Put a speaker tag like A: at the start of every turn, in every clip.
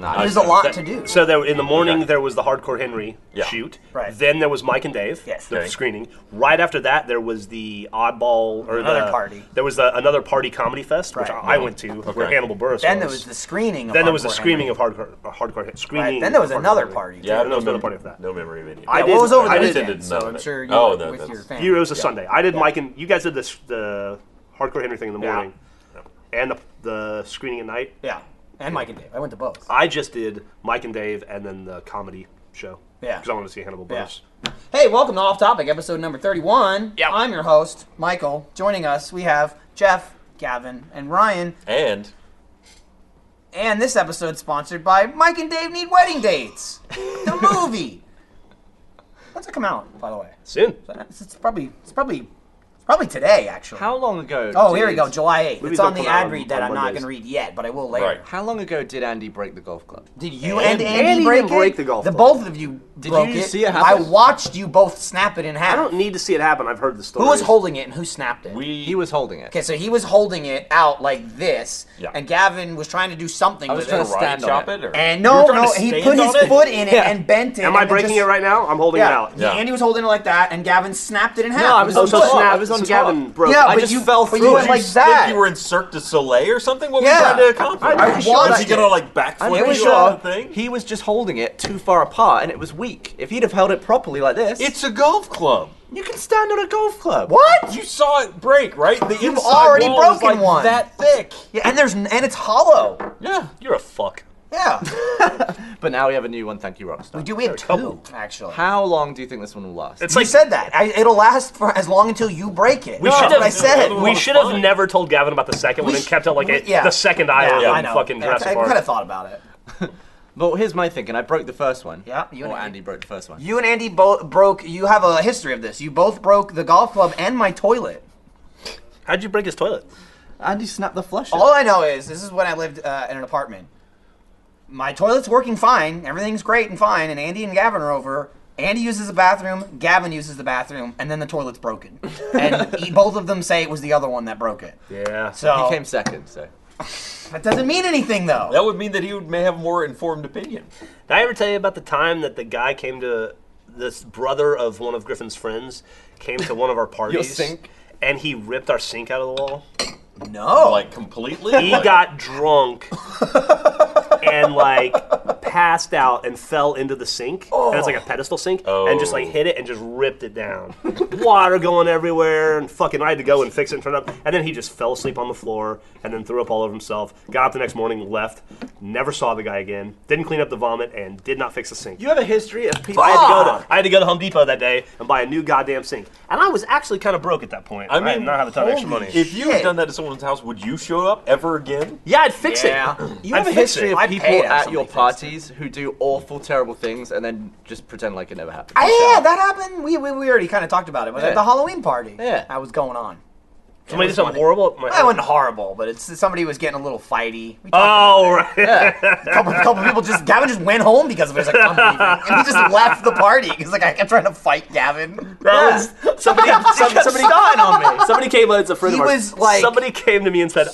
A: There's a lot to do.
B: So there, in the morning,
C: Okay.
B: there was the Hardcore Henry
C: Yeah.
B: shoot.
A: Right.
B: Then there was Mike and Dave.
A: Yes.
B: The
C: Okay.
B: screening. Right after that, there was the Oddball or
A: Another
B: the,
A: party.
B: There was the, another party comedy fest, which
A: Right.
B: I I went to, where
C: Okay.
B: Hannibal Burris.
A: Then there was the screening. Of
B: Then there was the
A: Hardcore
B: screaming
A: Henry.
B: of hardcore, uh, hardcore hit- screaming.
A: Right. Then there was
B: of hardcore
A: another
B: hit.
A: party.
B: Yeah,
A: too.
B: there was another part of that.
C: No memory of any. of it.
A: Yeah,
B: I
A: what
B: did-
A: was over the
B: I did-
A: weekend?
C: didn't
A: so
C: know
A: I'm
C: that.
A: sure you
C: Oh,
A: were
C: that-
A: with your
C: that's-
A: family.
B: Heroes of
A: Yeah.
B: Sunday. I did Mike and you guys did the the hardcore Henry thing in the
A: Yeah.
B: morning, and the the screening at night.
A: Yeah, and Mike and Dave. I went to both.
B: I just did Mike and Dave, and then the comedy show.
A: Yeah.
B: because I wanted to see Hannibal Buress.
A: Hey, welcome to Off Topic, episode number 31.
B: Yep.
A: I'm your host, Michael. Joining us, we have Jeff, Gavin, and Ryan.
C: And
A: And this episode's sponsored by Mike and Dave Need Wedding Dates, the movie. When's it come out, by the way? uh,
B: Soon.
A: It's, it's probably it's probably it's probably today, actually.
D: How long ago?
A: oh, here we
D: did-
A: go, July 8th.
B: Movies
A: it's on
B: don't
A: the
B: come out
A: ad
B: on-
A: read that
B: on
A: I'm not
B: Mondays.
A: going to read yet, but I will later.
C: Right.
D: How long ago did Andy break the golf club?
A: Did you and,
B: Andy-
A: Andy,
B: Andy
A: break
B: didn't break
A: it?
B: the golf
A: The
B: ball.
A: both of you
D: Did
A: broke
D: you
A: it.
D: see it
A: I
D: happen?
A: watched you both snap it in half.
B: I don't need to see it happen. I've heard the story.
A: Who was holding it and who snapped it?
C: we
D: He was holding it.
A: Okay, so he was holding it out like this,
C: Yeah.
A: and Gavin was trying to do something
D: I was
A: with
D: trying
A: it.
D: to stand
C: chop
D: on it.
C: it, or
A: And
B: You
A: no,
B: were trying
A: no,
B: to
A: he
B: stand
A: put
B: on
A: his
B: it?
A: foot in it
D: Yeah.
A: and bent it.
B: Am
A: and
B: I
A: then
B: breaking
A: just-
B: it right now? I'm holding it
A: Yeah.
B: out.
C: Yeah.
A: Andy was holding it like that, and Gavin snapped it in half.
D: I
A: with
D: was
A: his
B: Oh, so
D: on
A: foot.
D: top.
B: snap.
D: I was on
B: so
D: top.
B: Gavin broke.
A: Yeah,
D: I
A: but
D: just
A: you-
D: fell
A: but you
D: through
A: went
D: it.
A: like
C: Did you
A: that.
C: Think you were in Cirque du Soleil or something? What were
A: Yeah.
C: you trying to accomplish?
B: I'm pretty sure
C: was
A: I
C: he gonna
A: did.
C: like backflip
D: I'm
C: you
D: pretty
C: out
D: sure
C: of the thing?
D: he was just holding it too far apart and it was weak. If he'd have held it properly like this,
C: It's a golf club.
D: you can stand on a golf club.
A: What?
C: You saw it break, right? The You've
A: already broken one.
C: That thick.
A: Yeah, and there's n- and it's hollow.
C: Yeah, you're a fuck.
A: Yeah,
D: But now we have a new one. Thank you, Rockstar.
A: we do. We have two actually.
D: How long do you think this one will last?
B: It's
A: You
B: like
A: said that. I, it'll last for as long until you break it.
B: we
A: That's
B: should
A: what
B: have.
A: I said.
C: Well,
B: We
C: it's
B: should have
C: fine.
B: never told Gavin about the second one and
A: sh-
B: kept it like
A: we-
B: a, the second island
A: Yeah, I
B: in
A: know.
B: fucking
A: Yeah,
B: Jurassic
A: I,
B: Park.
A: could have thought about it.
D: But here's my thinking. I broke the first one.
A: Yeah, you and
D: or
A: Andy.
D: Andy broke the first one.
A: You and Andy both broke. You have a history of this. You both broke the golf club and my toilet.
B: How'd you break his toilet?
D: Andy snapped the flush.
A: All I know is this is when I lived uh, in an apartment. My toilet's working fine. Everything's great and fine. And Andy and Gavin are over. Andy uses the bathroom. Gavin uses the bathroom, and then the toilet's broken. and he- both of them say it was the other one that broke it.
B: Yeah.
A: So
D: He came second, so.
A: that doesn't mean anything though.
C: That would mean that he would may have more informed opinion.
B: Did I ever tell you about the time that the guy came to this brother of one of Griffin's friends came to one of our parties
D: sink?
B: and he ripped our sink out of the wall?
A: No.
C: Like completely.
B: He
C: like,
B: got drunk and like passed out and fell into the sink. And it's like a pedestal sink. And just like hit it and just ripped it down. Water going everywhere and fucking I had to go and fix it and turn it up. And then he just fell asleep on the floor and then threw up all over himself. Got up the next morning, left, never saw the guy again, didn't clean up the vomit, and did not fix the sink.
D: You have a history of people.
B: I had, to go to, I had to go to Home Depot that day and buy a new goddamn sink. And I was actually kind of broke at that point.
C: I
B: I
C: mean,
B: mean, did not have a ton of extra
C: holy
B: money.
C: If you had
A: shit.
C: done that at someone's house, would you show up ever again?
B: yeah, I'd fix
A: Yeah.
B: it.
D: You have
B: I'd
D: a
B: fix
D: history
B: it.
D: of
A: I'd
D: people
A: pay to have
D: at
A: somebody
D: your
A: fix it.
D: parties who do awful, terrible things and then just pretend like it never happened.
A: Ah, yeah, that happened. We, we, we already kind of talked about it. But at
D: Yeah.
A: the Halloween party,
D: Yeah.
A: I was going on.
B: Somebody did something horrible. My-
A: That wasn't horrible, but it's somebody was getting a little fighty. We talked
B: Oh, right.
A: about it. a couple, a couple people just Gavin just went home because of it. He was like, I'm leaving. and he just left the party because like I kept trying to fight Gavin.
B: That was somebody. some- somebody,
D: starting on me.
B: somebody came. It's a friend
A: He
B: of ours.
A: was like-
B: somebody came to me and said.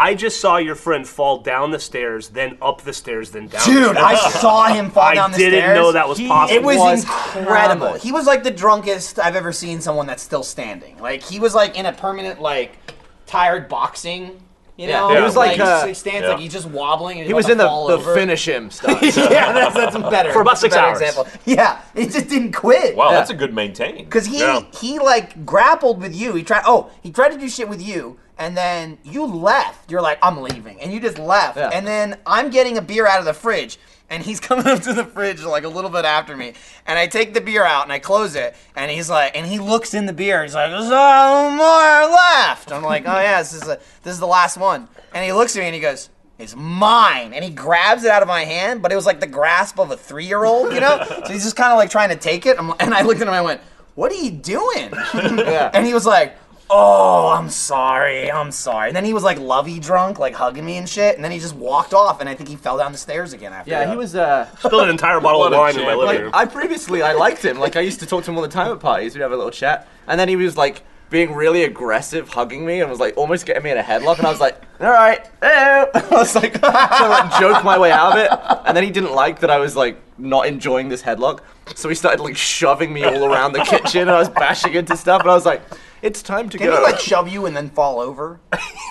B: I just saw your friend fall down the stairs, then up the stairs, then down. the
A: Dude,
B: stairs.
A: I saw him fall
B: I
A: down the
B: didn't
A: stairs.
B: know that was
D: He-
B: possible.
A: It was,
D: was
A: incredible.
D: hammered.
A: He was like the drunkest I've ever seen someone that's still standing. Like he was like in a permanent like tired boxing. You
D: Yeah.
A: know,
D: It was like,
A: he
D: uh,
A: just stands like
C: yeah.
A: he's just wobbling. And
D: He was in the, the finish him stuff.
A: yeah, that's, that's better.
B: For
A: That's
B: about
A: a
B: six
A: better
B: hours.
A: Example. Yeah, he just didn't quit.
C: Wow,
D: Yeah.
C: that's a good maintain.
A: Because he
B: Yeah.
A: he like grappled with you. He tried. Oh, he tried to do shit with you, and then you left. You're like, I'm leaving, and you just left.
D: Yeah.
A: And then I'm getting a beer out of the fridge, and he's coming up to the fridge like a little bit after me. And I take the beer out and I close it, and he's like, and he looks in the beer. He's like, there's no more left. I'm like, oh yeah, this is a, this is the last one. And he looks at me and he goes. It's mine, and he grabs it out of my hand, but it was like the grasp of a three-year-old, you know. so he's just kind of like trying to take it, I'm, and I looked at him and I went, what are you doing? and he was like, oh, I'm sorry, I'm sorry. And then he was like lovey drunk, like hugging me and shit. And then he just walked off, and I think he fell down the stairs again after
D: Yeah,
A: that.
D: he was. Uh,
B: spilled an entire bottle of
C: What a
B: wine in my
C: champ.
B: living
D: like
B: room.
D: I previously, I liked him. Like I used to talk to him all the time at parties. We'd have a little chat, and then he was like, being really aggressive, hugging me, and was like almost getting me in a headlock. And I was like, all right, eh." I was like, trying to like, joke my way out of it. And then he didn't like that I was like not enjoying this headlock, so he started like shoving me all around the kitchen, and I was bashing into stuff. And I was like, it's time to
A: Did
D: go.
A: he like shove you and then fall over?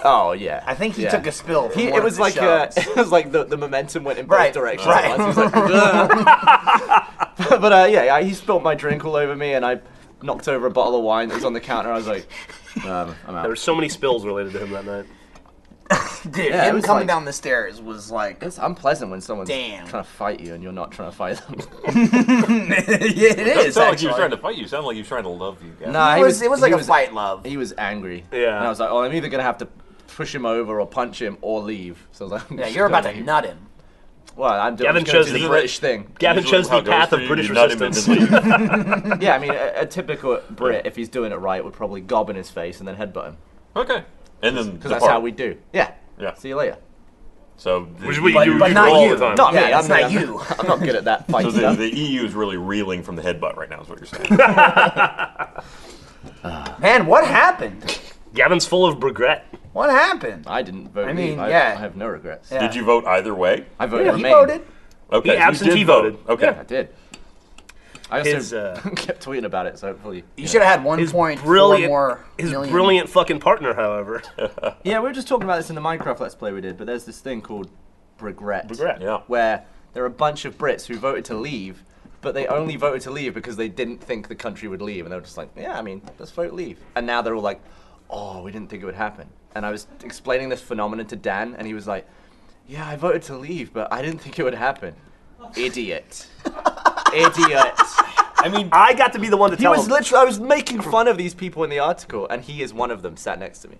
D: oh yeah,
A: I think he
D: Yeah.
A: took a spill. From
D: He,
A: one
D: it
A: of
D: was
A: the
D: like uh
A: shoves.
D: it was like the, the momentum went in both
A: Right,
D: directions.
A: right.
D: at once. He was like, "Ugh." but, but, uh, yeah, I, he spilled my drink all over me, and I knocked over a bottle of wine that was on the counter. I was like, um, I'm
B: There
D: out.
B: were so many spills related to him that night.
A: dude,
D: yeah, it
A: him
D: was
A: coming
D: like-
A: down the stairs was like,
D: It's unpleasant when someone's
A: Damn.
D: trying to fight you and you're not trying to fight them.
A: yeah,
C: It
A: it
C: sounded like
A: is.
C: he
A: Actually.
C: was trying to fight you. It sounded like he was trying to love you guys.
D: Nah,
A: it
D: he
A: was, it was
D: he
A: like a fight love.
D: He was angry.
B: Yeah.
D: And I was like, oh, I'm either gonna have to push him over or punch him or leave. So I was like,
A: Yeah, you're about to
D: leave.
A: nut him.
D: Well, I'm doing
B: Gavin
D: I'm just
B: chose
D: gonna do
B: the-
D: the British thing.
B: Gavin
C: Usually
B: chose
C: how
B: the
C: it goes
B: path
C: for
B: of
C: you,
B: British
C: you nut him and
B: resistance.
C: then leave.
D: Yeah, I mean, a, a typical Brit, if he's doing it right, would probably gob in his face and then headbutt him.
C: Okay. And then
D: Because that's
C: depart.
D: how we do. Yeah.
C: Yeah.
D: See you later.
C: So
B: Which
C: the- E
B: we do
A: but not
B: all
A: you.
B: the time.
D: Not
A: Yeah,
D: me.
A: that's
D: I'm
A: not
D: I'm-
A: you.
D: I'm not good at that fight
C: So the,
D: stuff.
C: the EU is really reeling from the headbutt right now, is what you're saying.
A: Man, what happened?
B: Gavin's full of regret.
A: What happened?
D: I didn't vote.
A: I mean,
D: leave. I,
A: yeah.
D: I have no regrets.
A: Yeah.
C: Did you vote either way?
D: I voted
A: Yeah, he
D: Remain.
A: voted.
C: Okay.
B: He
C: so you
B: absentee
C: did vote.
B: voted.
C: Okay.
D: I did. I also
B: His, uh,
D: kept tweeting about it, so hopefully.
A: You should have had one
B: His
A: point
B: brilliant,
A: four more
B: his
A: million.
B: brilliant fucking partner, however.
D: Yeah, we were just talking about this in the Minecraft Let's Play we did, but there's this thing called regret.
B: Regret.
C: Yeah.
D: Where there are a bunch of Brits who voted to leave, but they only voted to leave because they didn't think the country would leave. And they were just like, yeah, I mean, let's vote leave. And now they're all like, oh, we didn't think it would happen. And I was explaining this phenomenon to Dan, and he was like, yeah, I voted to leave, but I didn't think it would happen. Idiot. Idiot.
C: I mean,
B: I got to be the one to
D: He
B: tell
D: was
B: him.
D: literally, I was making fun of these people in the article, and he is one of them sat next to me.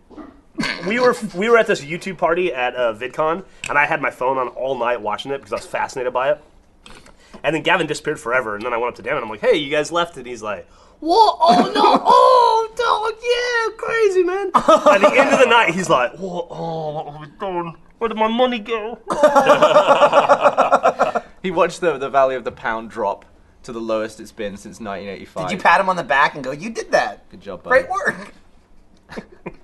B: we were we were at this YouTube party at uh, VidCon, and I had my phone on all night watching it because I was fascinated by it. And then Gavin disappeared forever, and then I went up to Dan and I'm like, "Hey, you guys left?" And he's like, "What? Oh no! Oh, dog! Yeah, crazy man!" At the end of the night, he's like, "What? Oh, what were we doing? Where did my money go?"
D: He watched the, the value of the pound drop to the lowest it's been since 1985.
A: Did you pat him on the back and go, "You did that.
D: Good job, buddy.
A: Great work."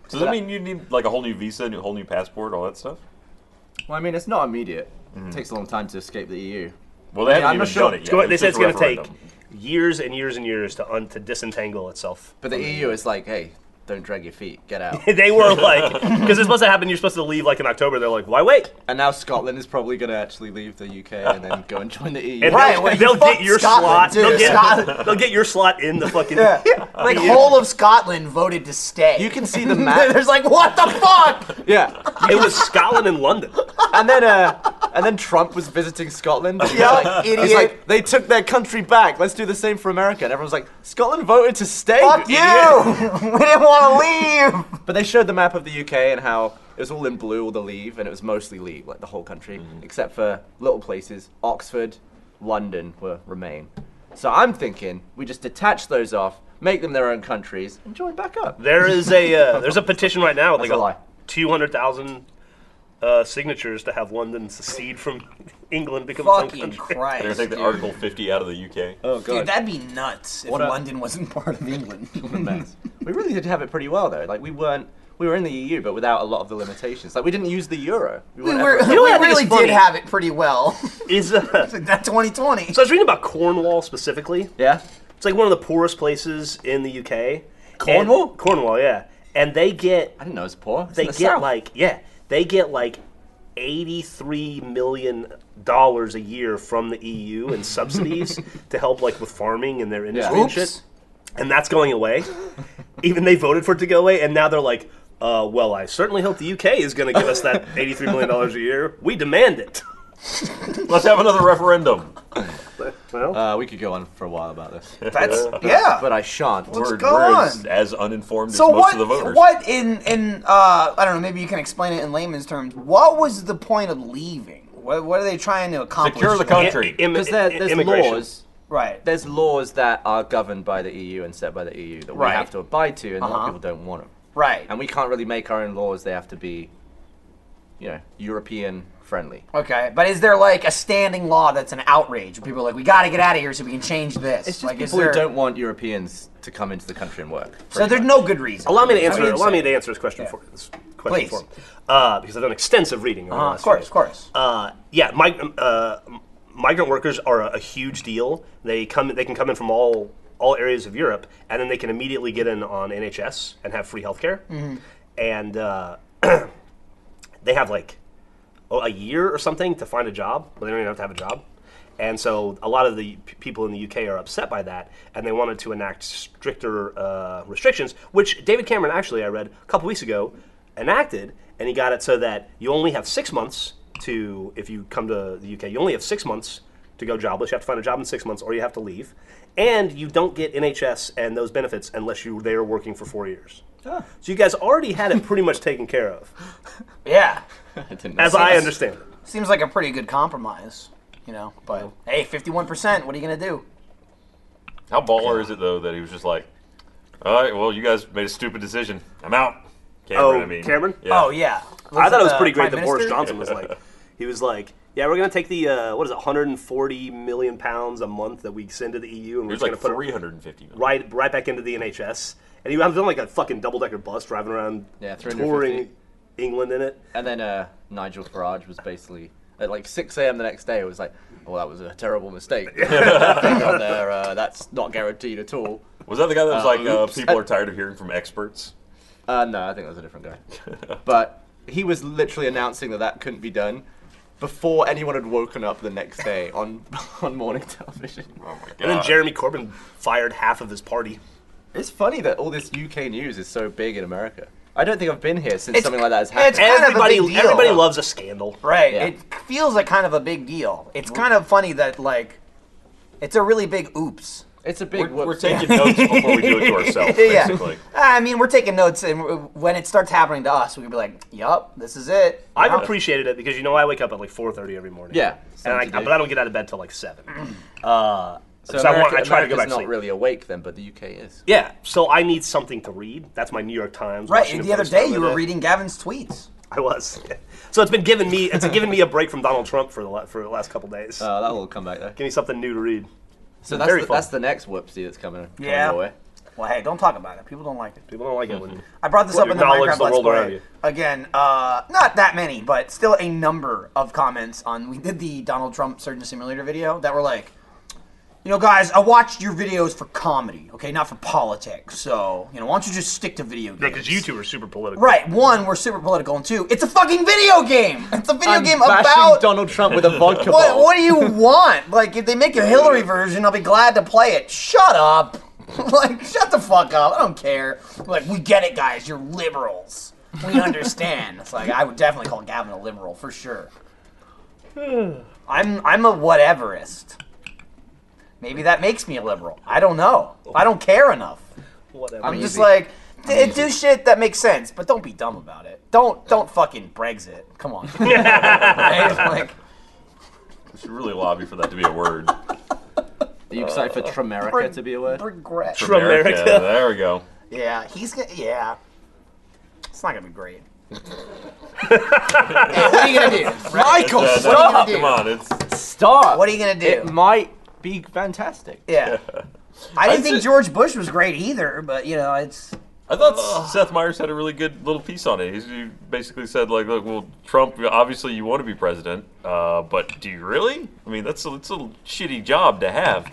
C: does that mean you need like a whole new visa, a whole new passport, all that stuff?
D: Well, I mean, it's not immediate. It takes a long time to escape the E EU.
C: Well, they
D: Yeah,
C: haven't
D: I'm not
C: even
D: sure.
C: done it
B: It's
C: yet.
B: going, they said it's
C: just a
B: going to take
C: referendum.
B: years and years and years to un- to disentangle itself.
D: But the EU is like, hey, don't drag your feet, get out.
B: They were like, because it's supposed to happen. You're supposed to leave like in October. They're like, "Why wait?"
D: and now Scotland is probably going to actually leave the UK and then go and join the E EU.
B: And
A: Right,
B: they'll,
A: well, you
B: they'll
A: fucked
B: get your
A: Scotland,
B: slot.
A: dude.
B: They'll get,
A: Scotland.
B: they'll get your slot in the fucking.
A: Like whole of Scotland voted to stay.
D: You can see the map.
A: There's like, what the fuck?
D: yeah.
B: It was Scotland and London.
D: And then, uh, and then Trump was visiting Scotland. and he was
A: Yeah,
D: like,
A: idiot.
D: He's like, they took their country back. Let's do the same for America. And everyone's like, Scotland voted to stay.
A: Fuck
D: you
A: you!
D: idiot."
A: we didn't want to leave.
D: But they showed the map of the UK and how it was all in blue, all the leave, and it was mostly leave, like the whole country,
B: Mm-hmm.
D: except for little places. Oxford, London were remain. So I'm thinking we just detach those off, make them their own countries, and join back up.
B: There is a uh, there's a petition right now with
D: That's a
B: like
D: lie.
B: two hundred thousand uh, signatures to have London secede from England become its own
A: Fucking
B: country.
A: Christ.
C: They're going to take the
A: dude.
C: Article 50 out of the UK.
D: Oh
A: Dude, that'd be nuts if
D: a-
A: London wasn't part of England.
D: we really did have it pretty well though. Like we weren't, we were in the EU, but without a lot of the limitations. Like we didn't use the euro.
A: we
D: weren't
A: were,
D: ever-
A: we
B: know what I think is
A: really did
B: funny?
A: have it pretty well.
B: Is uh, so
A: that 2020.
B: I was reading about Cornwall specifically.
D: yeah.
B: It's like one of the poorest places in the UK.
D: Cornwall?
B: And- Cornwall, yeah. And they get
D: I didn't know it was poor. It's
B: they
D: in the
B: get
D: south.
B: like yeah they get like 83 million dollars a year from the EU in subsidies to help like with farming and their industry and
A: Oops.
B: shit and that's going away even they voted for it to go away and now they're like uh, well I certainly hope the UK is going to give us that 83 million dollars a year we demand it
C: Let's have another referendum.
B: well
D: Uh, we could go on for a while about this,
A: That's yeah.
D: but I shan't.
A: What's
C: we're
A: going
C: we're as,
A: on?
C: as uninformed
A: so
C: as most
A: what?
C: of the voters.
A: What in in uh, I don't know. Maybe you can explain it in layman's terms. What was the point of leaving? What, what are they trying to accomplish?
C: Secure the country.
B: Im-
D: Because there, there's
B: immigration.
D: laws.
A: Right.
D: there's laws that are governed by the EU and set by the EU that we
A: Right.
D: have to abide to, and a lot
A: Uh-huh.
D: of people don't want them.
A: Right.
D: And we can't really make our own laws; they have to be you know, European friendly.
A: Okay, but is there like a standing law that's an outrage? Where people are like, we got to get out of here so we can change this.
D: It's just
A: like, is
D: people
A: there-
D: who don't want Europeans to come into the country and work.
A: So there's no good reason.
B: Allow me to
A: I
B: answer.
A: mean,
B: Allow me to answer this question for this
A: Please.
B: question for him, uh, because I've done extensive reading. over the
A: Uh,
B: last
A: of course,
B: years.
A: of course.
B: Uh, yeah, mig- uh, migrant workers are a, a huge deal. They come. They can come in from all all areas of Europe, and then they can immediately get in on NHS and have free healthcare. And uh, they have like oh, a year or something to find a job, but they don't even have to have a job. And so a lot of the p- people in the UK are upset by that, and they wanted to enact stricter uh, restrictions, which David Cameron actually, I read a couple weeks ago, enacted, and he got it so that you only have six months to, if you come to the UK, you only have six months to go jobless. You have to find a job in six months, or you have to leave, and you don't get NHS and those benefits unless you're there working for four years. So you guys already had it pretty much taken care of,
A: yeah,
D: I didn't
B: as
D: know.
B: I understand it.
A: seems like a pretty good compromise, you know. But hey, 51%. What are you gonna do?
C: How baller is it though that he was just like, all right, well, you guys made a stupid decision. I'm out. Cameron,
B: Oh,
C: I mean.
B: Cameron?
A: Oh yeah.
B: I thought it was
A: the
B: pretty great that
A: Prime
B: Boris
A: Minister?
B: Johnson was like, he was like, yeah, we're going to take the, uh, what is it, 140 million pounds a month that we send to the EU
C: It
B: and we're
C: was
B: just
C: like
B: going to put it
C: 350 million.
B: right, right back into the NHS. And he was on like a fucking double decker bus driving around
D: Yeah, 350.
B: touring England in it.
D: And then uh, Nigel Farage was basically at like 6 a.m. the next day. It was like, "Well, that was a terrible mistake." Thing on there, uh, that's not guaranteed at all.
C: Was that the guy that was
D: Uh,
C: like, uh,
D: oops.
C: people are tired of hearing from experts?
D: Uh, no, I think that was a different guy. but he was literally announcing that that couldn't be done before anyone had woken up the next day on on morning television.
C: Oh my god.
B: And then Jeremy Corbyn fired half of his party.
D: It's funny that all this UK news is so big in America. I don't think I've been here since
A: It's-
D: something like that has
A: it's-
D: happened.
A: kind of a
B: Everybody,
A: big deal.
B: everybody loves a scandal.
A: Right.
D: Yeah.
A: It feels like kind of a big deal. It's kind of funny that like, it's a really big oops.
D: It's a big
C: We're,
D: whoop.
C: we're taking notes before we do it to ourselves,
A: Yeah.
C: basically.
A: I mean, we're taking notes, and w- when it starts happening to us, we can be like, "Yup, this is it."
B: I've
A: Now-
B: appreciated it because you know I wake up at like 4:30 every morning.
D: Yeah,
B: and I,
D: same to do.
B: but I don't get out of bed till like seven. Uh,
D: so
B: so I, want,
D: America-
B: I try to go
D: America's
B: back to
D: not
B: sleep.
D: really awake then, but the UK is.
B: Yeah, so I need something to read. That's my New York Times.
A: Right.
B: Washington
A: the other
B: Post,
A: day,
B: I
A: you
B: read
A: were
B: it.
A: reading Gavin's tweets.
B: I was. So it's been giving me it's given me a break from Donald Trump for the la- for the last couple days.
D: Uh, that will come back though.
B: Give me something new to read.
D: So that's
B: Very
D: the,
B: fun.
D: that's the next whoopsie that's coming, coming
A: Yeah.
D: your way.
A: Well, hey, don't talk about it. People don't like it.
B: People don't like it when
C: Mm-hmm.
A: I brought this
B: Well,
A: up in
B: you
A: the
B: acknowledge
A: Minecraft
B: the
A: Let's
B: world around
A: Play.
B: you.
A: Again, uh, not that many, but still a number of comments on. We did the Donald Trump Surgeon Simulator video that were like, you know, guys, I watched your videos for comedy, okay, not for politics. So, you know, why don't you just stick to video games?
B: because you two are super political.
A: Right, one, we're super political, and two, it's a fucking video game. It's a video
D: I'm
A: game
D: bashing
A: about
D: Donald Trump with a vodka
A: what,
D: bottle.
A: what do you want? Like, if they make a Hillary version, I'll be glad to play it. Shut up. like, shut the fuck up. I don't care. Like, we get it, guys. You're liberals. We understand. it's like I would definitely call Gavin a liberal for sure. I'm I'm a whateverist. Maybe that makes me a liberal. I don't know. I don't care enough.
B: Whatever.
A: I'm just
D: easy.
A: like d- do shit that makes sense, but don't be dumb about it. Don't don't fucking Brexit. Come on. Right? Like,
C: We should really lobby for that to be a word.
D: Are you excited for Tramerica to be a word?
A: regret.
B: America.
C: There we go.
A: Yeah, he's gonna. Yeah, it's not gonna be great. what are you gonna do?
D: Michael,
C: Uh,
A: What
C: no,
A: are you gonna do?
C: come on, it's
D: stop!
A: What are you gonna do?
D: It might be fantastic.
A: Yeah, I didn't think
C: just-
A: George Bush was great either, but you know, it's
C: I thought Seth Meyers had a really good little piece on it. He's- He basically said, like, look, well, Trump, obviously you want to be president, uh, but do you really? I mean, that's a, that's a shitty job to have.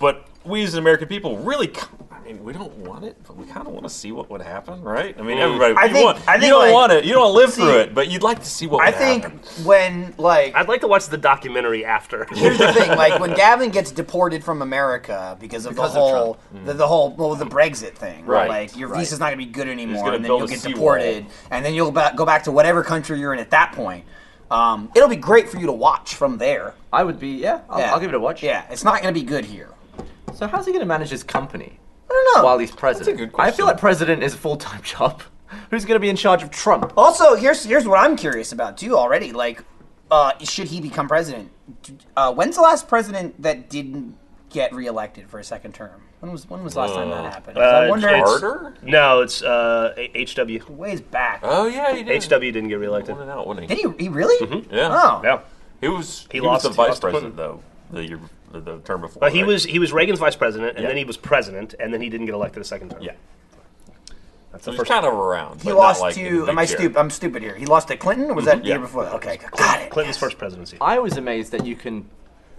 C: But we as an American people really, ki- I mean, we don't want it, but we kind of want to see what would happen, right? I mean,
B: Mm.
C: everybody,
A: I
C: you,
A: think-
C: want,
A: I think,
C: you don't
A: like,
C: want it. You don't live
A: see-
C: through it, but you'd like to see what
A: I
C: would
A: think
C: happen.
A: when like
B: I'd like to watch the documentary after.
A: here's the thing, like when Gavin gets deported from America because of
D: Because
A: the
D: of Mm.
A: whole the, the whole well the Brexit thing, where,
C: Right.
A: Like your visa's not gonna be good anymore,
C: gonna
A: and then
C: build
A: you'll
C: a
A: get
C: seawall.
A: deported, and then you'll ba- go back to whatever country you're in at that point. Um, it'll be great for you to watch from there.
D: I would be, yeah I'll,
A: Yeah.
D: I'll give it a watch.
A: Yeah, it's not gonna be good here.
D: So how's he going to manage his company
A: I don't know.
D: while he's president?
C: good
D: I
C: question.
D: feel like president is a full-time job. Who's going to be in charge of Trump?
A: Also, here's here's what I'm curious about too. Already, like, uh, should he become president? Uh, when's the last president that didn't get reelected for a second term? When was when was the last time that happened? 'Cause
B: Uh,
A: I wonder.
B: it's-
C: Carter?
B: No, it's uh, H- HW.
A: ways back.
C: Oh yeah, he did.
B: HW didn't get reelected.
C: won it out, wouldn't he?
A: Did he? He really?
C: Mm-hmm. Yeah.
A: Oh.
B: Yeah.
C: He was he,
B: lost-
C: was the vice
B: he lost to
C: president though the year the, the term before.
B: But he
C: right?
B: was he was Reagan's vice president, and
C: Yeah.
B: then he was president, and then he didn't get elected a second time.
C: yeah.
B: that's
C: So
B: the
C: he's
B: first.
C: kind of around.
A: He
C: but not,
A: lost
C: like, in the
A: to.
C: big
A: Am I
C: chair. Mm-hmm.
A: stupid? I'm stupid here. He lost to Clinton. Or was that the year
C: Yeah.
A: before that? Okay, got it.
B: Clinton's first presidency.
D: I was amazed that you can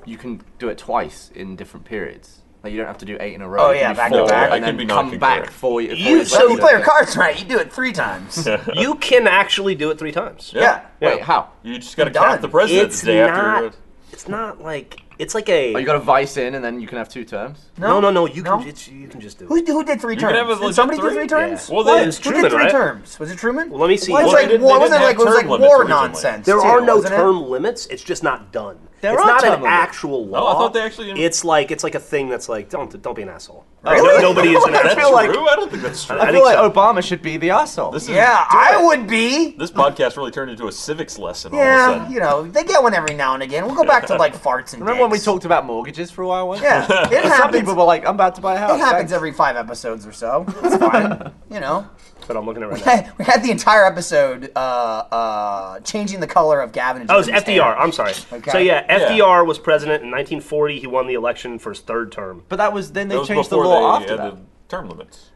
D: you can do it twice in different periods. Like you don't have to do eight in a row.
A: Oh,
D: You can
A: yeah,
D: do
A: back to
D: four
A: back.
D: and
A: I
D: then
C: could be
D: come
C: knocking
D: back
C: correct.
D: for you.
B: You-
D: four
A: Let
B: so-
A: me
D: years
A: play
D: later.
A: your cards right. You do it three times.
B: you can actually do it three times.
C: Yeah.
D: Wait, how?
C: You just got to
A: Done.
C: cap the president
B: It's
C: the day after.
B: not. It's not like it's like a.
D: Oh, you got a vice in, and then you can have two terms.
B: no, no, no. You
A: No?
B: can it's, you can just do it.
A: Who, who did three
C: can
A: terms?
C: have a
A: Did
C: legit
A: somebody do
C: three?
A: three terms?
C: Yeah. Well,
A: What?
C: that
B: is
A: who
B: Truman,
A: did three
B: right?
A: terms? Was it Truman?
B: Well, let me see.
A: Well, it was
B: Well,
A: like,
C: they didn't-
A: war,
C: they
A: wasn't it
C: didn't
A: like, it
C: have
A: was like
C: term limits
A: war
C: originally.
A: nonsense.
B: There
A: too,
B: are no
A: wasn't it?
B: term limits. It's just not done.
D: There
B: it's
D: are
B: not
D: term
B: an
D: limits.
B: actual law.
C: Oh, I thought they actually-
B: It's like it's like a thing that's like don't don't be an asshole.
A: Really?
B: Nobody is an
A: I
C: That's
B: asshole.
A: feel like-
C: true. I don't think that's true.
D: I,
B: think
D: feel like
B: so.
D: Obama should be the asshole.
C: This is
A: Yeah,
C: do
A: I
C: it.
A: would be.
C: This podcast really turned into a civics lesson. all of a
A: Yeah,
C: sudden.
A: you know, they get one every now and again. We'll go back to like farts and.
D: Remember when we
A: dicks.
D: talked about mortgages for a while? Once?
A: Yeah, it
D: Some
A: happens.
D: people were like, "I'm about to buy a house."
A: It happens
D: thanks.
A: every five episodes or so. It's fine. you know,
B: But I'm looking at it right now.
A: Hey, we had the entire episode uh, uh, changing the color of Gavin. And
B: Oh, it's
A: Jim's
B: FDR.
A: hair.
B: I'm sorry.
A: Okay.
B: So yeah,
C: Yeah.
B: FDR was president in 1940. He won the election for his third term.
D: But that was then they
C: That was
D: changed the
C: before
D: law
C: they
D: after that.
C: added term limits.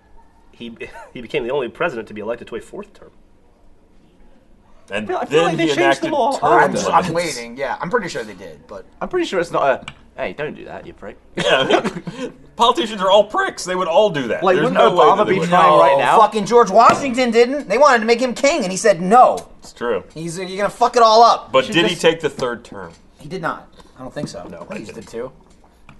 B: He he became the only president to be elected to a fourth term.
C: And
D: feel- I feel
C: then
D: like they
C: he
D: changed the
C: enacted
D: law
C: term
D: after.
A: I'm,
C: limits.
A: I'm waiting. Yeah, I'm pretty sure they did, but
D: I'm pretty sure it's not a. Hey, don't do that, you prick.
C: Politicians are all pricks. They would all do that.
D: Like,
C: There's
D: wouldn't
C: no way
D: Obama
C: that they
D: be
C: would.
D: trying- Fine, right now.
A: Oh, fucking George Washington didn't. They wanted to make him king, and he said no.
C: It's true.
A: He's you're gonna fuck it all up.
C: But
D: should
C: did he
D: just-
C: take the third term?
A: he did not. I don't think so. No,
B: I
A: he just did two.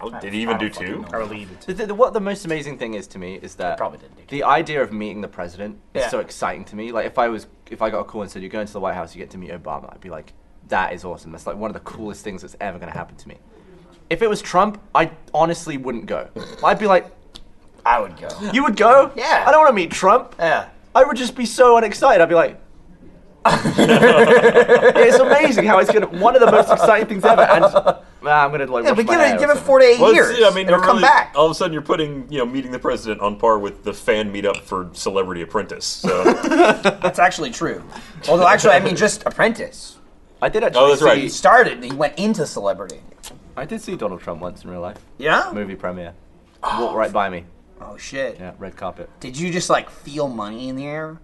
C: Oh, did
A: I
C: he even do
A: don't fucking
C: two?
A: know.
B: Our lead.
D: The, the, the- what the most amazing thing is to me is that
A: probably didn't do
D: the idea of meeting the president is
A: Yeah.
D: so exciting to me. Like if I was if I got a call and said you're going to the White House, you get to meet Obama, I'd be like, that is awesome. That's like one of the coolest things that's ever going to happen to me. If it was Trump, I honestly wouldn't go. I'd be like,
A: I would go.
D: you would go?
A: Yeah.
D: I don't want to meet Trump.
A: Yeah.
D: I would just be so unexcited. I'd be like. it's amazing how it's gonna one of the most exciting things ever, and ah, I'm gonna like.
A: Yeah,
D: wash
A: but
D: my
A: give
D: hair
A: it
D: or
A: give it
D: something.
A: four to eight
C: Well, it's-
A: years.
C: yeah, I mean,
A: it'll
C: you're
A: come
C: really-
A: back.
C: All of a sudden, you're putting you know meeting the president on par with the fan meetup for Celebrity Apprentice. So,
A: That's actually true. Although, actually, I mean, just Apprentice.
D: I did actually.
C: Oh, that's right.
A: He
D: see-
A: started and he went into celebrity.
D: I did see Donald Trump once in real life.
A: Yeah.
D: Movie premiere. Walked right by me.
A: Oh shit.
D: Yeah, red carpet.
A: Did you just like feel money in the air?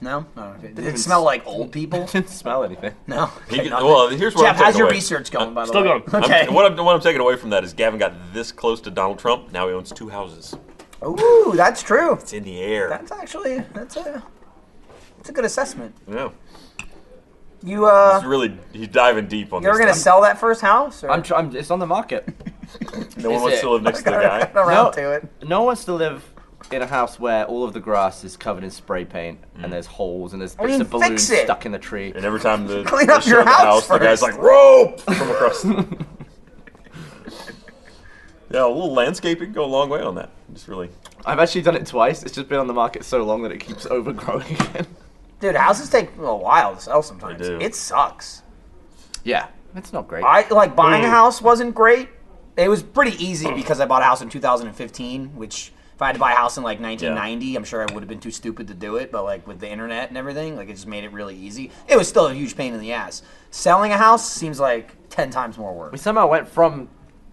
A: No. No. okay. Did
D: even
A: it smell
D: s-
A: like old people?
D: Didn't smell anything.
A: No.
C: he
A: Okay,
C: could-
A: nothing.
C: well, here's what
A: Jeff,
C: I'm
A: how's
C: taking
A: your
C: away.
A: research going? By the
B: still
A: way,
B: going.
C: I'm-
A: Okay.
C: what, I'm, what I'm taking away from that is Gavin got this close to Donald Trump. Now he owns two houses.
A: Ooh, that's true.
C: It's in the air.
A: That's actually that's a that's a good assessment.
C: yeah,
A: You uh,
C: he's really he's diving deep on
A: you
C: this.
A: were gonna
C: stuff.
A: sell that first house? Or?
D: I'm, tr- I'm. It's on the market.
C: no one
D: is
C: wants
D: it-
C: to live next to the guy.
A: around
D: No.
A: to it.
D: No one wants to live in a house where all of the grass is covered in spray paint and there's holes and there's bits
A: mean,
D: of balloons
A: fix it.
D: stuck in the tree.
C: And every time the
A: Clean
C: they
A: up your
C: show the
A: house
C: the guy's
A: first.
C: like rope from across. the- yeah, a little landscaping go a long way on that. Just really
D: I've actually done it twice. It's just been on the market so long that it keeps overgrowing again.
A: Dude, houses take a while to sell sometimes.
C: do.
A: It sucks.
D: Yeah, it's not great.
A: I like buying a house wasn't great. It was pretty easy because I bought a house in 2015, which if I had to buy a house in like 1990, I'm sure I would have been too stupid to do it. But like with the internet and everything, like it just made it really easy. It was still a huge pain in the ass. Selling a house seems like ten times more work.
D: we somehow went from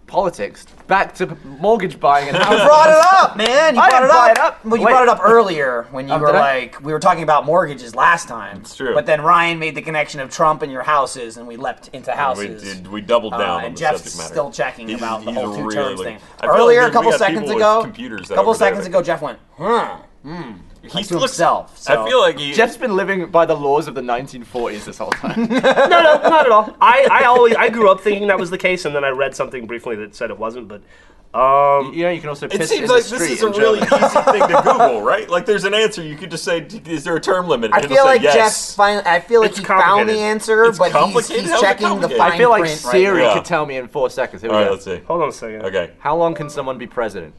D: politics back to mortgage buying and
A: You
D: house.
A: brought it up, man. You
D: I
A: brought
D: didn't
A: it up.
D: buy it up.
A: Well, you
D: Wait.
A: brought it up earlier when you
C: Oh,
D: Um,
A: were
D: did I?
A: like, we were talking about mortgages last time. It's
C: true.
A: But then Ryan made the connection of Trump and your houses, and we lepped into
C: we,
A: houses.
C: did, we doubled down
A: Uh,
C: on
A: and
C: the
A: Jeff's
C: subject matter.
A: still checking
C: He's-
A: about the
C: he's
A: whole two
C: really-
A: terms thing.
C: I feel like
A: Earlier,
C: there's-
A: a
C: we
A: couple
C: got
A: seconds
C: people with
A: ago,
C: computers
A: a
C: that
A: couple
C: over there
A: seconds
C: that-
A: ago, Jeff went, "Hmm."
C: He
A: to himself, so-
C: I feel like he,
D: Jeff's been living by the laws of the 1940s this whole time.
B: No, no, not at all. I, I always I grew up thinking that was the case, and then I read something briefly that said it wasn't. But um,
D: you know, you can also
C: It
D: piss in
C: seems
D: the
C: like
D: street
C: this is a
D: in
C: really
D: Germany.
C: easy thing to Google, right? Like, there's an answer. You could just say, "D- "Is there a term limit?"
A: I
C: And it'll
A: feel
C: say
A: like
C: yes.
A: Jeff's fin- I feel like
B: It's
A: he found the
B: complicated.
A: answer,
C: It's
A: but he's,
C: complicated?
A: he's
C: How's it
A: checking the
C: complicated?
A: fine
D: I feel like
A: print right
D: Siri
C: now.
D: could tell me in four seconds. Here we
C: All right,
D: go.
C: let's see.
B: hold on a second.
C: Okay,
D: How long can someone be president?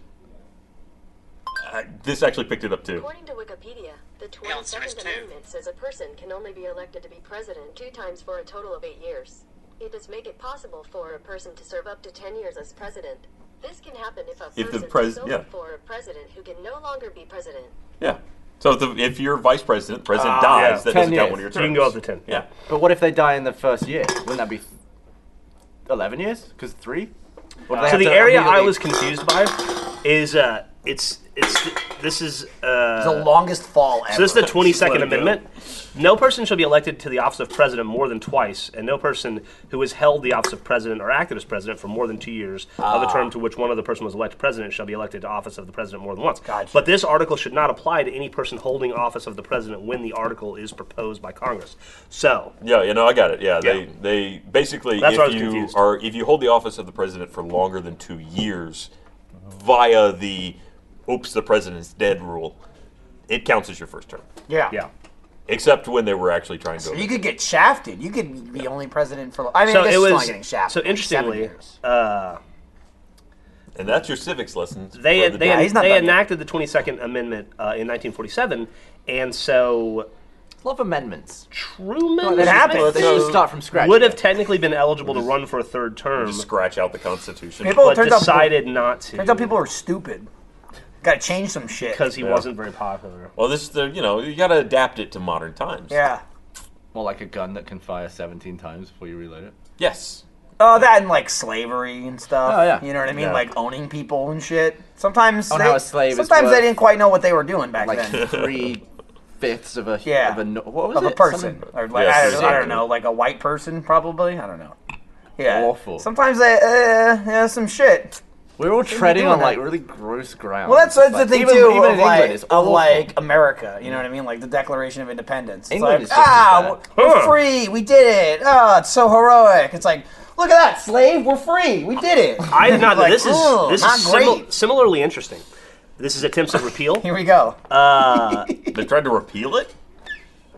C: I, this actually picked it up too.
E: According to Wikipedia, the
F: Counts as
E: 22nd
F: two.
E: Amendment says a person can only be elected to be president two times for a total of eight years. It does make it possible for a person to serve up to 10 years as president. This can happen if a
C: the
E: person
C: pres-
E: takes over
C: yeah.
E: for a president who can no longer be president.
C: Yeah. So if, the, if your vice president, president
B: Ah,
C: dies,
B: yeah.
C: that
D: 10
C: doesn't count
D: years.
C: one of your
B: So
C: terms.
B: you can go up to 10.
C: Yeah.
D: But what if they die in the first year? Wouldn't that be th- eleven years? Because three. Or do they
B: So
D: have
B: the
D: to
B: area I
D: immediately-
B: was confused by is uh, it's it's this is uh,
A: the longest fall ever.
B: So this is the 22nd
C: Let it go.
B: Amendment. No person shall be elected to the office of president more than twice, and no person who has held the office of president or acted as president for more than two years of a term to which one other person was elected president shall be elected to office of the president more than once.
A: Gotcha.
B: But this article should not apply to any person holding office of the president when the article is proposed by Congress. So,
C: Yeah, you know, I got it. Yeah, they
B: Yeah.
C: they basically
B: That's where I
C: if
B: was
C: you
B: confused.
C: are if you hold the office of the president for longer than two years via the "oops, the president's dead" rule, it counts as your first term,
A: yeah.
B: yeah.
C: except when they were actually trying to.
A: You could get shafted. You could be only president for. I mean,
B: So
A: I guess
B: it
A: it's not
B: was-
A: getting shafted.
B: so
A: like seven
B: interestingly,
A: years.
C: and that's your civics lessons.
B: They
C: for the
B: they,
C: day.
A: he's not
B: they
A: done yet.
B: enacted the 22nd Amendment uh, in 1947, and so
D: Love amendments.
B: Truman.
A: It happened.
D: They should
C: So-
D: start from scratch.
B: would have
D: again.
B: technically been eligible to run for a third term,
C: just scratch out the Constitution.
A: People-
B: but
A: Turns out-
B: decided not to.
A: turns out people are stupid. Got to change some shit.
B: because he
C: Yeah.
B: wasn't very popular.
C: well, this the you know you got to adapt it to modern times.
A: yeah.
D: More like a gun that can fire 17 times before you reload it.
C: Yes.
A: Oh, that and like slavery and stuff.
D: Oh, yeah.
A: You know what I mean?
C: Yeah.
A: Like owning people and shit. Sometimes
D: Own
A: they,
D: how a slave is
A: sometimes they
D: worth-
A: didn't quite know what they were doing back
D: Like
A: then.
D: three fifths of a
A: Yeah.
D: of a no- what was
A: Of a
D: it?
A: person,
D: Something-
A: or like
C: Yes,
A: I, don't, I
C: exactly.
A: don't know, like a white person probably. I don't know. Yeah.
D: Awful.
A: Sometimes they, uh, yeah, some shit.
D: We're all treading
A: doing
D: on
A: that?
D: like really gross ground.
A: Well, that's that's the
D: Like,
A: thing
D: even,
A: too.
D: Even
A: of
D: in
A: like,
D: England, it's
A: of
D: awful.
A: like America, you know what I mean? Like the Declaration of Independence. It's
D: England
A: like,
D: is just as
A: ah,
D: bad.
A: we're
B: Huh.
A: free. We did it. Oh, it's so heroic. It's like, look at that, slave. We're free. We did it.
B: I did not. know
A: Like,
B: this is
A: ooh,
B: this
A: not
B: is simil-
A: great.
B: similarly interesting. This is attempts at repeal.
A: Here we go.
D: Uh,
C: They tried to repeal it.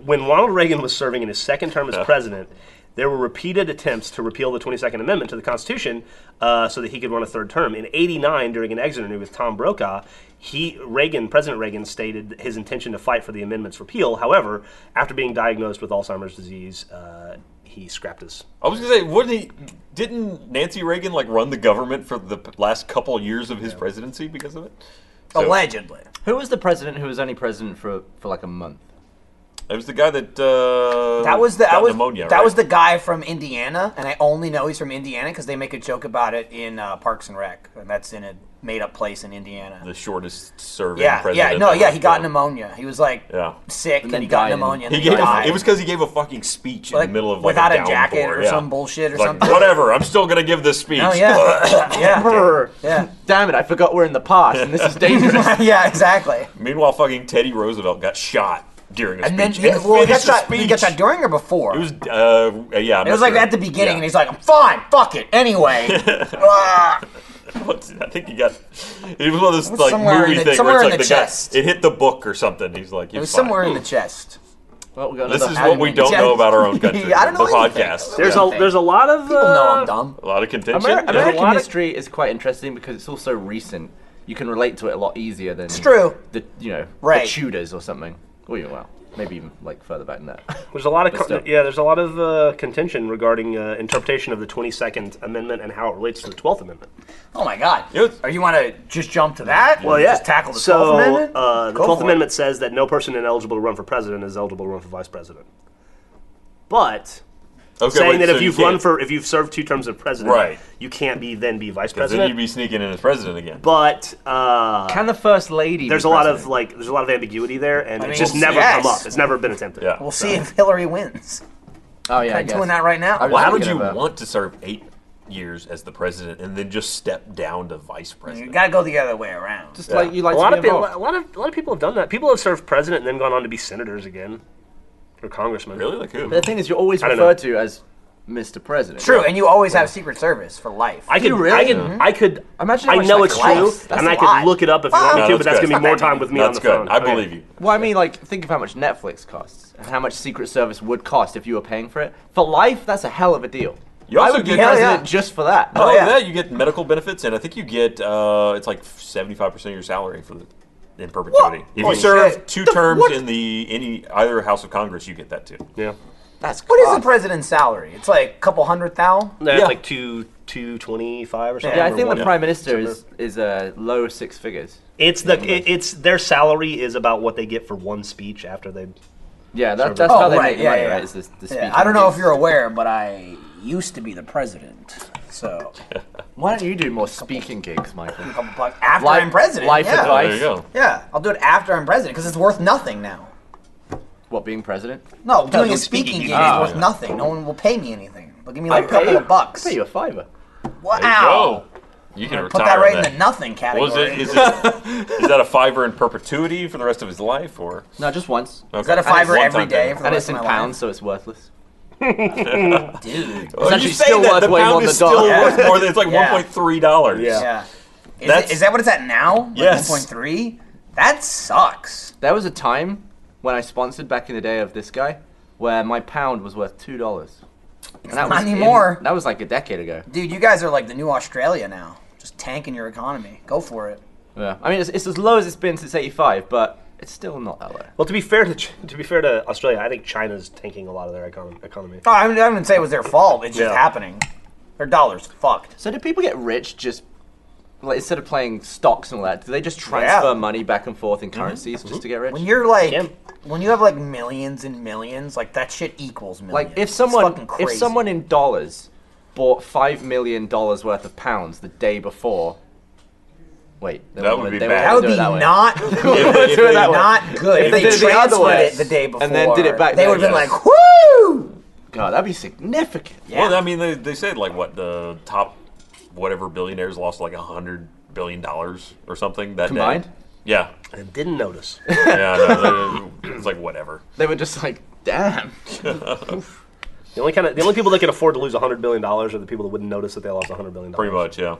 B: when Ronald Reagan was serving in his second term as president, there were repeated attempts to repeal the 22nd Amendment to the Constitution uh, so that he could run a third term. In 89, during an exit interview with Tom Brokaw, he Reagan, President Reagan, stated his intention to fight for the amendment's repeal. However, after being diagnosed with Alzheimer's disease, uh, he scrapped his.
C: I was gonna say, wouldn't he? Didn't Nancy Reagan like run the government for the p- last couple years of his presidency because of it? So-
A: Allegedly.
D: Who was the president who was only president for for like a month?
C: It was the guy that uh,
A: That was the
C: got
A: that was,
C: pneumonia.
A: that
C: right?
A: was the guy from Indiana, and I only know he's from Indiana because they make a joke about it in uh, Parks and Rec, and that's in a made up place in Indiana.
C: the shortest serving
A: yeah,
C: president.
A: yeah, no,
C: ever.
A: yeah, he got pneumonia. He was like
C: Yeah.
A: sick, and,
D: then
A: he got
D: died in-
A: pneumonia. And
C: He
A: then
C: gave a,
A: died.
C: it was because he gave a fucking speech
A: Like,
C: in the middle of like
A: without
C: a,
A: a jacket
C: downpour,
A: or
C: yeah.
A: some bullshit or
C: Like,
A: something.
C: Whatever, I'm still gonna give this speech.
A: Oh yeah, yeah,
D: Brr.
A: yeah,
D: Damn it! I forgot we're in the past and this is dangerous.
A: yeah, exactly.
C: Meanwhile, fucking Teddy Roosevelt got shot during a
A: And then
C: speech.
A: yeah, well, he got
C: finished the
A: shot. He got
C: speech.
A: shot during or before.
C: It was uh, yeah. I'm
A: It
C: not
A: was like
C: sure.
A: at the beginning,
C: Yeah.
A: and he's like, "I'm fine, fuck it, anyway." Ah.
C: What's- I think he got. It was one of those like
A: somewhere in
C: movie
A: the-
C: thing
A: somewhere
C: where it's
A: in
C: like
A: the
C: the, guy.
A: chest.
C: It hit the book or something. He's like,
A: it was somewhere in the chest.
D: well, we got
C: This
D: another
C: is what we
D: admin.
C: don't know about our own country.
A: I don't know
C: the
A: anything.
C: podcast.
B: There's
C: Yeah.
B: a there's a lot of
A: People know
B: uh,
A: I'm dumb.
C: a lot of contention.
D: Ameri-
C: Yeah.
D: American
B: lot of-
D: history is quite interesting because it's also recent. You can relate to it a lot easier than it's
A: true.
D: The you know
A: Right.
D: the Tudors or something. Or you well, maybe even like further back than that.
B: There's a lot of
D: Let's
B: con-
D: do it.
B: yeah. There's a lot of uh, contention regarding uh, interpretation of the 22nd Amendment and how it relates to the 12th Amendment.
A: Oh my god!
C: You know,
A: Are you want to just jump to that?
B: Well, Oh, yeah.
A: Just tackle the
B: so,
A: 12th Amendment?
B: Uh, the
A: Go
B: 12th
A: for it.
B: Amendment says that no person ineligible to run for president is eligible to run for vice president. But
C: okay,
B: saying
C: wait,
B: that
C: so
B: if
C: you
B: you've run
C: can't-
B: for if you've served two terms of president,
C: Right.
B: you can't be then be vice
C: then you'd
B: president.
C: be sneaking in as president again.
B: but uh,
D: Can the first lady?
B: there's
D: be
B: a lot of
D: president?
B: like there's a lot of ambiguity there, and
A: I
B: it's
A: mean,
B: just never
A: yes.
B: come up. It's never been attempted.
C: yeah.
A: We'll see if Hillary wins.
D: Oh yeah, I
A: I'm
D: guess.
A: doing that right now.
D: I'm
C: Why
D: just
C: would you
D: thinking about-
C: want to serve eight years as the president and then just step down to vice
A: You
C: president?
A: gotta go the other way around.
D: Just like you like
B: A lot
D: to
B: of
D: be
B: people,
D: involved.
B: a lot of a lot of people have done that. People have served president and then gone on to be senators again, or congressmen.
C: Really? Like who?
D: But the thing is, you're always
B: I don't know.
D: referred to as Mr. President.
A: True, and you always have Secret Service for life.
B: I could,
D: you really? Mm-hmm.
B: I could, I could.
D: Imagine how
B: I
D: much
B: know
D: that
B: it's
D: costs.
B: true,
A: That's
B: and
A: a
B: I could
A: lot.
B: look it up if you
A: Wow.
B: want me
A: No,
B: to,
C: that's
B: but that's
C: good.
B: gonna be more
A: That's
B: time with me
C: That's
B: on the
C: good.
B: phone. Oh,
C: I
B: Okay.
C: believe you.
D: Well, I mean, like, think of how much Netflix costs and how much Secret Service would cost if you were paying for it. For life, that's a hell of a deal.
C: You also
D: I would be
C: get- Hell
D: president
A: yeah.
D: just for that.
C: Oh,
A: yeah.
C: that you get medical benefits, and I think you get uh, it's like seventy-five percent of your salary for the in perpetuity. If
A: Oh,
C: you serve
A: shit.
C: two
A: The-
C: terms
A: what?
C: in the any either House of Congress, you get that too.
B: Yeah.
D: That's
A: What is the
D: class.
A: president's salary? It's like a couple hundred thou.
B: That's
C: Yeah.
B: like two two twenty five or something.
D: Yeah, I
B: or
D: think
B: one-
D: the prime minister is is uh, low six figures.
B: It's the it, it's their salary is about what they get for one speech after they.
D: Yeah, that,
B: Sure.
D: that's
A: Oh,
D: how they
A: right,
D: make the
A: yeah,
D: money,
A: yeah.
D: right? Is this, the
A: Yeah,
D: speech
A: I don't know if
D: gigs.
A: you're aware, but I used to be the president. So
D: Why don't you do more speaking gigs, Michael?
A: a couple bucks after
D: Life-
A: I'm president.
D: life
A: yeah.
C: Oh,
D: advice.
C: there you go.
A: Yeah, I'll do it after I'm president because it's worth nothing now.
D: What being president?
A: No, doing
B: doing
A: a speaking
B: speaking
A: gig
D: gigs.
A: is worth
D: Oh.
A: nothing. No one will pay me anything. They'll give me like a
D: I'd
A: couple
D: you-
A: of bucks.
D: I'd Pay you a fiver.
C: There you
A: Wow.
C: go. You can
A: Put
C: retire.
A: that right
C: on
A: in the nothing category.
C: Was it? Is it? is that a fiver in perpetuity for the rest of his life, or
D: No, just once.
C: okay.
A: Is that a fiver every day for the
D: And
A: rest
D: it's in
A: of my
D: pounds, so it's worthless.
A: life? Dude.
C: It's
D: actually still worth
C: the
D: way
C: pound
D: more
C: is
D: than
C: still
D: dollar.
C: worth more than it's like
A: Yeah.
C: 1.3 dollars.
A: Yeah. Is,
C: That's-
A: it, is that what it's at now? Like
C: Yes.
A: 1.3? That sucks.
D: There was a time when I sponsored back in the day of this guy where my pound was worth two dollars. And
A: not
D: that was in-
A: anymore.
D: that was like a decade ago.
A: Dude, you guys are like the new Australia now. Just tanking your economy. Go for it.
D: Yeah. I mean, it's, it's as low as it's been since '85, but it's still not that low.
B: Well, to be fair to Ch- to be fair to Australia, I think China's tanking a lot of their econ- economy.
A: Oh, I, mean, I wouldn't say it was their fault. It's just
B: Yeah.
A: happening. Their dollars fucked.
D: So do people get rich just like instead of playing stocks and all that? Do they just transfer
A: Yeah.
D: money back and forth in currencies just to get rich?
A: When you're like,
B: Yeah.
A: when you have like millions and millions, like that shit equals millions.
D: like if
A: It's fucking
D: someone if
A: crazy.
D: someone in dollars bought five million dollars worth of pounds the day before. Wait, they
C: That
D: wouldn't-
C: would be
D: they
C: bad.
A: that would
D: do
A: be
D: it that way.
A: not good.
C: If- if
D: Do it
C: they-
D: that way.
A: not good. If
D: If they
A: they
D: did it the other
A: transferred
D: way
A: it the day before,
D: and then did it back
A: they
D: then,
A: would have been
D: yes.
A: like, "Whoo!"
D: God, that'd be significant.
A: Yeah.
C: Well, I mean, they, they said like what the top whatever billionaires lost like a hundred billion dollars or something that
D: Combined?
C: Day. Yeah,
B: I didn't notice.
C: yeah. no, they- it's like whatever.
D: They were just like, damn.
B: The only kind of the only people that can afford to lose hundred billion dollars are the people that wouldn't notice that they lost hundred billion dollars.
C: Pretty much, yeah.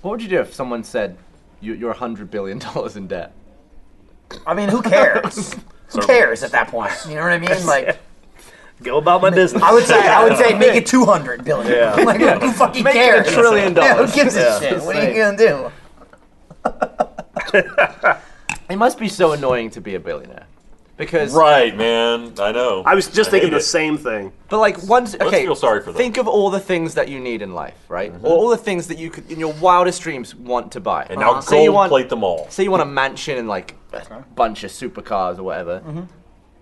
D: What would you do if someone said you, you're hundred billion dollars in debt?
A: I mean, who cares? who
C: Certainly.
A: cares at that point? You know what I mean? Like,
B: Go about my business.
A: I would say, I would say, make it two hundred billion.
B: Yeah.
A: Like, who fucking
D: Make it
A: cares?
D: a trillion
A: Yeah, who
D: dollars.
A: gives a
B: Yeah.
A: shit? What are you
D: Insane.
A: gonna do?
D: It must be so annoying to be a billionaire, because
C: Right, man. I know.
B: I was just
C: hate
B: thinking the
C: it.
B: same thing.
D: But like once, okay.
C: feel sorry for them. Mm-hmm.
D: Think of all the things that you need in life, right? Or all the things that you could, in your wildest dreams, want to buy.
C: And now
D: Uh-huh. Say you
C: gold
D: want-
C: plate them all.
D: Say you want a mansion and like a bunch of supercars or whatever.
C: Mm-hmm.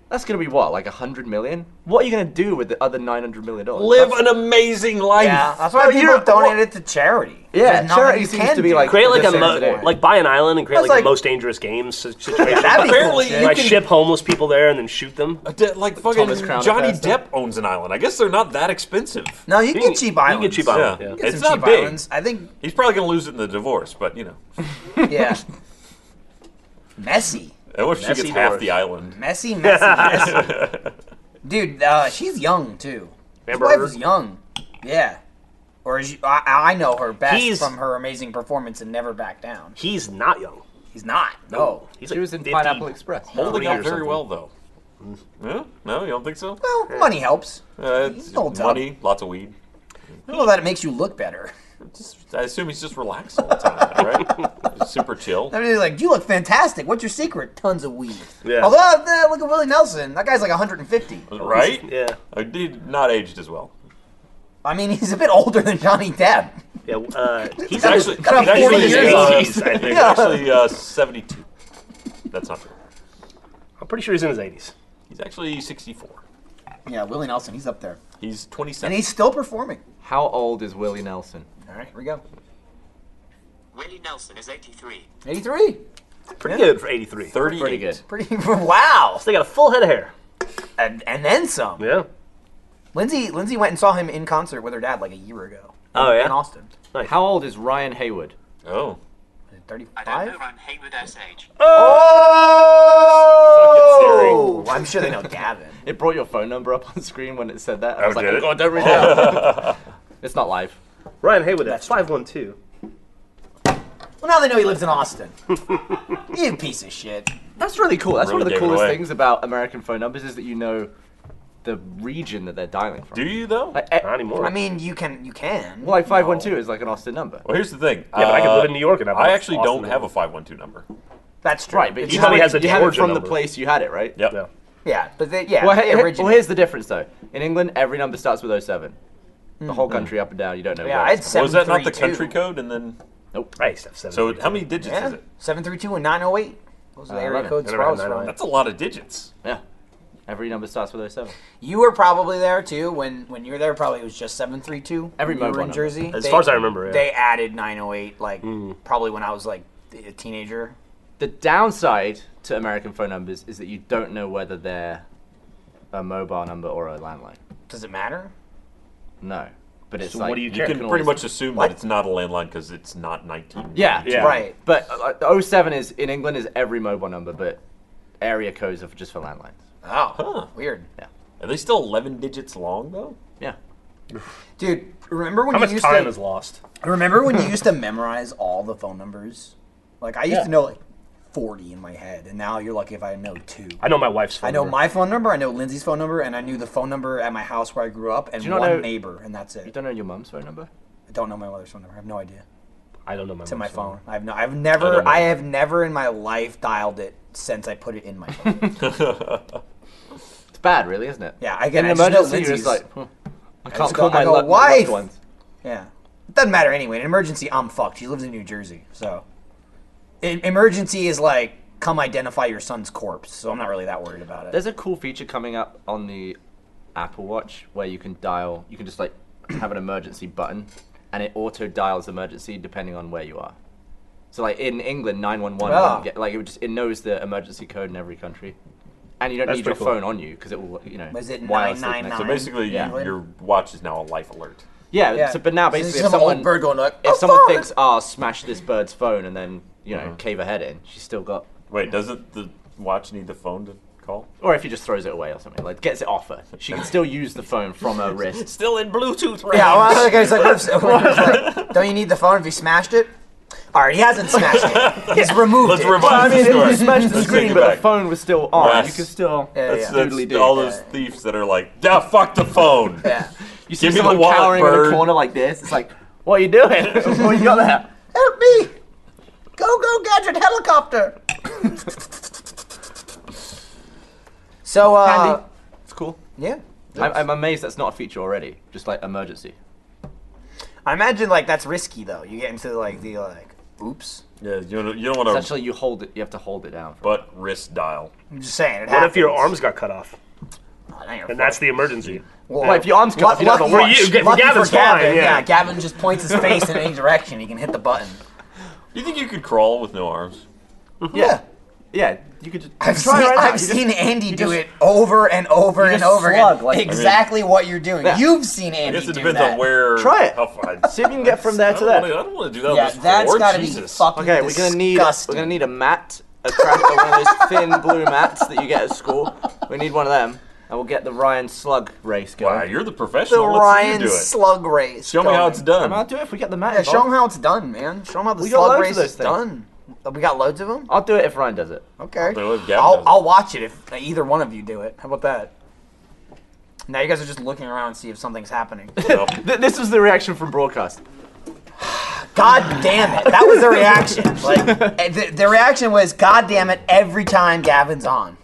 D: That's gonna be what, like a hundred million? What are you gonna do with the other nine hundred million dollars?
C: Live an amazing life.
A: Yeah, that's why
D: Well,
A: people
D: you're-
A: donate it to charity.
D: Yeah,
A: There's nothing
D: charity
A: you
D: seems
A: can
D: to be
A: do.
D: like-
B: Create like
D: The
B: a
D: same
B: mo-
D: today.
B: like buy an island and create
A: That's
B: like
A: like-
B: the most dangerous games si- situation.
A: That'd be cool.
C: Apparently,
A: Yeah.
C: you
B: like
C: can
B: ship homeless people there and then shoot them.
C: De- like fucking
D: Thomas Crown
C: Johnny
D: effect stuff.
C: Depp owns an island. I guess they're not that expensive.
A: No, you can
B: You
A: get
B: can-
A: cheap
B: you can
A: islands.
B: get cheap islands.
C: Yeah,
B: Yeah.
A: Get
C: it's
A: some
C: not
A: cheap
C: big.
A: islands. I think.
C: He's probably gonna lose it in the divorce, but you know,
A: Yeah. messy,
C: and what if she
B: Messy
C: gets half
B: divorce.
C: the island?
A: messy, messy, messy. Dude, uh, she's young too.
B: Amber
A: His
B: Heard?
A: wife is young. Yeah. Or is you, I, I know her best
B: He's-
A: from her amazing performance in Never Back Down.
B: He's not young.
A: He's not. No.
B: He's
D: She
B: like
D: was in
B: 50.
D: Pineapple Express.
C: Holding
B: Three
C: up
B: or
C: very
B: something.
C: well though. Yeah? No, you don't think so?
A: Well, money helps.
C: Uh, it's
A: He holds up.
C: money, lots of weed.
A: I don't know that it makes you look better.
C: Just- I assume he's just relaxed all the time, right? Just super chill.
A: I mean, they're like, you look fantastic. What's your secret? Tons of weed.
B: Yeah.
A: Although, uh, look at Willie Nelson. That guy's like 150.
C: Right?
B: Yeah.
C: I did not aged as well.
A: I mean, he's a bit older than Johnny Depp.
B: Yeah. Uh, he's
C: He's actually,
A: got
C: he's
A: about 40
C: actually,
A: years
C: uh,
A: on him.
C: he's- I think
A: Yeah.
C: actually uh, 72. That's not true.
B: I'm pretty sure he's in his 80s.
C: He's actually 64.
A: Yeah, Willie Nelson. He's up there.
C: He's 27.
A: And he's still performing.
D: How old is Willie Nelson?
A: All right, here we go.
F: Willie Nelson is 83.
A: 83.
B: Pretty good for 83.
C: 38.
D: Pretty good.
A: Pretty, wow.
B: They got a full head of hair.
A: And, and then some.
B: Yeah.
A: Lindsay, Lindsay went and saw him in concert with her dad like a year ago.
B: Oh,
A: In
B: yeah.
A: Austin.
D: How old is Ryan Hayward?
C: Oh.
F: I don't
A: 35?
F: know Ryan Hayward SH.
A: Oh! I'm sure they know Gavin.
D: It brought your phone number up on screen when it said that. I
C: Oh,
D: was like,
C: did
D: oh
C: it?
D: god, don't read it out. it's not live.
B: Ryan Haywood. That's 512.
A: Well, now they know he lives in Austin. you piece of shit.
D: That's really cool. That's
C: Really
D: one of the
C: gave it
D: coolest
C: away.
D: things about American phone numbers is that you know the region that they're dialing from.
C: Do you, though?
D: Like, eh,
B: Not anymore.
A: I mean, you can, you can.
D: well, like five one two is like an Austin number.
C: Well, here's the thing.
B: Yeah, but I could
C: Uh,
B: live in New York and have
C: I
B: a
C: actually
B: Austin
C: don't have a 512 number.
A: That's true.
D: Right, but
A: It's
D: you
A: not
D: have,
A: like-
B: Somebody has
D: it,
B: a
D: you have it
B: Georgia
D: from the
B: number.
D: place you had it, right?
C: Yep.
B: Yeah.
A: Yeah, but they, yeah,
D: Well,
A: they
D: he- he-
A: originate.
D: well, here's the difference though. In England, every number starts with 07.
C: Hmm.
D: The whole country up and down, you don't know.
A: yeah,
D: where
A: I had
D: it's-
A: seven.
C: Was that not the country code? And then
D: nope.
B: I used to have seven.
C: so how many digits is
A: Yeah,
C: it?
A: seven three two and nine zero eight. Those are the
D: Uh,
A: area
D: eleven.
A: codes
B: I
A: where I
B: never
A: was
B: had
A: from.
B: 908.
C: That's a lot of digits.
D: Yeah. Every number starts with 07.
A: You were probably there too when when you were there. Probably it was just seven three two.
D: Every
A: you were
D: mobile
A: in
D: number.
A: Jersey.
B: As far as I remember, yeah. Hmm.
A: they added nine zero eight. Like probably when I was like a teenager.
D: The downside to American phone numbers is that you don't know whether they're a mobile number or a landline.
A: Does it matter?
D: No. But it's
B: So
D: like
B: what do you
C: You
B: Yeah,
C: can
B: can
C: pretty
D: always-
C: much assume
A: What?
C: that it's not a landline because it's not 19.
D: Yeah.
B: Yeah.
A: Right.
D: But uh, uh, 07 is in England is every mobile number, but area codes are just for landlines.
A: Oh,
C: Huh.
A: weird.
C: Are they still 11 digits long though?
D: Yeah.
A: Dude, remember when
B: How
A: you
B: much
A: used
B: time
A: to
B: is lost?
A: remember when you used to memorize all the phone numbers? Like I used
B: Yeah.
A: to know like forty in my head, and now you're lucky if I know two.
B: I know my wife's phone.
A: I know
B: number.
A: my phone number, I know Lindsay's phone number, and I knew the phone number at my house where I grew up, and
D: you not
A: one
D: know-
A: neighbor, and that's it.
D: You don't know your mum's phone number?
A: I don't know my mother's phone number. I have no idea.
B: I don't know my.
A: To my
B: wife's
A: phone.
B: number.
A: I've no. I've
C: I
A: never.
C: don't know.
A: I, have never in my life dialed it since I put it in my phone.
D: It's bad, really, isn't it?
A: yeah, I
D: In
A: get.
D: an
A: I just know
D: emergency, you're
A: Lindsay's.
D: just like, "Huh, I can't
A: just
D: call
A: go- I
D: my
A: go,
D: lo- my
A: "Wife!"
D: loved ones.
A: Yeah. It doesn't matter anyway. In an emergency, I'm fucked. She lives in New Jersey, so. E- emergency is like, come identify your son's corpse, so I'm not really that worried about it.
D: There's a cool feature coming up on the Apple Watch where you can dial, you can just like have an emergency button and it auto dials emergency depending on where you are. So, like in England, 911,
A: Ah.
D: won't get- like it would just it knows the emergency code in every country. And you don't
B: That's
D: need your
B: pretty cool.
D: phone on you because it will, you know.
A: Was it
D: while asleep next-
A: 999?
C: So basically,
D: Yeah.
C: you, your watch is now a life alert.
D: Yeah, So, but now basically, if someone,
A: going like,
D: if someone thinks, oh, smash this bird's phone and then, you know, cave her head in, she's still got.
C: Wait, doesn't the watch need the phone to call?
D: Or if he just throws it away or something, like gets it off her. She can still use the phone from her wrist.
C: Still in Bluetooth range.
A: yeah, well, like, I was like, whoops, like, don't you need the phone if you smashed it? All right, he hasn't smashed it. He's removed
C: Let's
A: it.
C: revive
D: I mean,
C: the
D: it
C: story.
D: was smashed the
C: Let's take
D: screen,
C: it
D: but
C: back.
D: the phone was still on.
C: Yes.
D: You could still.
A: Yeah,
C: That's,
A: yeah.
C: that's
D: Doodly do.
C: all those thieves that are like, yeah, fuck the phone.
A: Yeah.
D: You see
C: Give me the
D: someone
C: wallet,
D: cowering in
C: bird.
D: the corner like this. It's like, what are you doing? what you got there?
A: Help me! Go, go, gadget helicopter! so, uh.
D: Handy. It's cool.
A: Yeah.
D: I'm, I'm amazed that's not a feature already. Just like emergency.
A: I imagine, like, that's risky, though. You get into, like, the, like, oops.
C: Yeah, you don't, you don't want to
D: Essentially, you hold it. You have to hold it down. For
C: butt wrist dial.
A: I'm just saying, it
B: What if your
A: happens.
B: arms got cut off?
A: Oh, now you're
B: And that's the emergency.
A: Well,
D: Well, if your arm's cut off, you don't have a
B: For
D: watch.
B: you, Ga- for
A: lucky
B: Gavin's
A: for Gavin,
B: fine,
A: yeah.
B: yeah.
A: Gavin just points his face in any direction. He can hit the button.
C: You think you could crawl with no arms?
A: Yeah.
D: Yeah, you could just
A: I've seen,
D: try it right now.
A: I've
D: You just-
A: seen Andy do
D: just-
A: it over and over and
D: just
A: over
D: slug,
A: again.
D: like- I mean-
A: exactly what you're doing.
D: Yeah.
A: You've seen
C: I
A: Andy
C: guess it
A: do
C: depends
A: that.
C: on where.
D: Try it.
C: How far.
D: See if you can get from there
C: I
D: to
C: don't
D: there.
C: wanna- I don't want to do that.
A: Yeah,
C: on this
A: that's
C: floor,
A: gotta be
C: Jesus.
A: fucking
D: Okay, we're
A: disgusting.
D: gonna need we're gonna need a mat, a crack, one of those thin blue mats that you get at school. We need one of them, and we'll get the Ryan Slug race
C: Wow,
D: going.
C: you're the
A: the
C: professional. Let's see you
A: Ryan
C: do it.
A: slug race.
C: Show me how it's done.
D: And I'll do it if we get the mat.
A: Yeah, show
D: involved.
A: him how it's done, man. Show him how the
D: We got
A: slug
D: loads of
A: race
D: those
A: is
D: things.
A: done. Uh, We got loads of them.
D: I'll do it if Ryan does it.
A: Okay.
C: do it if Gavin
A: I'll,
C: does it.
A: I'll watch it if either one of you do it. How about that? Now you guys are just looking around to see if something's happening.
C: No.
D: Th- this was the reaction from broadcast.
A: God damn it! That was the reaction. Like eh, the, the reaction was, God damn it! Every time Gavin's on,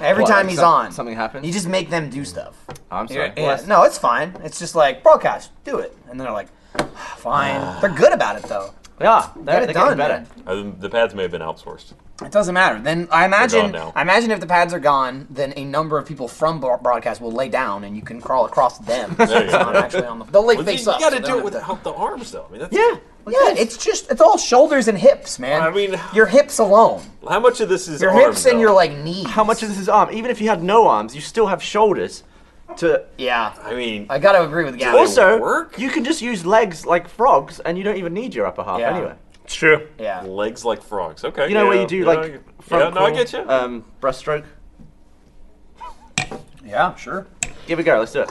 A: every
D: What,
A: time
D: like
A: he's
D: some-
A: on,
D: something happens?
A: You just make them do stuff.
D: I'm sorry.
A: Yeah, no, it's fine. It's just like broadcast, do it, and they're like, "Ah, fine. They're good about it though.
D: yeah,
A: Get
D: they're,
A: it
D: they're
A: done.
D: getting better.
A: man.
C: Uh, the pads may have been outsourced.
A: It doesn't matter. Then I
C: gone
A: imagine,
C: now.
A: I imagine if the pads are gone, then a number of people from bro- broadcast will lay down, and you can crawl across them. So
C: There you
A: it's
C: go.
A: not actually on the. They'll lay
C: Well,
A: face
C: you
A: up.
C: got
A: so
C: to
A: they
C: do
A: don't
C: it
A: have to-
C: without the arms, though. I mean, that's,
D: Yeah.
A: Yeah, it's just it's all shoulders and hips, man.
C: I mean-
A: your hips alone.
C: How much of this is
A: Your
C: arms,
A: hips and
C: though?
A: your like knees.
D: How much of this is arm? Even if you had no arms, you still have shoulders. To
A: Yeah,
C: I mean,
A: I gotta agree with Gavin.
D: also,
C: work?
D: you can just use legs like frogs, and you don't even need your upper half
A: Yeah.
D: anyway.
B: It's true.
A: Yeah,
C: legs like frogs. Okay.
D: You know
C: yeah,
D: where you do
C: yeah,
D: like
C: I get-
D: front
C: yeah, no, I
D: crawl,
C: get you.
D: Um, breaststroke.
A: yeah, sure.
D: Give it a go. Let's do it.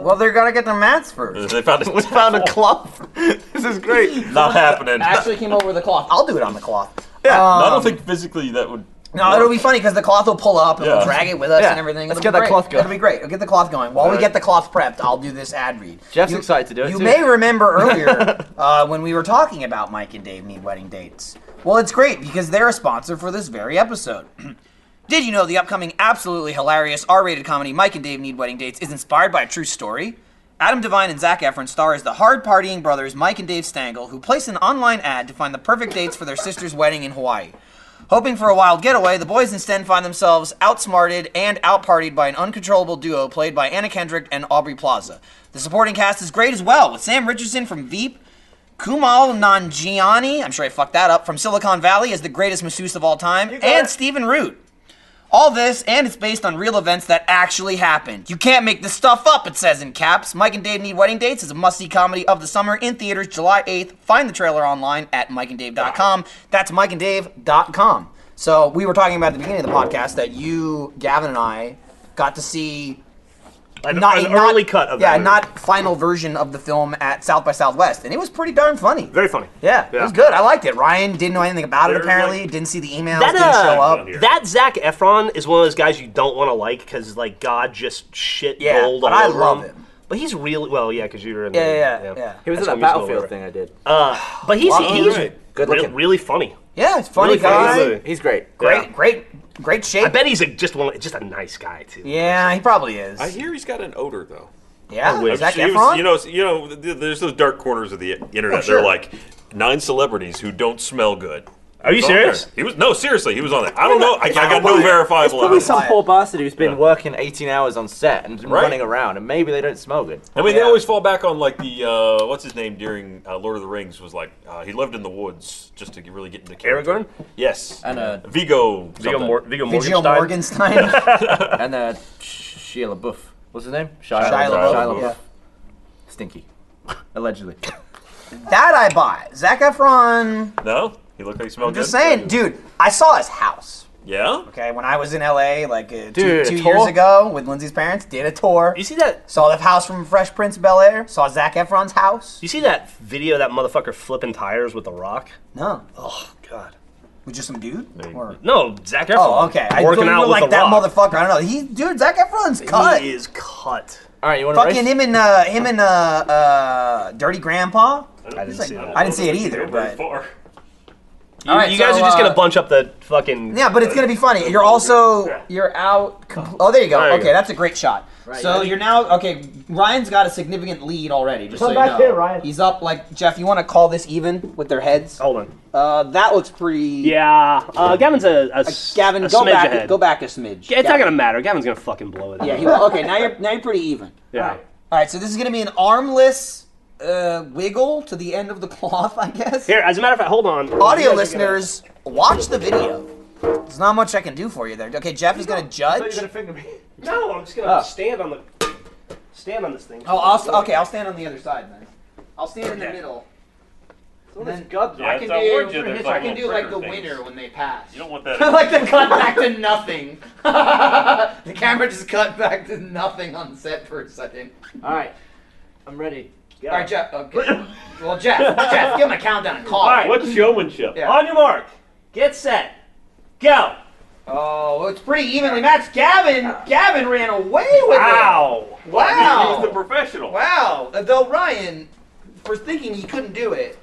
A: Well, they're gonna get their mats first.
C: they found
D: We
C: it.
D: found a cloth. this is great.
A: Uh,
C: Not happening.
A: Actually, came over with a cloth. I'll do it on the cloth.
D: Yeah.
C: I don't think physically that would.
A: No, it'll be funny because the cloth will pull up and we'll
C: Yeah.
A: drag it with us
D: Yeah.
A: and everything.
D: Let's
A: It'll
D: get
A: be
D: that
A: great.
D: cloth going.
A: It'll be great. We'll get the cloth going. While we
C: Alright.
A: get the cloth prepped, I'll do this ad read.
D: Jeff's excited to do it,
A: You
D: too.
A: may remember earlier uh, when we were talking about Mike and Dave need wedding dates. Well, it's great because they're a sponsor for this very episode. Did you know the upcoming absolutely hilarious R-rated comedy Mike and Dave Need Wedding Dates is inspired by a true story? Adam Devine and Zach Efron star as the hard partying brothers Mike and Dave Stangle, who place an online ad to find the perfect dates for their sister's wedding in Hawaii. Hoping for a wild getaway, the boys instead find themselves outsmarted and outpartied by an uncontrollable duo played by Anna Kendrick and Aubrey Plaza. The supporting cast is great as well, with Sam Richardson from Veep, Kumal Nanjiani, I'm sure I fucked that up, from Silicon Valley as the greatest masseuse of all time, and Stephen Root. All this, and it's based on real events that actually happened. You can't make this stuff up, it says in caps. Mike and Dave Need Wedding Dates is a must see comedy of the summer in theaters July 8th. Find the trailer online at mikeanddave.com. That's mikeanddave.com. So, we were talking about at the beginning of the podcast that you, Gavin, and I got to see
B: An,
A: not
B: an
A: a- not-
B: early cut of
A: yeah,
B: that. movie.
A: not final version of the film at South by Southwest, and it was pretty darn funny.
B: very funny.
A: yeah, it was good. I liked it. Ryan didn't know anything about it
B: They're
A: apparently.
B: like-
A: didn't see the emails.
B: That,
A: didn't show
B: uh,
A: up.
B: that Zach Efron is one of those guys you don't want to like because like God just shit
A: Yeah,
B: rolled
A: but
B: all
A: I
B: over
A: love
B: him.
A: him.
B: But he's really well, yeah, because you were in.
A: Yeah,
B: the,
A: yeah, yeah.
D: He was
B: That's what we used to
D: in that battlefield
B: work.
D: thing I did.
B: But he's
A: Wow.
B: he's
A: Right.
D: Good
B: re-
D: looking.
B: really funny.
A: Yeah, it's funny
B: Really
A: guy.
B: funny.
D: Um, He's great.
A: Great,
B: Yeah.
A: great, great shape.
B: I bet he's a, just one, just a nice guy too.
A: Yeah, he probably is.
C: I hear he's got an odor though.
A: yeah,
B: wish.
A: is that
C: He was-
A: Efron?
C: you know, you know, th- there's those dark corners of the internet.
A: sure.
C: They're like nine celebrities who don't smell good.
B: Are you
C: He was on there.
B: serious?
C: He was no, seriously, he was on it. I don't know. I, I got no
D: probably-
C: verifiable.
D: Probably
C: evidence.
D: some poor bastard who's been
C: Yeah.
D: working 18 hours on set and
C: Right.
D: running around, and maybe they don't smell good.
C: I mean, they
A: Yeah.
C: always fall back on like the uh, what's his name during uh, Lord of the Rings was like uh, he lived in the woods just to get- really get into character.
B: Aragorn?
C: Yes.
D: And uh,
C: Vigo.
B: Viggo,
C: something.
B: Mor- Viggo
A: Vigil
B: Morgenstein.
A: Morgenstein.
D: and uh, Sh- Shia LaBeouf. What's his name? Shia,
A: Shia LaBeouf, yeah.
D: Stinky. Allegedly.
A: that I buy. Zach Efron.
C: No, he looked like he smelled
A: I'm
C: good.
A: just saying, dude. I saw his house.
C: Yeah.
A: Okay, when I was in LA, like uh, two,
D: Dude, a
A: two
D: tour?
A: years ago, with Lindsay's parents, did a tour.
B: You see that?
A: Saw the house from Fresh Prince of Bel Air. Saw Zach Efron's house.
B: You see that video of that motherfucker flipping tires with the rock?
A: No,
B: Oh God.
A: with just some dude. Or-
B: No, Zach Efron.
A: Oh, okay. I thought
B: Working
A: you
B: out
A: were
B: with
A: like
B: the
A: that
B: rock.
A: motherfucker. I don't know. He, dude, Zach Efron's cut.
B: He is cut.
D: All right, you want to
A: Fucking him and uh, him and uh, uh, Dirty Grandpa.
B: I didn't
A: like-
B: see that.
A: I didn't see it either, but
C: far.
B: You,
A: All right,
B: you guys
A: so,
B: are just
A: uh,
B: gonna bunch up the fucking.
A: Yeah, but it's gonna be funny. You're also you're out. Compl- oh, there you go.
B: There you
A: okay,
B: go.
A: that's a great shot. so you're now okay. Ryan's got a significant lead already. Just so
B: Come
A: you
B: back
A: know.
B: here, Ryan.
A: He's up. Like Jeff, you want to call this even with their heads?
B: Hold on.
A: Uh, that looks pretty.
B: Oh. Yeah, uh, Gavin's a, a s-
A: Gavin,
B: a
A: go
B: smidge
A: back.
B: ahead.
A: Go back a smidge.
B: Yeah, It's not
A: Gavin.
B: gonna matter. Gavin's gonna fucking blow it.
A: Yeah. He, okay. Now you're now you're pretty even.
B: yeah.
A: All right. So this is gonna be an armless uh, wiggle to the end of the cloth, I guess.
B: Here, as a matter of fact, hold on. You
A: Audio
B: guys are
A: listeners, watch the video. There's not much I can do for you there. Okay, Jeff is gonna judge.
D: finger me.
B: gonna- No, I'm just gonna stand on the stand on this thing.
A: Oh, I'll, s- okay, I'll stand on the other side then. I'll stand in the middle.
D: All these gubs
C: Yeah,
A: I
C: it's
A: can
C: that
A: do,
C: orange in there, it's
A: I
C: like
A: can
C: little
A: do like the
C: trigger things.
A: winner when they pass.
C: You don't want that.
A: like the cut back to nothing. the camera just cut back to nothing on set for a second.
D: All right, I'm ready.
A: All right, Jeff. Okay. well, Jeff, Jeff, give him a countdown and call.
B: All right,
C: What's showmanship?
A: Yeah.
B: on your mark, get set, go.
A: Oh, it's pretty evenly matched. Gavin, Gavin ran away with
B: Wow.
A: it. Wow.
C: He's the professional.
A: Wow. Uh, Though Ryan, for thinking he couldn't do it,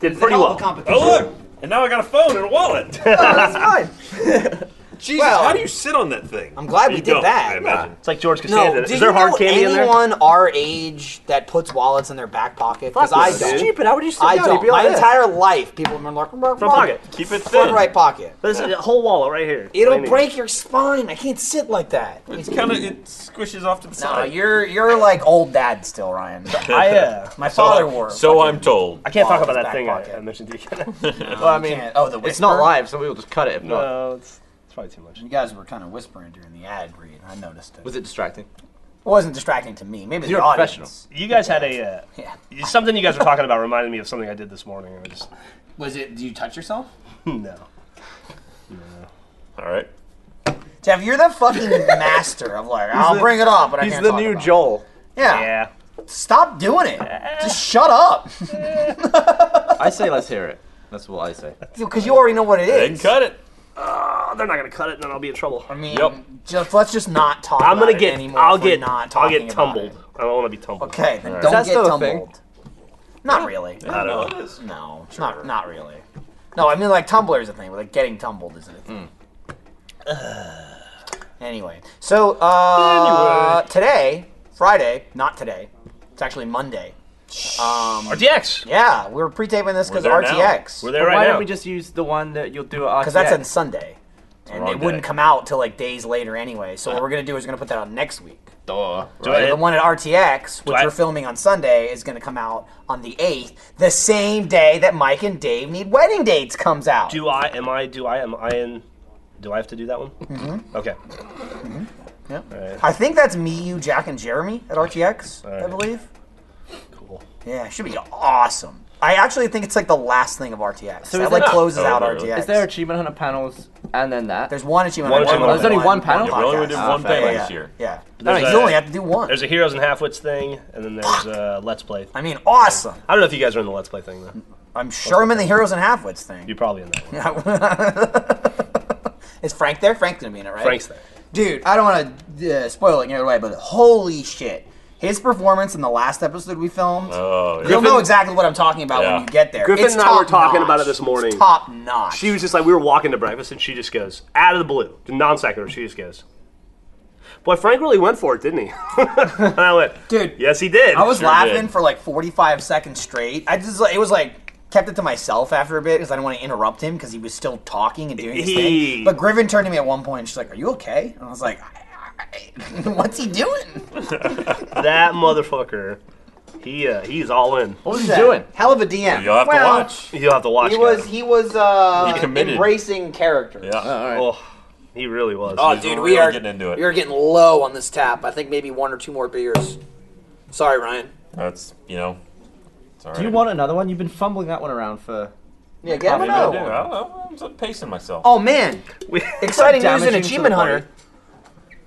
B: Did pretty
A: hell of a
B: well.
A: competition.
C: Oh look, and now I got a phone and a wallet.
A: that's fine.
C: Jesus,
A: Well-
C: how do you sit on that thing?
A: I'm glad we
C: You
A: did
C: don't,
A: that.
C: I imagine.
B: It's like George
A: No,
B: Costanza.
A: do
B: Is there
A: you
B: hard
A: know
B: candy in there?
A: anyone our age that puts wallets in their back pocket? Because I
D: That's
A: don't.
D: Stupid. How would you sit
A: I
D: down? You'd
A: don't.
D: be
A: My
D: like this.
A: entire life, people have been like, front
B: pocket.
C: Keep it thin.
A: front right pocket.
B: This is a whole wallet right here.
A: It'll
B: What do you mean?
A: break your spine. I can't sit like that.
C: It's kind of it squishes off to the
A: No,
C: side.
A: you're you're like old dad still, Ryan.
B: I uh,
A: My father
C: so,
A: wore.
C: So I'm told.
B: I can't talk
A: Wallet's
B: about that
A: back
B: thing I,
A: pocket.
B: I mentioned to you.
A: well, I mean, oh, the
D: It's not
A: whisper?
D: live, so we'll just cut it if not.
B: no, it's, it's probably too much.
A: You guys were kind of whispering during the ad read. I noticed it.
D: Was it distracting?
A: It wasn't distracting to me. Maybe
D: You're
A: the
D: a professional.
A: audience.
B: You guys had a
A: Yeah.
B: uh, something you guys were talking about reminded me of something I did this morning. and I just hmm,
A: Was it? Do you touch yourself?
B: no.
C: All right.
A: Jeff, you're the fucking master of like. I'll bring it up, but I
D: He's
A: can't
D: the
A: talk
D: new
A: about it."
D: Joel.
B: Yeah.
A: Stop doing it. Just shut up.
D: I say let's hear it. That's what I say.
A: Because you already know what it
C: They can
A: is.
C: cut it.
B: Oh, they're not gonna cut it, and then I'll be in trouble.
A: I mean,
C: Yep.
A: just let's just not talk.
B: I'm
A: about
B: gonna
A: it
B: get.
A: anymore
B: I'll
A: if we're
B: get.
A: not
B: I'll
A: talking
B: get
A: about
B: tumbled.
A: it.
B: I don't want to be tumbled.
A: Okay, then don't
D: that
A: get
D: still a
A: tumbled.
D: thing?
A: Not really.
C: I don't know.
A: No, it's not not really. No, I mean like Tumblr is a thing, but like getting tumbled isn't a thing.
B: Hmm.
A: Anyway, so uh, today, Friday, not today. It's actually Monday. Um,
C: RTX.
A: yeah, we were pre-taping this because
C: We're there now.
A: RTX.
C: We're
A: Because
C: there right
D: Why
C: now.
D: don't we just use the one that you'll do at
A: that's on
D: RTX?
A: Sunday, and
C: wrong
A: it wouldn't
C: day. Uh.
A: come out till like days later anyway. So what we're gonna do is we're gonna put that on next week.
C: Do
A: The
C: I,
A: one at RTX, which
C: I-
A: we're filming on Sunday, is gonna come out on the eighth, the same day that Mike and Dave need wedding dates comes out.
B: Do I? Am I? Do I? Am I in? Do I have to do that one? Mm-hmm. Okay.
A: I think that's me, you, Jack, and Jeremy at RTX. I
B: Alright.
A: believe.
B: Cool.
A: Yeah, it should be awesome. I actually think it's like the last thing of RTX. So
D: is
A: that like
D: there-
A: closes
C: Oh,
A: out
C: really?
A: RTX.
D: Is there achievement hunter panels and then that?
A: There's one achievement.
B: One
A: on
B: achievement.
A: panel.
B: There's only
D: one panel?
C: Yeah, we only did
A: podcast.
C: one
A: Yeah,
C: panel
A: yeah,
C: this year.
A: Yeah.
B: There's
A: you
B: a-
A: only have to do one.
B: There's a heroes and halfwits thing, and then there's a let's play.
A: I mean, awesome.
B: I don't know if you guys are in the let's play thing though.
A: I'm sure I'm in the Heroes and Halfwits thing.
B: You're probably in that one.
A: Is Frank there? Frank's gonna be in it, right?
B: Frank's there.
A: Dude, I don't want to uh, spoil it in any other way, but holy shit. His performance in the last episode we filmed.
C: Oh, yeah.
A: You'll know exactly what I'm talking about
C: Yeah.
A: when you get there.
B: Griffin
A: It's
B: and I were
A: top
B: talking about
A: notch.
B: it this morning.
A: It's top notch.
B: She was just like, we were walking to breakfast, and she just goes, out of the blue, non sequitur, she just goes, Boy, Frank really went for it, didn't he? and I went,
A: Dude.
B: Yes, he did.
A: I was
C: Sure
A: laughing
C: did.
A: for like 45 seconds straight. I just like it was like kept it to myself after a bit because I didn't want to interrupt him because he was still talking and doing his
B: He-
A: thing. But Griffin turned to me at one point and she's like, "Are you okay?" And I was like, "I- I- "What's he doing?"
B: That motherfucker, he uh, he's all in.
D: what was he doing?
A: Hell of a DM.
C: You'll have to
A: Well,
C: watch.
B: You'll have to watch
A: He was
B: Gavin.
A: he was uh,
C: He committed.
A: embracing character.
C: Yeah.
B: oh, he really was.
A: Oh,
C: He's
A: dude,
C: really
A: we are
C: getting into it.
A: We are getting low on this tap. I think maybe one or two more beers. Sorry, Ryan.
C: That's you know. It's all
D: Do you
C: right.
D: want another one? You've been fumbling that one around for.
A: Yeah, get him
C: Maybe I do.
A: another one.
C: I- I'm pacing myself.
A: Oh man,
B: We-
A: exciting news
D: Damaging
A: in
D: to
A: Achievement
D: the body.
A: Hunter.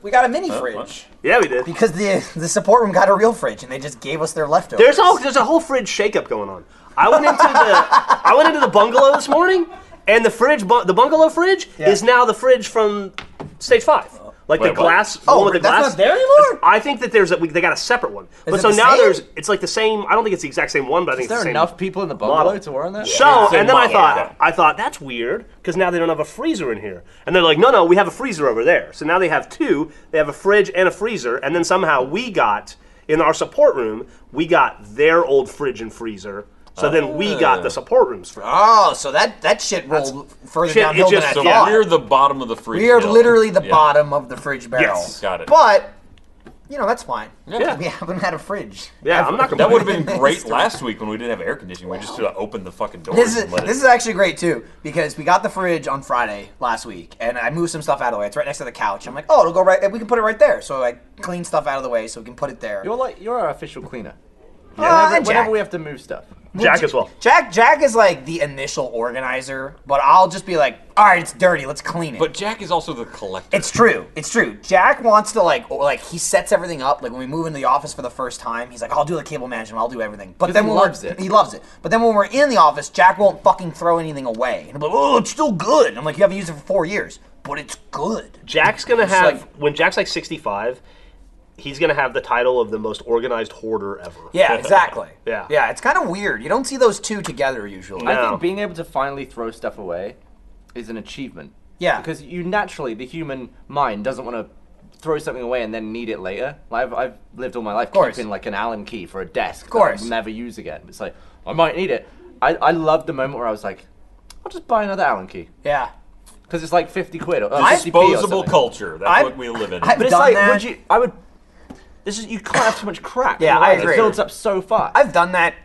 A: We got a mini
C: what?
A: fridge.
B: yeah, we did.
A: Because the the support room got a real fridge and they just gave us their leftovers.
B: There's all there's a whole fridge shakeup going on. I went into the I went into the bungalow this morning, and the fridge bu- the bungalow fridge
A: Yeah. Uh,
B: is now the fridge from stage five. Like
C: Wait,
B: the
C: what?
B: glass, the
A: Oh,
B: one with the
A: that's
B: glass.
A: not there anymore?
B: I think that there's a, we, they got a separate one. but
A: it
B: so
A: the
B: now
A: same?
B: there's it's like the same. I don't think it's the exact same one, but I think
D: Is there
B: it's the same.
D: enough people in the bungalow
B: model.
D: to warrant that?
B: So
C: Same
B: and then I
C: model,
B: thought
C: yeah.
B: I thought that's weird because now they don't have a freezer in here, and they're like, no, no, we have a freezer over there. So now they have two. They have a fridge and a freezer, and then somehow we got in our support room, we got their old fridge and freezer. So then we got the support room's fridge.
A: oh, so that that shit rolled further
B: shit,
A: downhill
B: it
A: than
B: just-
A: I
C: So
A: thought.
C: we're the bottom of the free.
A: We are
C: hill.
A: literally the
C: Yeah.
A: bottom of the fridge barrel.
B: Yes.
C: Got it.
A: But you know that's fine.
C: Yeah.
A: We haven't had a fridge.
B: Yeah, I'm not
C: That
B: complaining.
C: would have been great last week when we didn't have air conditioning. We just uh, opened the fucking doors.
A: This is
C: and let
A: this
C: it.
A: is actually great too because we got the fridge on Friday last week and I moved some stuff out of the way. It's right next to the couch. I'm like, oh, it'll go right. We can put it right there. So I clean stuff out of the way so we can put it there.
D: You're like you're our official cleaner.
A: Ah,
D: whenever,
A: and Jack.
D: whenever we have to move stuff.
B: Jack as well.
A: Jack Jack is like the initial organizer, but I'll just be like, all right, it's dirty. Let's clean it.
C: But Jack is also the collector.
A: It's true. It's true. Jack wants to like or, like he sets everything up. Like when we move into the office for the first time, he's like, "I'll do the cable management. I'll do everything." But then
D: he
A: when we're-
D: loves it.
A: He loves it. But then when we're in the office, Jack won't fucking throw anything away. And I'm like, "Oh, it's still good." And I'm like, "You haven't used it for four years, but it's good."
B: Jack's gonna have
A: like-
B: when Jack's like 65, he's gonna have the title of the most organized hoarder ever.
A: Yeah, exactly.
B: Yeah.
A: yeah. It's kind of weird. You don't see those two together usually.
B: No.
D: I think being able to finally throw stuff away is an achievement.
A: Yeah.
D: Because you naturally, the human mind doesn't want to throw something away and then need it later. Like I've, I've lived all my life
A: course.
D: keeping like an Allen key for a desk. Of
A: course.
D: I'll never use again. It's like, I might need it. I, I loved the moment where I was like, I'll just buy another Allen key.
A: Yeah.
D: Because it's like 50 quid or, or 50p or
C: Disposable
D: something.
C: culture. That's
A: I-
C: what we live in.
A: I-
D: But it's
A: Done
D: like,
A: that.
D: would you, I would, this is, you can't have too much crap.
A: Yeah, I
D: Otherwise
A: agree.
D: It builds up so fast.
A: I've done that,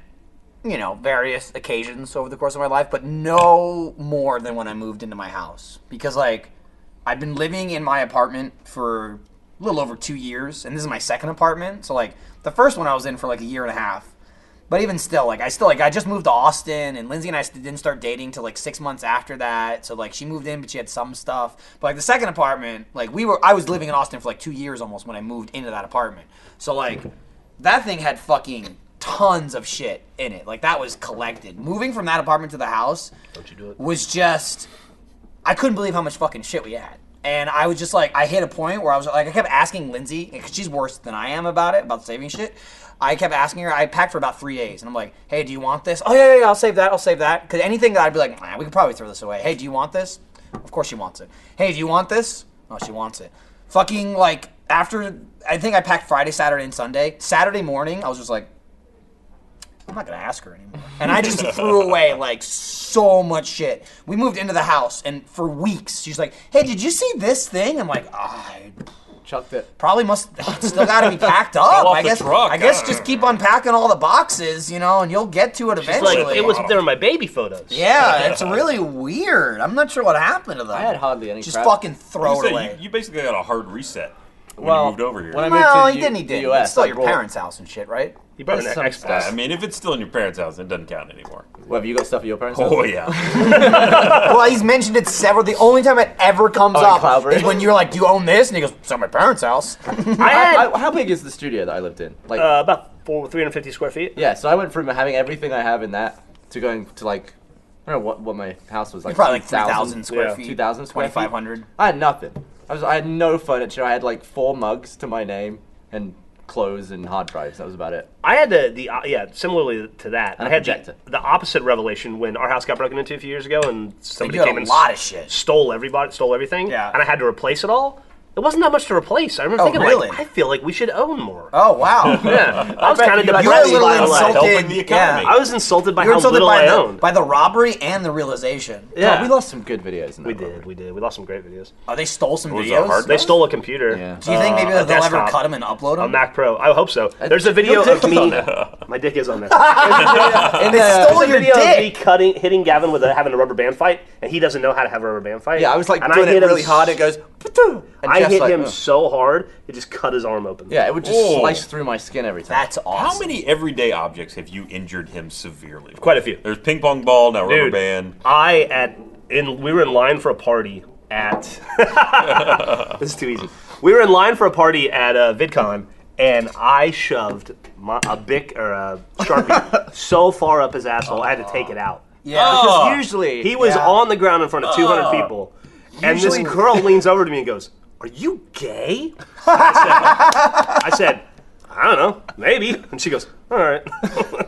A: you know, various occasions over the course of my life, but no more than when I moved into my house. Because, like, I've been living in my apartment for a little over two years, and this is my second apartment. So, like, the first one I was in for like a year and a half. But even still, like, I still, like, I just moved to Austin, and Lindsay and I st- didn't start dating till like six months after that. So, like, she moved in, but she had some stuff. But, like, the second apartment, like, we were, I was living in Austin for like two years almost when I moved into that apartment. So, like, that thing had fucking tons of shit in it. Like that was collected. Moving from that apartment to the house
B: Don't you do it?
A: was just I couldn't believe how much fucking shit we had. And I was just like, I hit a point where I was like, I kept asking Lindsay, because she's worse than I am about it, about saving shit. I kept asking her, I packed for about three days, and I'm like, hey, do you want this? Oh, yeah, yeah, yeah I'll save that, I'll save that. Because anything that I'd be like, nah, we could probably throw this away. Hey, do you want this? Of course she wants it. Hey, do you want this? Oh, she wants it. Fucking like after I think I packed Friday, Saturday, and Sunday. Saturday morning, I was just like, I'm not gonna ask her anymore. And I just threw away like so much shit. We moved into the house, and for weeks she's like, "Hey, did you see this thing?" I'm like, "Ah, "I
D: Chucked it.
A: probably must it's still got to be packed up.
C: off
A: I
C: the
A: guess.
C: truck.
A: I guess just keep unpacking all the boxes, you know, and you'll get to it
B: It's
A: eventually."
B: like it was there were my baby photos.
A: Yeah, it's really weird. I'm not sure what happened to them.
D: I had hardly any
A: Just
D: crap.
A: fucking throw
C: You,
A: it
C: said
A: away.
C: you, you basically got a hard reset when
D: Well,
C: you moved over here.
D: when I moved
A: well, he
D: to the U-
A: didn't. He did.
D: the US,
A: it's still
D: I
A: your
D: brought-
A: parents' house and shit, right?
B: You brought an
D: There's some
B: Xbox.
C: Uh, I mean, if it's still in your parents' house, it doesn't count anymore.
D: Well, have you got stuff at your parents' house?
C: Oh yeah,
A: well, he's mentioned it several. The only time it ever comes
D: Oh, in
A: up
D: Cloudberry.
A: is when you're like, "Do you own this?" and he goes, "It's at my parents' house."
B: I
D: I,
B: had
D: I, how big is the studio that I lived in? Like,
B: uh, about four, 350 square feet.
D: yeah. So I went from having everything I have in that to going to like, I don't know what, what my house was like.
A: Probably like
D: 2,000
A: 3,000 square
B: yeah,
A: feet,
D: 2,000 square feet.
A: 2,500.
D: I had nothing. I was. I had no furniture. I had like four mugs to my name and clothes and hard drives. That was about it.
B: I had the the uh, yeah similarly to that.
D: And
B: I
D: a
B: had the,
D: projector.
B: the opposite revelation when our house got broken into a few years ago, and somebody
A: You had
B: came
A: a
B: and
A: lot of
B: s-
A: shit.
B: stole everybody, stole everything,
A: Yeah.
B: and I had to replace it all. It wasn't that much to replace. I remember
A: Oh,
B: thinking,
A: really?
B: like, I feel like we should own more.
A: Oh wow.
B: Yeah, I was
D: bet
B: kind of
D: you guys
A: You were a
B: depressed
A: little
B: by like,
C: insult-
A: insulted.
C: helping the economy.
A: Yeah.
B: I was insulted by
A: You were
B: how
A: insulted
B: little
A: by
B: I
A: the,
B: owned.
A: by the robbery and the realization.
B: yeah,
D: God, we lost some good videos. In that
B: We
D: one.
B: did, we did. We lost some great videos.
A: Oh, they stole some
C: Was it
A: videos.
C: hard?
B: They stole a computer.
D: Yeah.
A: Do you think maybe
B: uh, a
A: they'll ever
B: desktop.
A: cut them and upload
B: A
A: them?
B: Mac Pro. I hope so. There's a video
D: your
B: of
D: dick is
B: me.
D: on
B: My dick is on there. There's
D: And they
A: stole
D: stole
B: a
A: your-
D: your.
B: video
A: dick.
B: of me cutting, hitting Gavin with a, having a rubber band fight, and he doesn't know how to have a rubber band fight.
D: Yeah, I was like
B: and
D: doing
B: hit
D: it
B: him
D: really
B: s-
D: hard. It goes. "Patoom!" And
B: I
D: Jeff's
B: hit
D: like,
B: him
D: "Ugh."
B: so hard, it just cut his arm open.
D: Yeah, it would just
B: Oh.
C: Whoa.
D: slice through my skin every time.
A: That's awesome.
C: how many everyday objects have you injured him severely? with?
B: Quite a few.
C: There's ping pong ball, now rubber
B: Dude,
C: band.
B: I at in we were in line for a party at. this is too easy. We were in line for a party at uh, VidCon, and I shoved my, a bic or a sharpie so far up his asshole, I had to take it out.
A: Yeah.
C: Oh.
D: Because usually
B: He was
A: Yeah.
B: on the ground in front of 200 people, and this
D: Usually-
B: girl leans over to me and goes, "Are you gay?" I said, I, said, "I don't know, maybe." And she goes, "All right."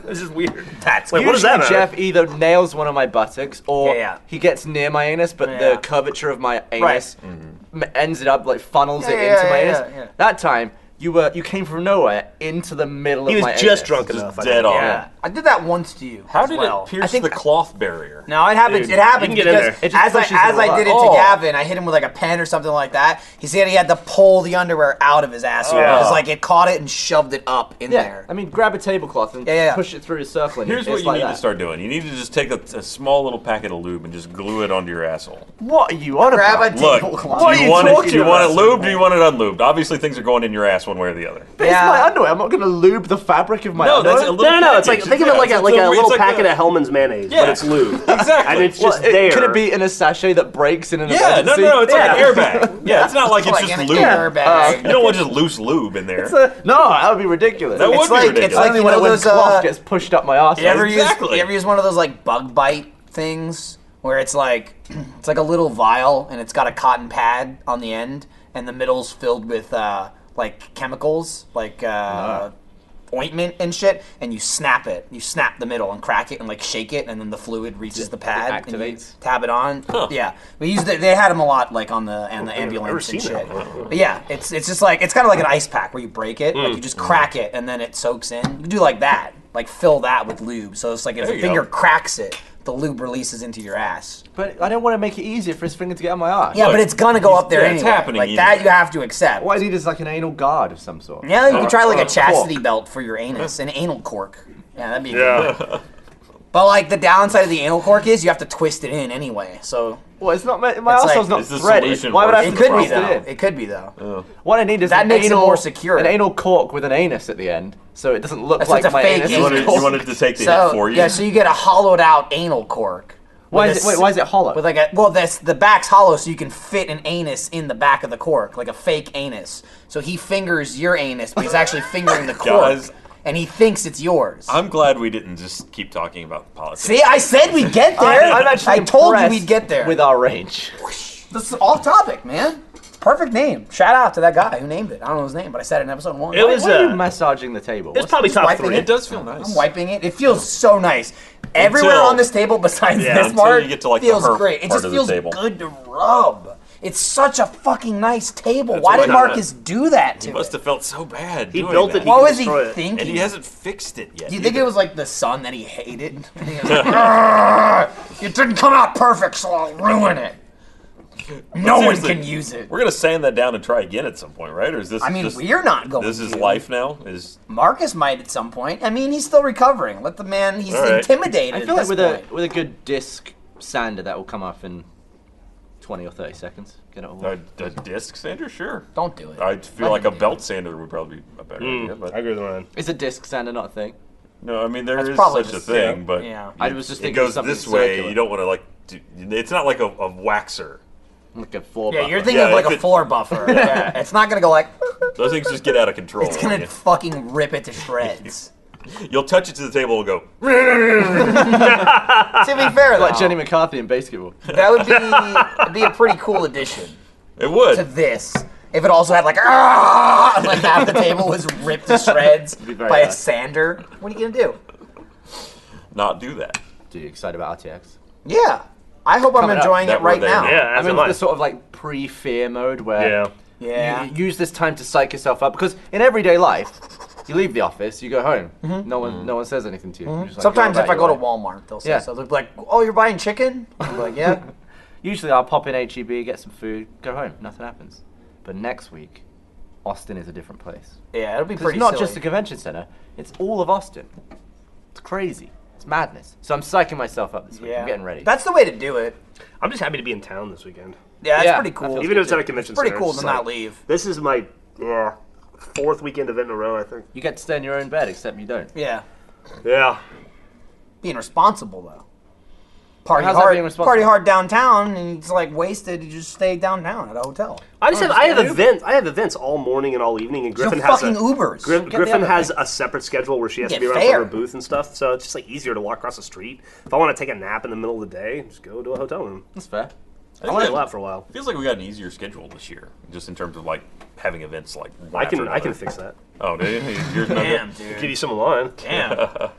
B: this is weird.
A: That's
B: Like, what does
D: Usually
B: that matter?
D: Jeff either nails one of my buttocks or
B: Yeah, yeah.
D: he gets near my anus, but
A: Yeah.
D: the curvature of my anus
C: Mm-hmm.
D: m- ends it up like funnels it
A: Yeah, yeah,
D: into my
A: yeah,
D: anus.
A: yeah, yeah.
D: That time you were you came from nowhere into the middle
B: He
D: of
B: was
D: my
B: just
D: anus.
B: drunk enough.
C: Just
B: I
C: dead
B: think.
C: on.
A: Yeah, I did that once to you.
C: How
A: as
C: did
A: well.
C: it pierce
A: I think
C: the cloth barrier?
A: No, it happened.
B: Dude,
A: it happened
B: you can get in
A: because
B: there.
D: It just
A: as I
D: pushes it
A: as
D: a
A: I
D: lot.
A: did it
C: Oh.
A: to Gavin, I hit him with like a pen or something like that. He said he had to pull the underwear out of his asshole
B: Yeah.
A: because like it caught it and shoved it up in
D: Yeah,
A: there.
D: I mean, grab a tablecloth and
A: Yeah, yeah, yeah.
D: push it through his circle. And
C: Here's
D: it's
C: what you
D: like
C: need
D: that.
C: to start doing. You need to just take a, a small little packet of lube and just glue it onto your asshole.
D: What are you on
A: Grab
D: about?
A: a
C: Look,
A: tablecloth.
C: do
D: What are you
C: want it,
D: talking
C: do you want it
D: about?
C: lubed? Do you want it unlubed? Obviously, things are going in your ass one way or the other.
D: But it's
A: Yeah.
D: my underwear. I'm not going to lube the fabric of my
C: No,
D: underwear.
C: that's a little
B: No, no, no. It's like
C: package.
B: think of it
C: Yeah,
B: like a
C: it's
B: like a
C: it's
B: little
C: like
B: packet
C: a-
B: of Hellman's mayonnaise, but
C: Yeah.
B: it's lube,
C: Exactly.
B: and it's
D: Well,
B: just
D: it-
B: there.
D: Could it be in a sachet that breaks in an
C: yeah, no, no,
D: emergency?
C: no. It's
B: Yeah.
C: like an airbag. Yeah, it's not like it's
A: Like
C: just
A: an
C: lube.
A: airbag.
C: You don't want just loose lube in there.
D: It's a- no, that would be ridiculous.
C: That would
A: it's
C: be
A: like it's
C: ridiculous.
A: like
D: Only
A: you
D: when
A: know
D: it when
A: those
D: cloth
A: uh,
D: gets pushed up my arse.
A: you ever
C: Exactly.
A: use you ever use one of those like bug bite things where it's like it's like a little vial and it's got a cotton pad on the end and the middle's filled with uh, like chemicals like uh, ointment and shit and you snap it you snap the middle and crack it and like shake it and then the fluid reaches the pad and you
D: activates.
A: tab it on yeah we used it they had them a lot like on the and the ambulance
B: seen
A: and
B: that
A: shit but yeah it's it's just like it's kind of like an ice pack where you break it
C: Mm,
A: like you just crack it and then it soaks in you do like that like fill that with lube so it's like if
C: There
A: a
C: you
A: finger
C: go.
A: cracks it the lube releases into your ass
D: But I don't want to make it easier for his finger to get out my arse.
A: yeah
C: Look,
A: but it's gonna go up there
C: yeah,
A: anyway
C: it's happening
A: like that
C: either.
A: you have to accept
D: What I need is like an anal guard of some sort.
A: Yeah, you could try
C: Oh,
A: like a
D: a
A: chastity
D: cork.
A: belt for your anus, an anal cork. Yeah, that'd be. Yeah.
B: yeah.
A: But like the downside of the anal cork is you have to twist it in anyway. So
D: Well, it's not. My, my
A: It's
D: arsehole's
A: like-
D: not
C: It's the
D: threaded.
C: solution
D: Why would I
C: versus the
A: it
D: have to
A: could be
D: twist
C: problem.
A: though.
D: it in?
A: It could be though.
D: What I need is
A: That
D: an
A: makes it
D: anal,
A: more secure.
D: An anal cork with an anus at the end, so it doesn't look
A: That's
D: like
A: just a
D: my
A: fake
D: anus.
C: you,
A: anal
C: wanted,
D: is
A: cork.
C: you wanted to take the hit
A: So
C: for you.
A: yeah, so you get a hollowed out anal cork.
D: Why
A: With
D: is it?
A: a
D: Wait,
A: s-
D: why is it hollow?
A: With like a well, that's the back's hollow, so you can fit an anus in the back of the cork, like a fake anus. So he fingers your anus, but he's actually fingering the cork,
C: Guys.
A: and he thinks it's yours.
C: I'm glad we didn't just keep talking about politics.
A: See, I said we'd get there.
D: I'm actually
A: I told you
D: impressed
A: we'd get there.
D: with our range.
A: This is off topic, man. Perfect name. Shout out to that guy who named it. I don't know his name, but I said it in episode one.
B: It was
D: Why are you
B: uh,
D: massaging the table?
B: it's
D: What's-
B: probably top
A: wiping
B: three.
A: it
C: It does feel nice.
A: I'm wiping it. It feels so nice. Everywhere
C: Until-
A: on this table besides
B: Yeah,
A: this
B: until
A: part
C: you get to, like, the
A: feels
C: herp
A: great. It
C: part
A: just
C: of the
A: feels
C: table.
A: good to rub. It's such a fucking nice table. why
C: why
A: did
C: not.
A: Marcus do that to
C: Must
A: it?
C: have felt so bad.
B: He
C: doing
B: built
C: that.
B: it.
A: What
B: He
A: was he
B: destroyed it.
A: thinking?
C: and he hasn't fixed it yet.
A: do you think
C: either.
A: it was like the sun that he hated? And he was like, "Argh, it didn't come out perfect, so I'll ruin it. No one
C: seriously,
A: can use it.
C: We're gonna sand that down and try again at some point, right? Or is this?
A: I mean,
C: just-
A: we're not going.
C: This is
A: to.
C: life now. Is
A: Marcus might at some point. I mean, he's still recovering. Let the man. He's
C: All right.
A: intimidated.
D: I
A: at
D: feel like
A: this
D: with
A: point.
D: a with a good disc sander that will come off in twenty or thirty seconds. Get it all.
C: a, a disc sander? Sure.
A: Don't do it.
C: I feel like a belt sander would probably be a better idea,
D: Hmm.
C: but
B: I agree with Ryan.
D: Is a disc sander not a thing?
C: no, I mean there
A: That's
C: is
A: probably
C: such a
A: just-
C: thing,
B: yeah.
C: but
A: Yeah.
D: I was just
C: it
D: thinking of
C: goes
D: something
C: this way.
D: circular.
C: You don't want to like. Do, it's not like a, a waxer.
D: Like a four.
A: Yeah, you're
D: buffer.
A: thinking of
C: Yeah,
A: like
C: it
A: a
C: could-
A: floor buffer. yeah, it's not gonna go like.
C: Those things just get out of control.
A: It's gonna
C: you.
A: fucking rip it to shreds.
C: will touch it to the table and go.
A: to be fair,
D: like
A: though,
D: Jenny McCarthy in basketball.
A: that would be it'd be a pretty cool addition
C: It
A: to
C: would.
A: this. If it also had like "Ah," and, like half the table was ripped to shreds
D: be very
A: by a
D: nice.
A: sander, what are you gonna do?
C: Not do that.
D: Dude, you excited about RTX?
A: Yeah, I hope I'm
D: Coming up,
A: enjoying
C: that
A: it
C: we're
A: right
C: there
A: now.
C: now.
B: Yeah,
D: I'm
B: as
D: in
B: am I.
D: the sort of like pre-fear mode where
B: Yeah.
A: Yeah.
D: you use this time to psych yourself up because in everyday life, you leave the office, you go home, no
B: Mm.
D: one, no one says anything to you. You're just like,
A: Mm-hmm. Sometimes
D: you're
A: if I
D: about
A: go to
D: your life.
A: Walmart, they'll say
D: Yeah.
A: so. They'll be like, "Oh, you're buying chicken?" I'm like, "Yeah."
D: usually I'll pop in HEB, get some food, go home, nothing happens. But next week, Austin is a different place.
A: Yeah, it'll be
D: 'Cause
A: pretty.
D: It's not
A: silly.
D: just the convention center; it's all of Austin. It's crazy. It's madness. So I'm psyching myself up this week.
A: yeah.
D: I'm getting ready.
A: That's the way to do it.
B: I'm just happy to be in town this weekend.
A: Yeah, that's
D: Yeah,
A: pretty
D: that
A: cool.
D: feels
B: Even if it's at a convention
A: pretty
B: center,
A: cool
B: it's
A: to
B: like-
A: not leave.
B: This is my yeah, fourth weekend event in a row, I think.
D: you get to stay in your own bed, except you don't.
A: Yeah,
B: Yeah.
A: being responsible though. Party
D: How's that
A: hard,
D: being responsible?
A: party hard downtown, and it's like wasted. You just stay downtown at a hotel.
B: I just have I have events I have events all morning and all evening and Griffin
A: You're
B: has
A: fucking
B: a,
A: Ubers.
B: Gri-
D: the
B: Griffin
D: other
B: has a separate schedule where she has
A: Get
B: to be around
A: fair.
B: for her booth and stuff, so it's just like easier to walk across the street. If I want to take a nap in the middle of the day, just go to a hotel room.
D: That's fair.
B: I want to go out for a while.
C: Feels like we got an easier schedule this year, just in terms of like having events like. one
B: I can
C: after
B: I can
C: another.
B: fix that.
C: Oh, do you? Yours not good?
B: Give you some of mine.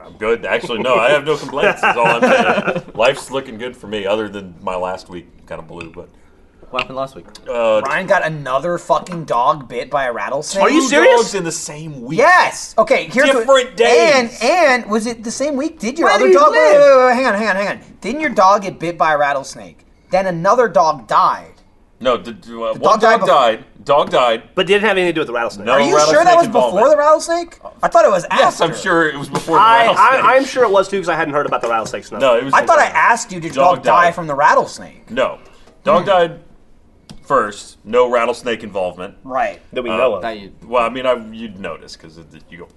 C: I'm good. Actually, no, I have no complaints. Is all I'm saying. Life's looking good for me, other than my last week kind of blew. But
D: What happened last week?
C: uh,
A: Ryan got another fucking dog bit by a rattlesnake.
B: Are you
C: two
B: serious?
C: dogs in the same week.
A: Yes. Okay. Here's what-
C: Different days.
A: And and was it the same week? Did your
D: Where
A: other
D: do you
A: dog? Wait,
D: live?
A: wait, wait, wait, hang on, hang on, hang on. Didn't your dog get bit by a rattlesnake? Then another dog died.
C: No, the, uh,
A: dog
C: one
A: died
C: dog,
A: before-
C: died. Dog died.
B: But didn't have anything to do with the rattlesnake.
C: No.
A: Are
C: Oh,
A: you sure that
C: rattlesnake
A: was before
C: involvement.
A: the rattlesnake? I thought it was after.
C: Yes, I'm sure it was before. The
B: I,
C: rattlesnake.
B: I I'm sure it was too because I hadn't heard about the rattlesnake snuff.
C: No, it was.
A: I thought I asked you, did your
C: Dog
A: dog, die
C: died.
A: from the rattlesnake?
C: No, dog died first. No rattlesnake involvement.
A: Right.
B: that
C: uh,
B: we know
D: Now
B: of.
D: you
C: Well, I mean, I you'd notice because you go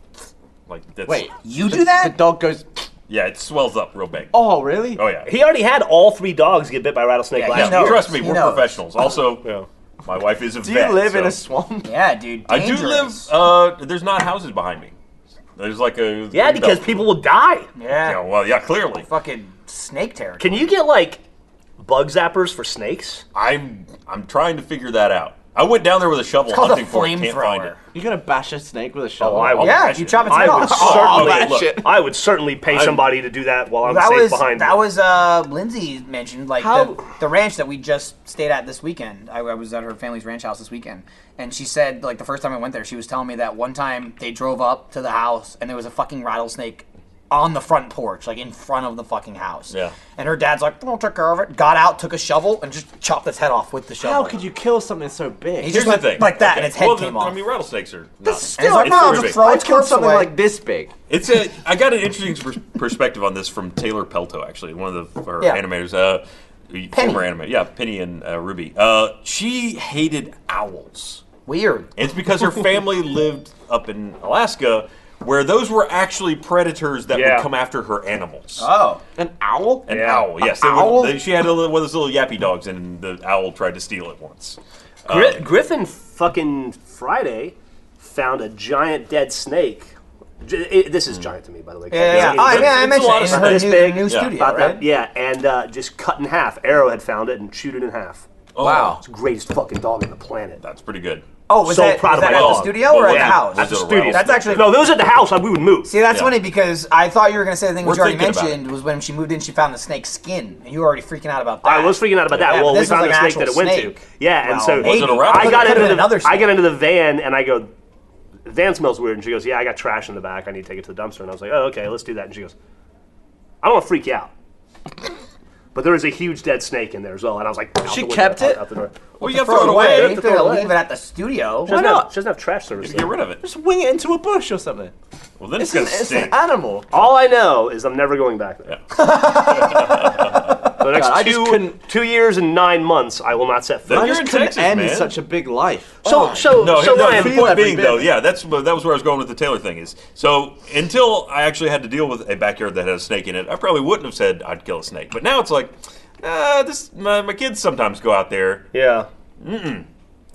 C: like that's,
D: wait.
A: You
D: the-
A: do that?
D: The dog goes.
C: Yeah, it swells up real big. Oh,
D: Oh, really?
C: yeah.
B: He already had all three dogs get bit by rattlesnake
A: Yeah, he
B: last
A: knows.
B: year.
C: Trust me,
A: He
C: we're
A: knows.
C: professionals. Also,
B: Yeah.
C: my wife is a
D: Do you
C: vet.
D: live in
C: so-
D: a swamp?
A: Yeah, dude.
C: I do live.
A: dangerous.
C: Uh, there's not houses behind me. There's like a
B: Yeah, because
C: no.
B: people will die.
A: yeah.
C: Yeah, well, yeah,
A: Oh,
C: clearly.
A: Fucking snake territory.
B: Can you get like bug zappers for snakes?
C: I'm I'm trying to figure that out. I went down there with a shovel
A: called a
C: hunting for it. Can't find
A: flamethrower.
C: it.
D: You're gonna bash a snake with a shovel?
B: I would.
A: yeah, you chop its head
B: I would
A: off. Oh,
B: certainly
C: that
B: look,
C: shit.
B: I would certainly pay somebody to do that while I'm
A: that
B: safe
A: was
B: behind.
A: that
B: me.
A: was uh Lindsay mentioned like
D: How-
A: the, the ranch that we just stayed at this weekend. I, I was at her family's ranch house this weekend, and she said like the first time I went there, she was telling me that one time they drove up to the house and there was a fucking rattlesnake on the front porch, like in front of the fucking house.
C: Yeah.
A: And her dad's like, "I'll take care of it." Got out, took a shovel, and just chopped its head off with the shovel.
D: How could you kill something so big?
A: He
C: Here's
A: just
C: the
A: went
C: thing.
A: like that,
C: Okay.
A: and its head
C: well,
A: came
C: the,
A: off.
C: I mean, rattlesnakes are. nuts.
D: That's
A: And it's
D: still-
A: like,
C: it's
A: "No, I'll
C: pretty
A: just
C: big.
A: throw
D: I
A: its
D: killed
A: corpse
D: something
A: away."
D: like this big.
C: It's a. I got an interesting pers- perspective on this from Taylor Pelto, actually, one of the her
A: Yeah.
C: animators. Uh, Former animator, yeah, Penny and uh, Ruby. Uh, she hated owls.
A: Weird.
C: It's because her family lived up in Alaska, where those were actually predators that
B: Yeah.
C: would come after her animals.
A: Oh,
D: An owl?
C: An
B: Yeah.
C: owl, yes. They would-
D: owl?
C: they- she had a little, one of those little yappy dogs, and the owl tried to steal it once.
B: Gri- Griffin fucking Friday found a giant dead snake J- it- this is giant to me, by the way.
A: Yeah, yeah. yeah.
C: it's-
A: Oh, yeah, I
C: it's a
A: mentioned
C: lot
A: it.
C: of
A: in her
B: this
A: new,
B: big.
A: new
C: Yeah.
A: studio,
B: About
A: right?
B: that, yeah, and uh, just cut in half. Arrow had found it and chewed it in half.
C: Oh,
D: Wow.
B: Greatest fucking dog on the planet.
C: That's pretty good.
A: Oh, was
B: So
A: that, was
B: proud of
A: that
B: my
A: at the
B: dog.
A: studio or
C: Well,
A: at the
C: yeah,
A: house?
C: was it a
B: studio.
A: That's actually-
B: No, those at the house, I, we would move.
A: See, that's
C: Yeah.
A: funny because I thought you were gonna say the thing which
C: We're
A: you already
C: thinking about
A: mentioned was when she moved in, she found the snake's skin, and you were already freaking out about that.
B: I was freaking out about that.
A: Yeah, but
B: well, we
A: this was
B: found
A: like
B: the
A: an
B: snake that it
A: actual
B: went
A: snake.
B: to. Yeah,
A: Wow.
B: and so
A: Was
C: it a rabbit?
B: I got
A: Could've
B: into
A: been another
B: the I
A: snake.
B: got into the van and I go, the van smells weird. And she goes, Yeah, I got trash in the back. I need to take it to the dumpster. And I was like, Oh, okay, let's do that. And she goes, I don't want to freak you out, but there was a huge dead snake in there as well. And I was like, out
D: She
B: the window,
D: kept
B: out-
D: it?
B: out the door.
C: Well, you have to
A: Throw it away. You
C: away.
A: have
C: You
A: to leave it at the studio.
B: She doesn't
D: not?
B: Have, she doesn't have trash service.
C: Get
B: there.
C: rid of it.
D: Just wing it into a bush or something.
C: Well, then it's,
D: It's, an,
C: gonna
D: it's
C: stink.
D: an animal.
B: All I know is I'm never going back there. the next
D: God, I just
B: two,
D: couldn't-
B: two years and nine months, I will not set foot.
C: Then
D: I
C: you're
D: just
C: in
D: couldn't
C: Texas,
D: end
C: man.
D: such a big life.
B: So, so,
C: No,
B: so
C: no
B: Ryan,
C: the
D: feel
C: point
D: every
C: being
D: bit
C: though,
D: of it.
C: yeah, that's that was where I was going with the Taylor thing is. So until I actually had to deal with a backyard that had a snake in it, I probably wouldn't have said I'd kill a snake. But now it's like, uh, this my, my kids sometimes go out there.
B: yeah.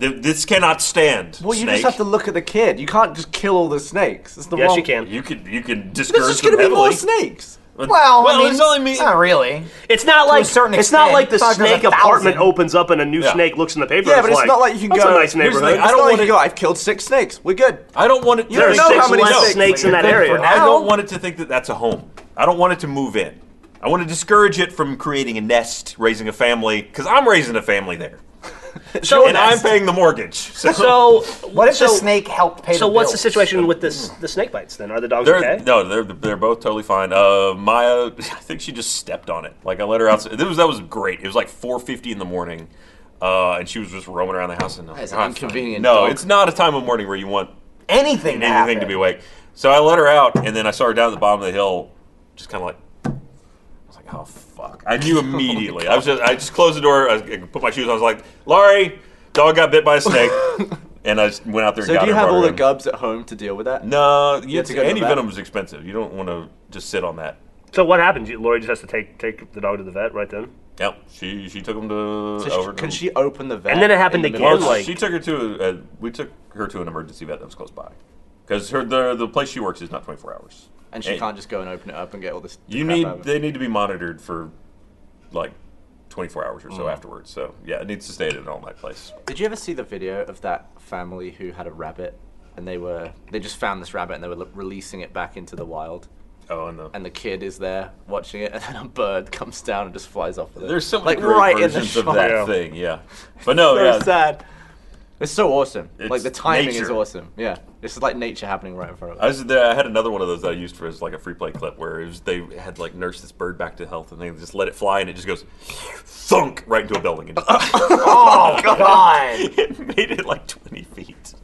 C: Th- This cannot stand.
D: Well, you
C: snake.
D: just have to look at the kid. You can't just kill all the snakes. It's the
B: Yes,
D: wrong.
B: you can.
C: You could you could
D: There's
C: discourage
D: just going
C: them
D: to be more
C: heavily.
D: snakes.
A: Well, I mean,
C: it's only me.
A: Not really.
B: It's not like
A: certain
B: it's not
A: extent.
B: like the
A: It's not gonna be
B: snake
A: a thousand.
B: apartment opens up and a new
C: Yeah.
B: snake looks in the paper.
D: Yeah,
B: and
D: but it's not like you can
B: That's
D: go-
B: A nice
D: Here's
C: the
B: neighborhood.
C: thing, I
D: I
C: don't
D: don't like
C: wanna-
D: you go. I've killed six snakes. We're good.
C: I don't want it.
B: there are
D: don't know
B: six
D: how many
B: less
D: snakes
B: snakes in
D: there
B: that
D: are.
B: area.
A: For
C: I
A: now-
C: don't want it to think that that's a home. I don't want it to move in. I want to discourage it from creating a nest, raising a family, because I'm raising a family there,
D: Oh,
B: So,
C: and I'm paying the mortgage. So,
B: so
A: What if
B: so,
A: the snake helped pay
B: So
A: the
B: what's the
A: bills?
B: situation with this the snake bites? Then are the dogs
C: They're,
B: okay?
C: No, they're they're both totally fine. Uh, Maya, I think she just stepped on it. Like I let her out. This was that was great. It was like 4:50 in the morning, uh, and she was just roaming around the house. And I'm
D: That's
C: like, "Oh,
D: an inconvenient
C: No,
D: dog."
C: it's not a time of morning where you want
A: Anything. to
C: anything to
A: happen.
C: be awake. So I let her out, and then I saw her down at the bottom of the hill, just kind of like. I was like, "Oh fuck!" I knew immediately. I was just, I just closed the door. I, I put my shoes. on. I was like, "Laurie, dog got bit by a snake," and I just went out there.
D: So
C: and got
D: do you
C: her and
D: have
C: brought
D: all
C: her
D: the
C: in.
D: gubs at home to deal with that?
C: No, you
D: have to go to the
C: any
D: vet.
C: venom is expensive. You don't want to just sit on that.
B: So what happens? You- Lori just has to take take the dog to the vet right then.
C: Yep, she she took him to
D: So
C: over.
D: she, can
C: to,
D: she open the vet?
B: And then it happened
D: in the
B: again,
D: middle of the
B: like-
C: she took her to a, we took her to an emergency vet that was close by, because her the the place she works is not 24 hours.
D: night? and she can't just go and open it up and get all this.
C: You
D: crap
C: need
D: out of it.
C: they need to be monitored for like 24 hours or so
D: Mm.
C: afterwards. So yeah, it needs to stay at an all night place.
D: Did you ever see the video of that family who had a rabbit and they were they just found this rabbit and they were l- releasing it back into the wild
C: Oh, and the
D: and the kid is there watching it and then a bird comes down and just flies off with it.
C: there's so many
D: like
C: great
D: right in the
C: versions
D: shot.
C: of that
B: Yeah.
C: thing. Yeah, but no,
D: So
C: yeah,
D: sad. Oh, It's so awesome. like
C: It's
D: the timing is
C: nature.
D: awesome. Yeah, this is like nature happening right in front of
C: I
D: us.
C: was there. I had another one of those that I used for as like a free play clip where it was they had like nurse this bird back to health and they just let it fly and it just goes thunk right into a building and just,
A: Oh god,
C: it made it like 20 feet.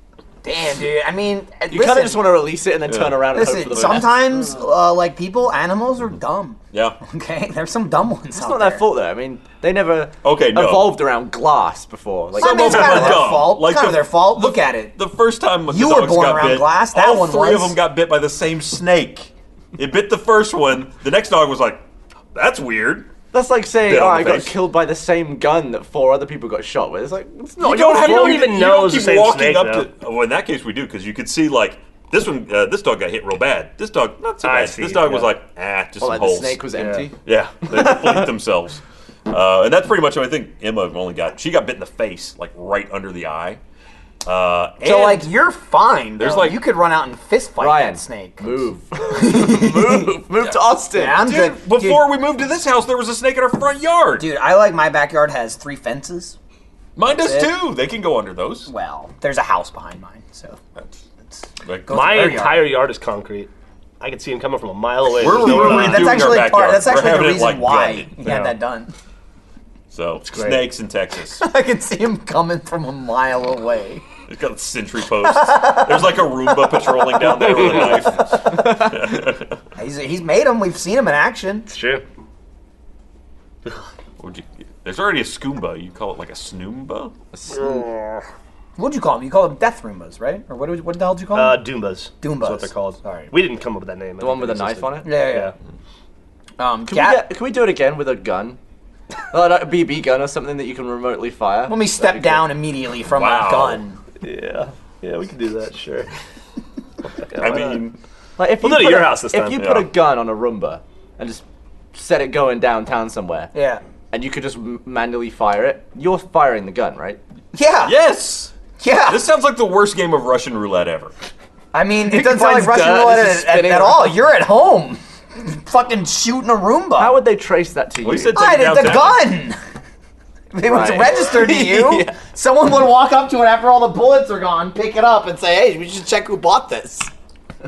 A: damn dude. I mean, uh,
D: You kind of just want to release it and then turn around and hope for the
A: Listen,
D: best.
A: sometimes uh, like people, animals are dumb.
C: Yeah.
A: Okay, there's some dumb ones.
D: It's not their fault though. I mean, they never
C: Okay, no.
D: evolved around glass before. Like
A: I mean, it's
C: Some of them
A: kind of
C: are
A: their
C: dumb.
A: fault.
C: Like
A: kind
C: the-
A: of their fault. Look at it.
C: The first time when
A: You
C: the
A: were
C: dogs
A: born
C: got
A: around
C: bit,
A: glass, that
C: all
A: one
C: three of
A: was.
C: them got bit by the same snake. It bit the first one. The next dog was like, "That's weird."
D: that's like saying,
C: Yeah,
D: "Oh,
C: on
D: I
C: the
D: got
C: face.
D: killed by the same gun that four other people got shot with." It's like it's
B: don't
D: not. your
B: have- you
D: fault.
B: don't even
C: you
B: know
C: don't
B: it's the
C: keep
B: same
C: walking
B: snake,
C: up
B: though.
C: to. Well, in that case, we do because you could see like this one. Uh, this dog got hit real bad. This dog not so
B: I
C: bad.
B: see,
C: this dog was
B: yeah.
C: like, ah, just
D: Oh,
C: some
D: like the
C: holes.
D: snake was empty.
C: Yeah, they complete themselves. Uh, and that's pretty much what I think Emma only got. She got bit in the face, like right under the eye. Uh, and
A: So like you're fine.
C: There's,
A: There's
C: like-
A: like you could run out and fist fight
D: Ryan,
A: that snake.
D: Move, move, move to Austin.
A: Yeah, I'm
C: dude,
A: good.
C: before we moved to this house, there was a snake in our front yard.
A: dude, dude, I like my backyard has three fences.
C: Mine does
A: That's it.
C: too. They can go under those.
A: Well, there's a house behind mine, so
C: That's-
A: it's,
C: like-
B: My
A: Their yard.
B: entire yard is concrete. I can see him coming from a mile away.
C: We're-
B: There's no
C: we're-
B: line.
A: that's
C: doing our
A: actually part.
C: backyard.
A: That's
C: We're
A: actually the
C: having it,
A: reason
C: like,
A: why
C: gutted.
A: he
B: Yeah.
A: had that done.
C: so
B: great.
C: snakes in Texas.
A: I can see him coming from a mile away.
C: It's got sentry posts. There's like a Roomba patrolling down there with a knife.
A: He's, he's made them. We've seen him in action.
B: It's true.
C: Would you- There's already a scoomba. You call it like a snoomba?
A: What'd you call him? You call him Death Roombas, right? Or what? What the hell did you call him?
B: Uh, Doombas.
A: Doombas.
B: That's what they're called.
A: Sorry.
B: We didn't come up with that name.
D: the one with a knife on it.
A: yeah, yeah.
B: Yeah.
A: yeah. Um,
D: Can,
A: Gat-
D: we get, can we do it again with a gun? Like a BB gun or something that you can remotely fire.
A: Let me step down immediately from
C: Wow.
A: a gun.
B: Yeah. Yeah, we can do that, sure.
C: I mean,
D: Like if
B: We'll
D: you
B: do it at
D: put
B: your
D: a-
B: house this
D: if
B: time.
D: you put a
C: Yeah.
D: gun on a Roomba and just set it going downtown somewhere,
A: Yeah.
D: and you could just m- manually fire it, you're firing the gun, right?
A: Yeah.
C: Yes.
A: Yeah.
C: This sounds like the worst game of Russian roulette ever.
A: I mean, it doesn't sound like
D: finds
A: Russian
D: dirt,
A: roulette
D: it's
A: at,
D: just
A: at,
D: spinning
A: at all.
D: around.
A: You're at home, fucking shooting a Roomba.
D: How would they trace that to you?
C: Well, you said
A: I
C: take it
A: did the
C: downtown.
A: gun. They would
D: Right.
A: register to you.
D: Yeah.
A: Someone would walk up to it after all the bullets are gone, pick it up, and say, "Hey, we should check who bought this."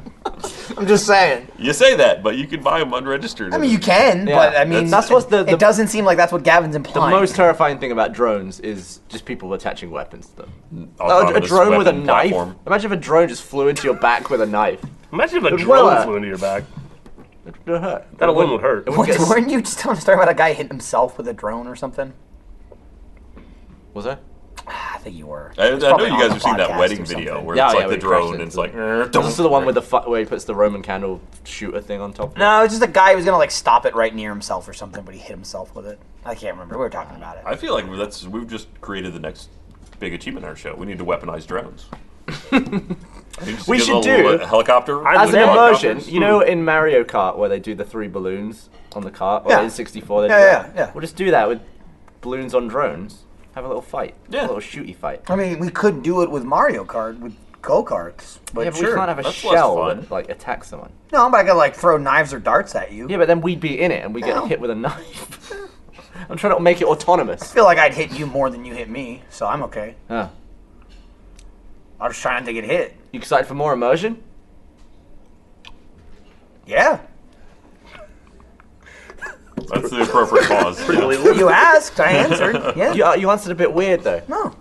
A: I'm just saying.
C: You say that, but you can buy them unregistered.
A: I mean, you can,
D: Yeah.
A: but I mean,
D: That's- that's what's the- the-
A: it doesn't seem like that's what Gavin's
D: the
A: implying.
D: most terrifying thing about drones is just people attaching weapons to them. Oh, a
C: Autonomous
D: drone with a
C: weapon
D: knife?
C: platform.
D: Imagine if a drone just flew into your back with a knife.
B: Imagine if a
D: It will,
B: drone
D: uh,
B: flew into your back.
D: It would hurt.
B: That alone would hurt.
D: It would
A: What,
D: get,
A: weren't you just telling a story about a guy hitting himself with a drone or something?
D: was I?
A: I think you were.
C: I, I
A: It's
C: know
A: probably
C: you
A: on
C: guys
A: the
C: have seen that
A: podcast
C: wedding
A: or
C: video
A: something.
C: where
D: Yeah,
C: it's
D: yeah,
C: like
D: we
C: the drone
D: crashed
C: and
D: into
C: it's like.
D: This is uh, the one with the fu- where he puts the Roman candle shooter thing on top. Of it.
A: No, it was just a guy who was gonna like stop it right near himself or something, but he hit himself with it. I can't remember. We were talking about it.
C: I feel like that's we've just created the next big achievement in our show. We need to weaponize drones. You just
D: We
C: get a
D: should
C: little uh,
D: do-
C: helicopter
D: As an
B: Yeah.
D: immersion,
C: helicopters.
D: you know, in Mario Kart where they do the three balloons on the cart, or
A: Yeah.
D: in '64 they do
A: Yeah,
D: that.
A: yeah, yeah.
D: We'll just do that with balloons on drones. Have a little fight.
C: Yeah.
D: A little shooty fight.
A: I mean, we could do it with Mario Kart with go karts, but,
D: yeah, but
A: sure.
D: we can't have a
C: that's less
D: shell
C: fun.
D: that like attacks someone.
A: No, but I could like throw knives or darts at you.
D: Yeah, but then we'd be in it and we get
A: No.
D: hit with a knife. I'm trying to make it autonomous.
A: I feel like I'd hit you more than you hit me, so I'm okay.
D: Huh.
A: I was trying to get hit.
D: You excited for more immersion?
A: Yeah.
C: That's the appropriate pause. Yeah.
A: You asked, I answered. Yeah.
D: You, uh, you answered a bit weird though.
A: No.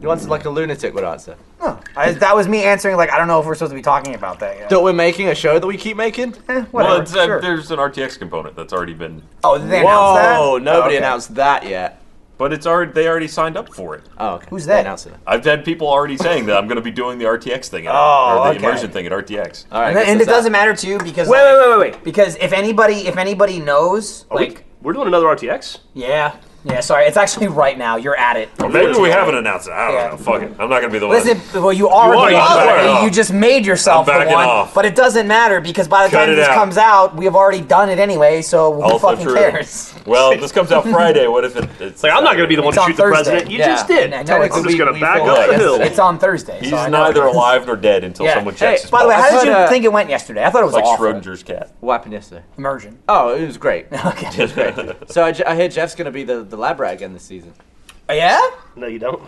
D: You answered like a lunatic would answer.
A: No. I, that was me answering like I don't know if we're supposed to be talking about that yet.
D: That we're making a show that we keep making?
A: Eh, whatever.
C: Well, it's, uh,
A: sure.
C: there's an RTX component that's already been,
A: Oh, did they announce that?
D: Whoa! Nobody
A: Okay.
D: announced that yet.
C: but it's already they already signed up for it.
D: Oh, okay.
A: Who's
D: They
A: they?
D: announced it.
C: I've had people already saying that I'm going to be doing the RTX thing, at,
A: Oh,
C: or the
A: okay.
C: immersion thing at RTX.
D: All right.
A: And, and it doesn't matter too because
B: Wait,
A: like,
B: wait, wait, wait, wait.
A: because if anybody if anybody knows
B: Are we-
A: like
B: we're doing another RTX.
A: yeah yeah sorry it's actually right now you're at it.
C: Or maybe we haven't announced it. I don't
A: Yeah.
C: know. Fuck it. I'm not going to be the one.
A: Listen, well, you are
C: You are,
A: the
C: you're backing
A: author.
C: off.
A: You just made yourself
C: I'm
A: the
C: backing
A: one,
C: off.
A: but it doesn't matter because by the
C: Cut
A: time
C: it
A: this
C: out.
A: comes out, we have already done it anyway. So who
C: Also
A: fucking
C: true.
A: cares?
C: Well, this comes out Friday. What if it, it's
B: It's like I'm not going to be the one
A: It's
B: to
A: on
B: shoot
A: Thursday.
B: the president. You
D: Yeah.
B: just did.
A: And
B: I'm
A: technically
B: just going
D: we-
B: to back
D: we
B: up
D: fall-
B: the
C: Yes.
B: hill.
A: It's on Thursday.
C: He's
A: so I know
C: neither
A: it is.
C: alive nor dead until
A: Yeah.
C: someone
A: Hey,
C: checks his
A: By the way,
C: pulse.
A: how did
D: I
A: you
D: heard, uh,
A: think it went yesterday? I thought it was
C: like
A: awful.
C: Schrodinger's cat.
D: What happened yesterday?
A: Immersion.
D: Oh, it was great.
A: Okay.
D: so I, Je- I hear Jeff's gonna be the, the lab rat again this season.
A: yeah.
B: No, you don't.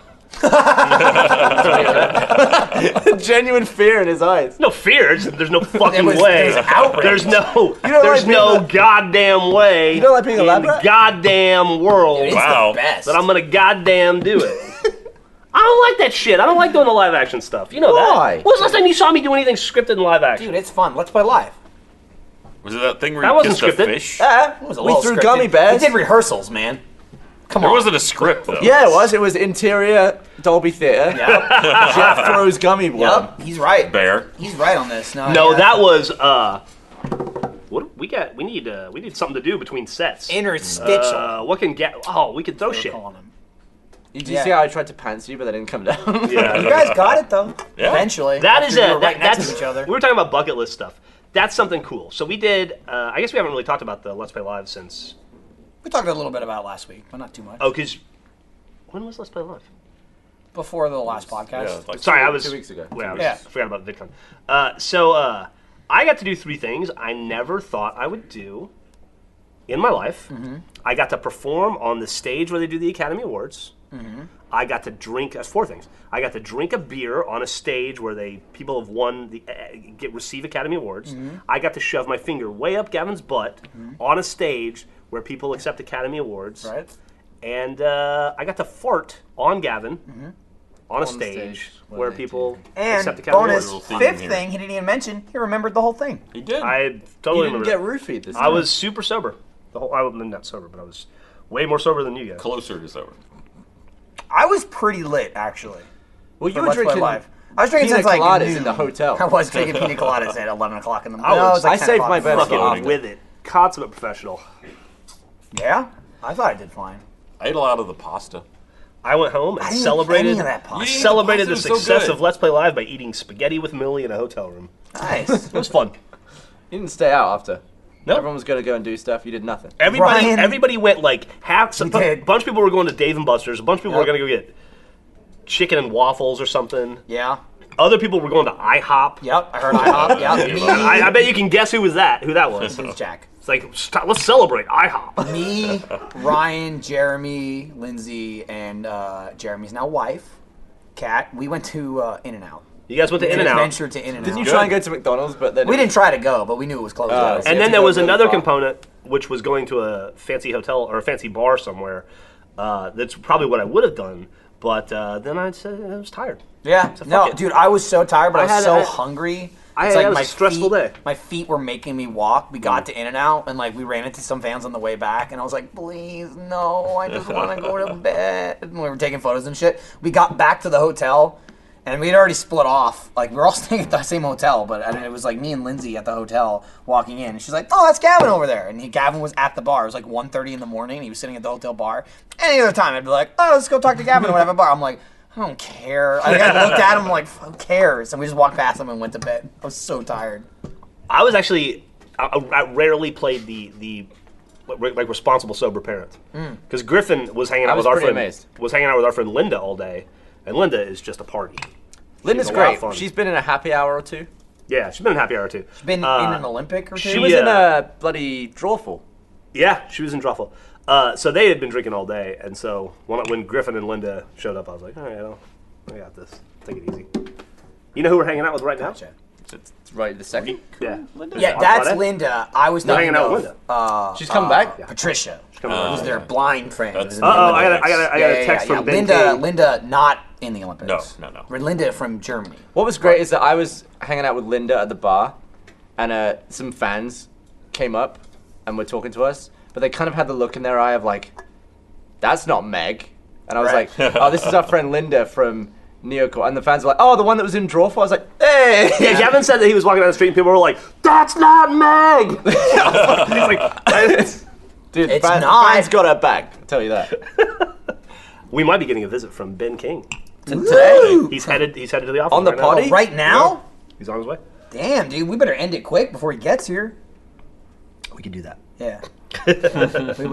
D: Genuine fear in his eyes.
B: No fear. it's- There's no fucking
A: was-
B: way.
A: it was outrage.
B: There's no.
D: don't
B: There's
D: like being
B: no
D: the-
B: goddamn way.
D: You don't like being a
B: in
D: lab
B: the
D: rat?
B: goddamn world
A: It's
C: Wow.
A: The best.
B: that I'm gonna goddamn do it. I don't like that shit. I don't like doing the live action stuff. You know
D: Why?
B: that. When was the last time you saw me do anything scripted in live action?
A: Dude, it's fun. Let's play live.
C: Was it that thing where
B: That
C: you
B: wasn't
C: kissed a
B: scripted.
C: fish?
A: Ah.
D: Yeah,
A: It was a
D: we
A: little
D: threw
A: scripted.
D: gummy bears.
A: We did rehearsals, man. Come
C: There
A: on.
C: wasn't a script though.
D: yeah, it was. It was interior Dolby Theatre.
A: Yep.
D: Jeff throws gummy worm.
A: Yep. He's right.
C: Bear.
A: He's right on this. No,
B: No,
A: yeah.
B: that was uh. What we got? We need uh, we need something to do between sets.
A: interstitial.
B: Uh, what can get? Oh, we can throw
A: We're
B: shit.
A: calling him.
D: You Did you
A: Yeah.
D: see how I tried to pants you, but I didn't come down?
A: You guys got it though.
C: Yeah.
A: Eventually.
B: That
A: After
B: is
A: we
B: a
A: were
B: that,
A: right next
B: that's
A: to each other.
B: we were talking about bucket list stuff. That's something cool. So we did. Uh, I guess we haven't really talked about the Let's Play Live since.
A: We talked a little bit about it last week, but not too much.
B: Oh, because when was Let's Play Live?
A: Before the last
C: Yeah,
A: podcast.
C: like-
B: Sorry, I was
D: two weeks ago.
B: Wait, I was,
A: Yeah.
B: forgot about VidCon. Uh, so uh, I got to do three things I never thought I would do in my life. I got to perform on the stage where they do the Academy Awards. I got to drink. That's four things. I got to drink a beer on a stage where they people have won the uh, get receive Academy Awards.
A: Mm-hmm.
B: I got to shove my finger way up Gavin's butt on a stage where people accept Academy Awards.
A: Right?
B: And uh, I got to fart on Gavin
A: Mm-hmm.
B: on a stage,
D: stage, where
B: where
D: they
B: people accept
A: And
B: Academy
A: bonus
C: Awards.
B: Awards.
C: Little theme
A: fifth
C: here.
A: thing he didn't even mention, he remembered the whole thing.
C: He did.
B: I
D: you
B: totally
D: didn't
B: remember.
D: get
B: that.
D: roofied this time.
B: I was super sober. The whole I was not sober, but I was way more sober than you guys.
C: Closer is over.
A: I was pretty lit actually.
D: Well, you
A: for
D: were
A: Let's Play
D: drinking.
A: Live. I was drinking
D: pina
A: since like
D: coladas
A: noon.
D: in the hotel.
A: I was drinking pina coladas at eleven o'clock in the
B: I
A: morning. No, it
B: was-
A: was like
D: I
A: 10
D: saved
A: o'clock
D: my
A: in the morning.
D: best.
B: Fucking
C: loading.
B: with it, consummate professional.
A: Yeah, I thought I did fine.
C: I ate a lot of the pasta.
B: I went home and
A: I didn't eat
B: celebrated.
A: any of that
B: I
A: pasta.
C: You didn't eat the
B: celebrated the
C: pasta, it was so
B: success
C: good.
B: of Let's Play Live by eating spaghetti with Millie in a hotel room.
A: Nice.
B: It was fun.
D: You didn't stay out after.
B: No.
D: Everyone was gonna go and do stuff. You did nothing.
B: Everybody,
A: Ryan-
B: everybody went like half. Some, a
A: did.
B: bunch of people were going to Dave and Buster's. A bunch of people were
A: Yep.
B: going to go get chicken and waffles or something.
A: yeah.
B: Other people were going to IHOP.
A: Yep. I heard IHOP. Yep.
B: And I, I bet you can guess who was that. Who that was.
A: Me. Please, Jack.
B: It's like st- let's celebrate IHOP.
A: Me, Ryan, Jeremy, Lindsay, and uh, Jeremy's now wife, Kat. We went to uh, In and Out.
B: You guys went to In and Out,
A: Adventure to In and
D: Didn't you
A: Out.
D: try and go to McDonald's? But then
A: We didn't try to go, but we knew it was closed.
D: Oh,
A: out.
D: You
B: Uh, and
D: have
B: then
D: to
B: there
D: go
B: was
D: really
B: another
D: far.
B: component which was going to a fancy hotel or a fancy bar somewhere. Uh, that's probably what I would have done, but uh, then I said I was tired.
A: Yeah, no,
B: fuck it.
A: dude, I was so tired, but I,
B: I
A: was
B: had-
A: so
B: I-
A: hungry.
B: I-
A: It's
B: that was a stressful
A: feet,
B: day.
A: My feet were making me walk. We got to In and Out, and like we ran into some fans on the way back, and I was like, "Please, no, I just want to go to bed." And we were taking photos and shit. We got back to the hotel, and we'd already split off. Like we were all staying at the same hotel, but and it was like me and Lindsay at the hotel walking in, and she's like, "Oh, that's Gavin over there," and he, Gavin was at the bar. It was like 1.30 in the morning. and He was sitting at the hotel bar. Any other time, I'd be like, "Oh, let's go talk to Gavin or whatever." Bar. I'm like. I don't care. I, I looked at him like, who cares? And we just walked past him and went to bed. I was so tired.
B: I was actually I, I rarely played the the like like, responsible sober parent because Griffin was hanging out
D: I was
B: with our
D: pretty
B: friend
D: amazed.
B: was hanging out with our friend Linda all day, and Linda is just a party.
D: Linda's
B: She's a lot
D: great.
B: of fun.
D: She's been in a happy hour or two.
B: Yeah, she's been in happy hour too.
A: Been in
B: Uh,
A: an Olympic or two?
D: She was in
B: Yeah.
D: a bloody drawful.
B: Yeah, she was in Truffle. Uh, so they had been drinking all day, and so when, when Griffin and Linda showed up, I was like, all right, I'll, I got this. Take it easy. You know who we're hanging out with right now?
A: Gotcha.
D: Right the second.
B: Yeah,
A: yeah,
B: On
A: that's
B: Friday?
A: Linda. I was talking
B: hanging out
A: about
B: with Linda.
A: Uh,
D: She's come
B: Ah,
D: back.
A: Patricia.
B: coming back.
A: was their blind friend.
C: That's-
A: It was in the
B: Uh oh, I got
A: Olympics.
B: a, I got a, I got a text from Ben
A: Linda.
B: King.
A: Linda, not in the Olympics.
C: No, no, no.
A: Linda from Germany.
D: What was great is that I was hanging out with Linda at the bar, and uh, some fans came up and were talking to us, but they kind of had the look in their eye of like, "That's not Meg," and I was
A: Right.
D: like, "Oh, this is our friend Linda from Neocore," and the fans were like, "Oh, the one that was in Drawful." I was like, "Hey!"
B: Yeah, Gavin said that he was walking down the street and people were like, That's not Meg! He's like, "I-
D: Dude,
A: It's
D: the fans, the
A: not.
D: fans got her back. I'll tell you that.
B: we might be getting a visit from Ben King.
D: Today,
B: He's headed he's headed to the office.
D: On the
B: right now.
D: potty?
A: Right now?
B: He's on his way.
A: Damn, dude, we better end it quick before he gets here.
B: We can do that.
A: Yeah. we,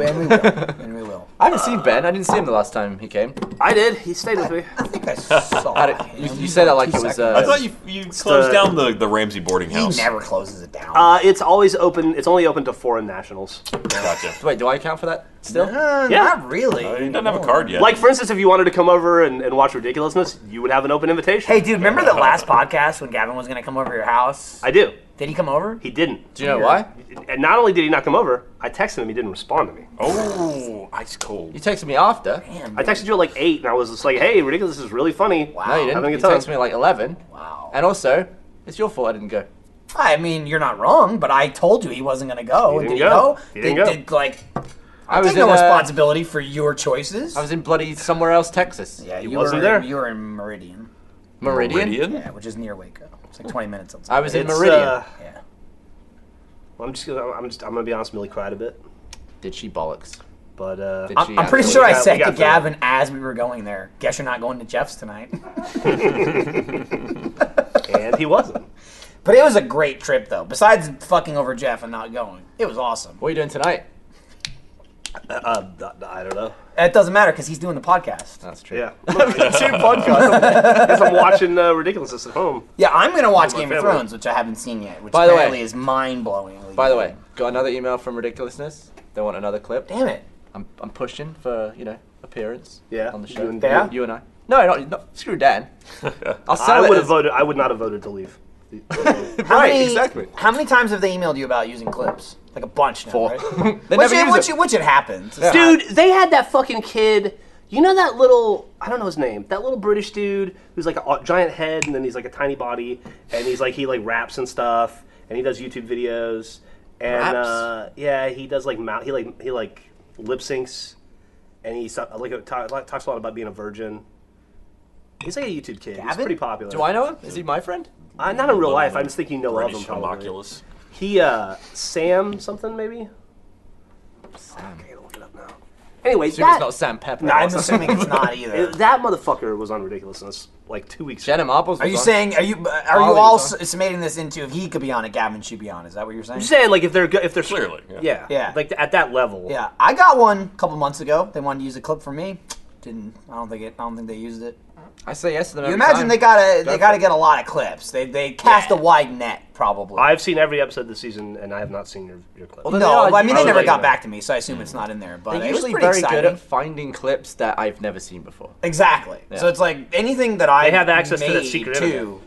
A: and we will. And we will.
D: I haven't seen Ben. I didn't see him the last time he came.
B: I did. He stayed with me.
A: I think I saw
D: Had it-
A: him.
D: you- you said that like
A: Two
D: it was,
A: seconds.
D: uh,
C: I thought you you closed
B: the-
C: down the the Ramsey boarding
A: He
C: house.
A: uh, never closes it down.
B: Uh, it's always open. It's only open to foreign nationals.
C: Gotcha.
D: Wait, do I count for that still?
A: Uh,
B: Yeah.
A: Not really.
C: He doesn't have a card yet.
B: Like, for instance, if you wanted to come over and, and watch Ridiculousness, you would have an open invitation.
A: Hey, dude, remember the last podcast when Gavin was going to come over to your house?
B: I do.
A: Did he come over?
B: He didn't.
D: Do you know why?
B: And not only did he not come over, I texted him. He didn't respond to me.
C: oh, ice cold.
D: You texted me after.
A: Damn,
B: I
A: dude.
B: texted you at like 8, and I was just like, hey, Ridiculous is really funny. Wow.
D: No, you
B: I
D: didn't.
B: think
D: You
B: it's on.
D: texted me at like eleven.
A: Wow.
D: And also, it's your fault I didn't go.
A: I mean, you're not wrong, but I told you he wasn't going to go. and
B: He didn't
A: did
B: go.
A: he go?
B: He didn't
A: did,
B: go.
A: did, like,
D: I
A: take
D: was
A: no
D: in uh,
A: responsibility for your choices.
D: I was in bloody somewhere else, Texas.
A: yeah, you were,
B: wasn't there.
A: You were in Meridian,
D: Meridian.
A: yeah, which is near Waco. It's like 20 minutes outside.
D: I was in
B: It's,
D: Meridian.
B: uh,
A: Yeah.
B: I'm just gonna, I'm just, I'm gonna be honest. Millie cried a bit,
D: Did she bollocks?
B: but uh,
D: Did
A: I'm,
D: she
A: I'm pretty
D: actually-
A: sure I
B: got- we
A: said
B: got
A: to
B: through.
A: Gavin as we were going there, guess you're not going to Jeff's tonight.
B: and he wasn't.
A: but it was a great trip, though. Besides fucking over Jeff and not going, it was awesome.
D: What are you doing tonight?
B: Uh, th- I don't know.
A: It doesn't matter because he's doing the podcast.
D: That's true.
B: Yeah, two podcasts. Guess I'm watching uh, Ridiculousness at home.
A: Yeah, I'm gonna watch
B: my
A: Game of
B: family.
A: Thrones, which I haven't seen yet, which
D: By the way-
A: apparently is mind blowing.
D: By the way, got another email from Ridiculousness. They want another clip.
A: damn it,
D: I'm, I'm pushing for you know appearance.
B: Yeah,
D: On the
B: you
D: show.
B: and
A: Dan?
D: You, you and I. No, not, not screw Dan. I'll
B: I
D: sell it.
B: would have
D: as-
B: voted. I would not have voted to leave.
A: how
D: Right,
A: many,
D: exactly.
A: How many times have they emailed you about using clips? Like a bunch now,
D: Four.
A: right?
D: They
A: which,
D: never
A: it,
D: use
A: which,
D: it.
A: it, which it happens, It's
B: Dude,
A: not-
B: they had that fucking kid. You know that little, I don't know his name, that little British dude who's like a a giant head and then he's like a tiny body and he's like, he like raps and stuff and he does YouTube videos. And
D: Raps?
B: uh, yeah, he does like mouth, he like, he like lip syncs and he so- like, talk, like, talks a lot about being a virgin. He's like a YouTube kid. He's
A: Gavin?
B: pretty popular.
D: Do I know him? Is he my friend?
B: Uh, not in real life. I just think you know of him.
C: British
B: Probably.
C: homoculus.
B: He, uh, Sam something maybe? Fuck, I gotta look it up now. Anyway,
D: Assume it's
B: that,
D: not Sam Pepper.
B: Nah, I'm
D: Awesome.
A: assuming it's not either.
B: it- that motherfucker was on ridiculousness like two weeks ago.
D: Jenna Marbles.
A: Are
D: was
A: you
D: on.
A: saying? Are you uh, are
D: Ollie
A: you all
D: was on.
A: s- summating this into if he could be on it, Gavin should be on? Is that what you're saying?
B: I'm just saying, like if they're go- if they're
C: Clearly, yeah.
B: yeah,
A: Yeah.
B: like at that level,
A: Yeah, I got one a couple months ago. They wanted to use a clip from me. Didn't. I don't think it. I don't think they used it.
D: I say yes to them.
A: You
D: every
A: imagine
D: time.
A: they gotta
D: Go
A: they gotta
D: for it.
A: get a lot of clips. They they cast a wide net probably.
B: I've seen every episode this season, and I have not seen your your clip.
D: Although
A: no,
D: they are
A: I mean they
D: usually-
A: never
B: yeah.
A: got back to me, so I assume it's not in there. But
D: They're
A: it was
D: usually
A: pretty
D: very
A: exciting.
D: good at finding clips that I've never seen before.
A: Exactly. So
D: Yeah.
A: it's like anything that I
B: They have access to
A: made
B: that secret
A: too,
B: internet.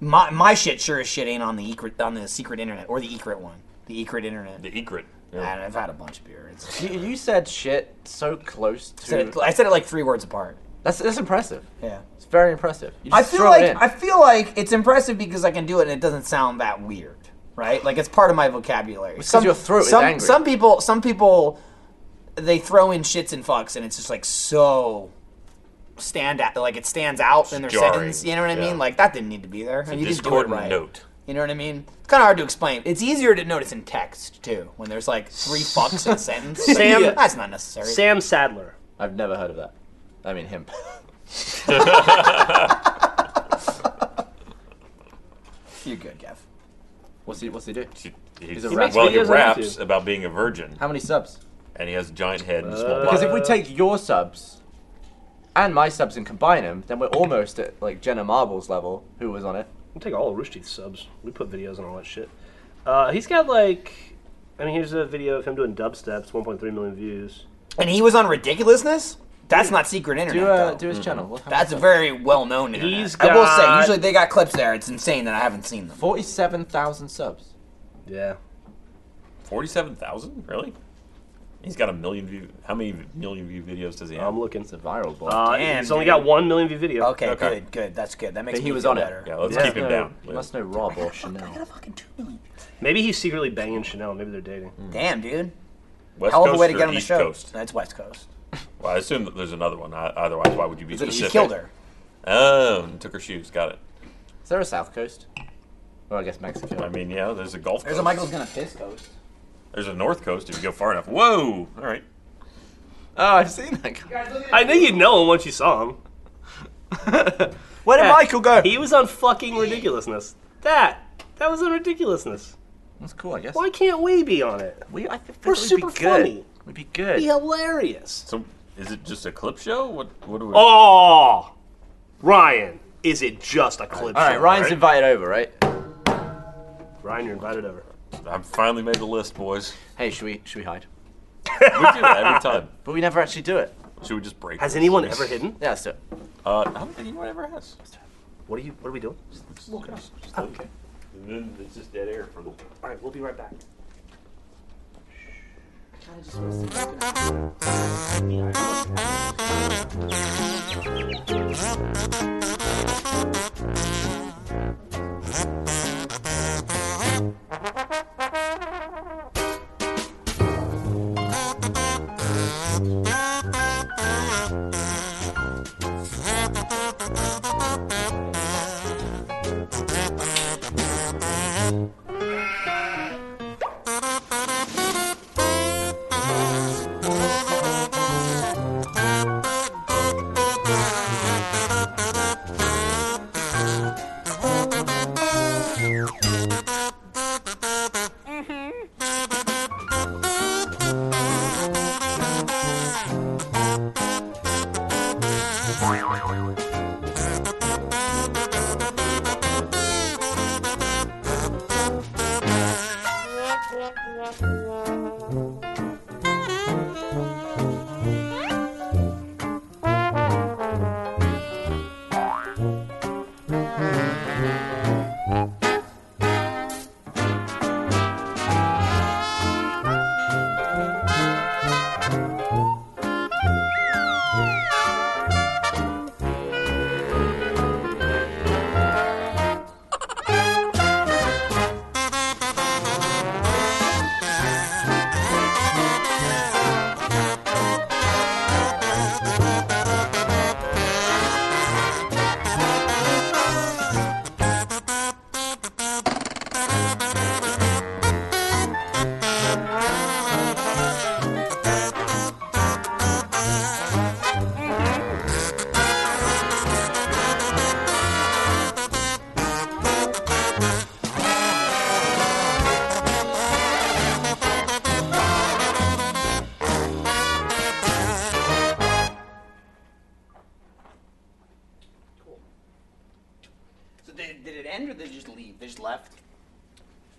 A: My my shit sure as shit ain't on the secret on the secret internet or the secret one. The secret internet.
C: The Egret.
A: And I've had a bunch of beer. It's,
D: You, you said shit so close
A: I said it,
D: to.
A: I said it like three words apart.
D: That's that's impressive.
A: Yeah.
D: It's very impressive. You
A: I
D: just
A: feel
D: throw it
A: like
D: in.
A: I feel like it's impressive because I can do it and it doesn't sound that weird, right? Like it's part of my vocabulary.
D: 'cause your throat is
A: some,
D: angry.
A: Some people, some people, they throw in shits and fucks, and it's just like so stand out. Like it stands out in their
C: Jarring.
A: sentence. You know what I
C: Yeah.
A: mean? Like that didn't need to be there. and you just do it
C: Discordant
A: right.
C: note.
A: You know what I mean? It's kind of hard to explain. It's easier to notice in text too, when there's like three fucks in a sentence.
B: Sam-
A: Like, that's not necessary.
B: Sam Sadler.
D: I've never heard of that. I mean him.
A: You're good, Kev.
D: What's he? What's he do?
C: He,
D: a
C: he-
D: rap.
C: well, he
B: Videos on
C: raps
B: YouTube.
C: about being a virgin,
D: How many subs? Uh,
C: and he has a giant head and a small
D: Because
C: body.
D: if we take your subs and my subs and combine them, then we're almost at like Jenna Marbles level, who was on it.
B: We'll take all of Rooster Teeth's subs. We put videos on all that shit. Uh, he's got like, I mean, here's a video of him doing dubsteps, 1.3 million views.
A: And he was on ridiculousness. That's not secret internet.
D: Do uh,
A: though.
D: do his channel. Look how many
A: That's a
D: subs.
A: very well known internet.
B: He's
A: I will say,
B: got-
A: usually they got clips there. It's insane that I haven't seen them.
D: forty-seven thousand subs.
B: Yeah.
C: Forty-seven thousand, really? He's got a million view. How many million view videos does he have?
A: Um,
B: I'm looking.
D: It's a viral boy.
B: Uh,
A: Damn,
B: he's only
A: dude.
B: got 1 million view video.
A: Okay,
C: Okay.
A: good, good. That's good. That makes
D: But
A: me
D: he was
A: feel
D: on it.
A: better.
C: yeah, let's
B: Yeah.
C: keep him
D: No,
C: down.
D: you Must know Rob
A: I
D: or
A: got a
D: Chanel.
A: fucking two million.
B: Maybe he's secretly banging Chanel. Maybe they're dating.
A: Damn, dude.
C: West
A: Hell of a
C: Coast
A: way to
C: or
A: get on the
C: East
A: show.
C: Coast?
A: That's West Coast.
C: Well, I assume that there's another one. I- Otherwise, why would you be
A: He
C: specific?
A: killed her.
C: Oh, and took her shoes. Got it.
D: Is there a South Coast? Well, I guess Mexico.
C: I mean, yeah. There's a Gulf
A: There's
C: Coast.
A: a Michael's gonna piss coast.
C: There's a North Coast if you go far enough. Whoa! All right.
D: oh, I've seen that guy.
B: I knew you'd know him once you saw him.
D: Where did
B: Yeah.
D: Michael go?
B: He was on fucking ridiculousness. That. That was on ridiculousness.
D: That's cool, I guess.
B: Why can't we be on it?
D: We, I think
B: We're
D: we'd
B: super
D: be good.
B: funny.
D: We'd be
B: Be
D: good.
B: hilarious.
C: So, is it just a clip show? What? What do we?
B: Oh, Ryan, is it just a clip?
D: All right,
B: show,
D: Ryan's
B: right?
D: invited over, right?
B: Ryan, you're invited over.
C: I've finally made the list, boys.
D: Hey, should we should we hide?
C: We do that every time.
D: But we never actually do it.
C: Should we just break?
B: Has
C: this?
B: anyone ever hidden?
D: Yeah, let's do it.
C: Uh, I don't think anyone ever has.
B: What are you? What are we doing?
C: Okay. And then it's just dead air for the.
B: All right, we'll be right back.
G: Thank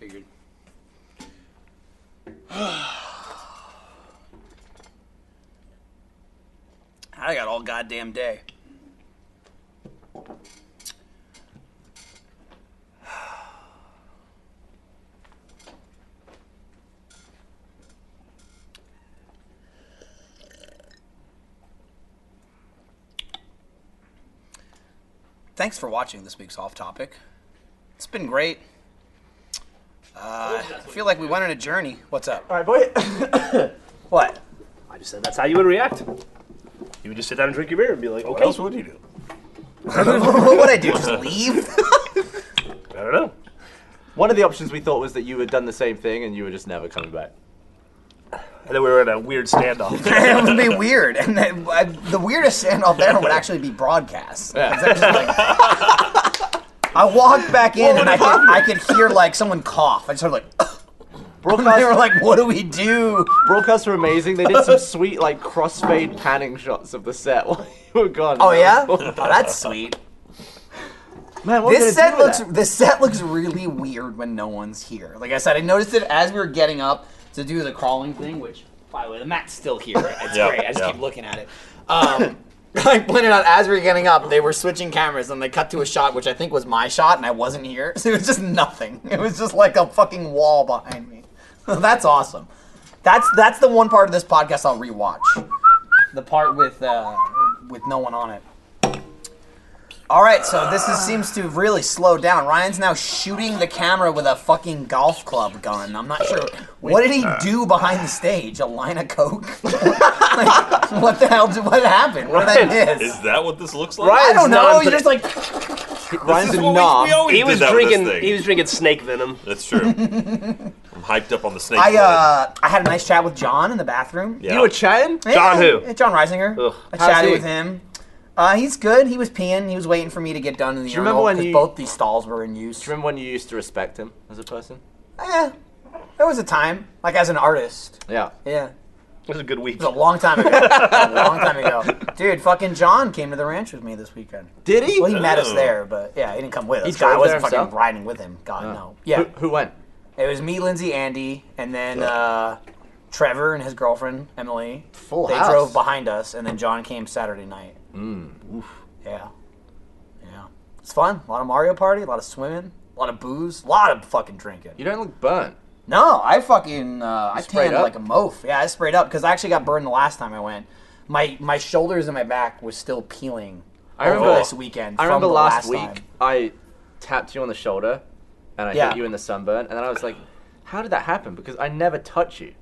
F: figured.
A: I got all goddamn day. Thanks for watching this week's Off Topic. It's been great. Uh, I feel like we went on a journey. What's up?
B: All right, boy.
A: What?
B: I just said that's how you would react. You would just sit down and drink your beer and be like,
C: What
B: okay,
C: else would you do?
A: what would I do? Just leave?
B: I don't know.
D: One of the options we thought was that you had done the same thing and you were just never coming back.
B: And then we were in a weird standoff.
A: it would be weird. And then, I, the weirdest standoff there would actually be broadcast. It's actually like- I walked back in and I could, I could hear like someone cough. I just heard like, they were
D: Broadcast,
A: like, "What do we do?"
D: broadcasts were amazing. They did some sweet like crossfade panning shots of the set while you were gone.
A: Oh yeah, oh, that's sweet.
D: man, what
A: This set looks
D: That?
A: this set looks really weird when no one's here. Like I said, I noticed it as we were getting up to do the crawling thing, which by the way, the mat's still here. It's
C: Yeah,
A: great. I just
C: yeah.
A: keep looking at it. Um, I pointed out as we were getting up, they were switching cameras and they cut to a shot which I think was my shot and I wasn't here. So it was just nothing. It was just like a fucking wall behind me. that's awesome. That's that's the one part of this podcast I'll rewatch. The part with uh, with no one on it. All right, so this is, seems to have really slowed down. Ryan's now shooting the camera with a fucking golf club gun. I'm not sure. What did he
B: uh,
A: do behind the stage? A line of coke? Like, what the hell? Did, what happened? What did I
B: Ryan
A: miss?
C: Is that what this looks like?
A: I
B: Ryan's
A: don't know.
B: non-
A: You're just like
D: Ryan's
C: This
D: a
C: is what
D: knob.
C: We, we always
B: he was
C: did that
B: drinking.
C: With this thing.
B: He was drinking snake venom.
C: That's true. I'm hyped up on the snake.
A: I.
C: blood.
A: Uh, I had a nice chat with John in the bathroom.
C: yeah.
D: You were chatting?
A: Yeah,
B: John who?
A: yeah, John Reisinger.
B: Ugh.
A: I
D: How's
A: chatted
D: he?
A: with him. Uh, he's good. He was peeing. He was waiting for me to get done in the
D: you remember
A: urinal
D: when
A: because
D: you-
A: both these stalls were in use.
D: Do you remember when you used to respect him as a person?
A: Eh, there was a time, like as an artist.
D: Yeah.
A: Yeah.
B: It was a good week.
A: It was a long time ago. a long time ago. Dude, fucking John came to the ranch with me this weekend.
D: Did he?
A: Well, he met us
C: Oh.
A: there, but yeah, he didn't come with us.
D: drove
A: God, I wasn't
D: there
A: fucking
D: himself? Oh.
A: riding with him. God, no.
D: Who,
A: Yeah.
D: who went?
A: It was me, Lindsay, Andy, and then uh, Trevor and his girlfriend, Emily.
D: Full
A: They
D: house.
A: drove behind us, and then John came Saturday night. Mm. Yeah. Yeah. It's fun. A lot of Mario Party, a lot of swimming, a lot of booze, a lot of fucking drinking.
D: You don't look burnt.
A: No, I fucking uh, I
D: sprayed
A: tanned
D: up?
A: like a moaf. Yeah, I sprayed up because I actually got burned the last time I went. My my shoulders and my back was still peeling.
D: I remember
A: this weekend.
D: Oh. I remember
A: from the
D: last, week
A: time.
D: I tapped you on the shoulder and I
A: Yeah.
D: hit you in the sunburn and then I was like, how did that happen? Because I never touch you.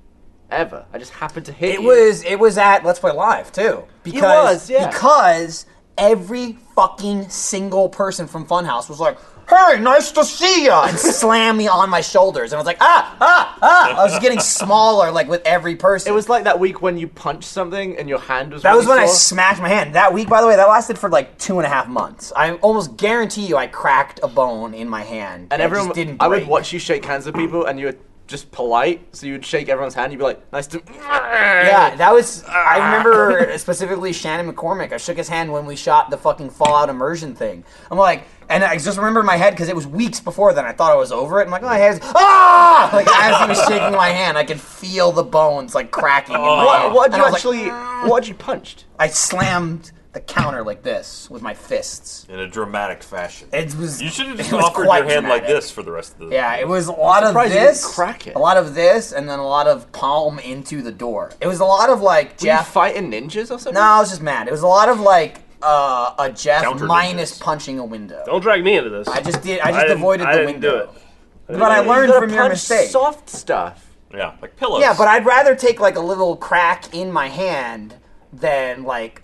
D: Ever. I just happened to hit
A: It
D: you.
A: was it was at Let's Play Live too. Because
D: was, yeah.
A: because every fucking single person from Funhouse was like, "Hey, nice to see ya," and slammed me on my shoulders, and I was like, "Ah, ah, ah!" I was getting smaller like with every person.
D: It was like that week when you punched something and your hand was
A: That
D: really
A: was when I
D: sore.
A: smacked my hand. That week, by the way, that lasted for like two and a half months. I almost guarantee you, I cracked a bone in my hand.
D: and
A: It
D: everyone
A: just didn't. Break.
D: I would watch you shake hands with people and you were just polite, so you would shake everyone's hand, you'd be like, nice to
A: Yeah, that was.
C: Ah.
A: I remember specifically Shannon McCormick. I shook his hand when we shot the fucking Fallout immersion thing. I'm like, and I just remember in my head because it was weeks before then. I thought I was over it. I'm like, oh, my hands, ah! Like as he was shaking my hand, I could feel the bones like cracking. in my
C: Oh.
D: What
A: hand.
D: what had
A: And I
D: you
A: was like, "Ah."
D: actually what had you punched?
A: I slammed the counter like this with my fists.
C: in a dramatic fashion.
A: It was.
C: You should have
A: it
C: just
A: was
C: offered your
A: quite
C: hand like
A: dramatic.
C: this for the rest of the.
A: Yeah, it was a lot of
D: surprised you didn't
A: this,
D: crack it.
A: a lot of this, and then a lot of palm into the door. It was a lot of like
D: Were you
A: Jeff.
D: fighting ninjas or something?
A: no, I was just mad. It was a lot of like uh, a Jeff
C: Counter
A: minus
C: ninjas.
A: punching a window.
B: Don't drag me into this.
A: I just did. I just avoided
B: I
A: the
B: didn't
A: window.
B: do it.
A: But I
B: You
A: learned
D: gotta
A: from your
D: punch
A: mistake.
D: Soft stuff.
C: Yeah, like pillows.
A: Yeah, but I'd rather take like a little crack in my hand than like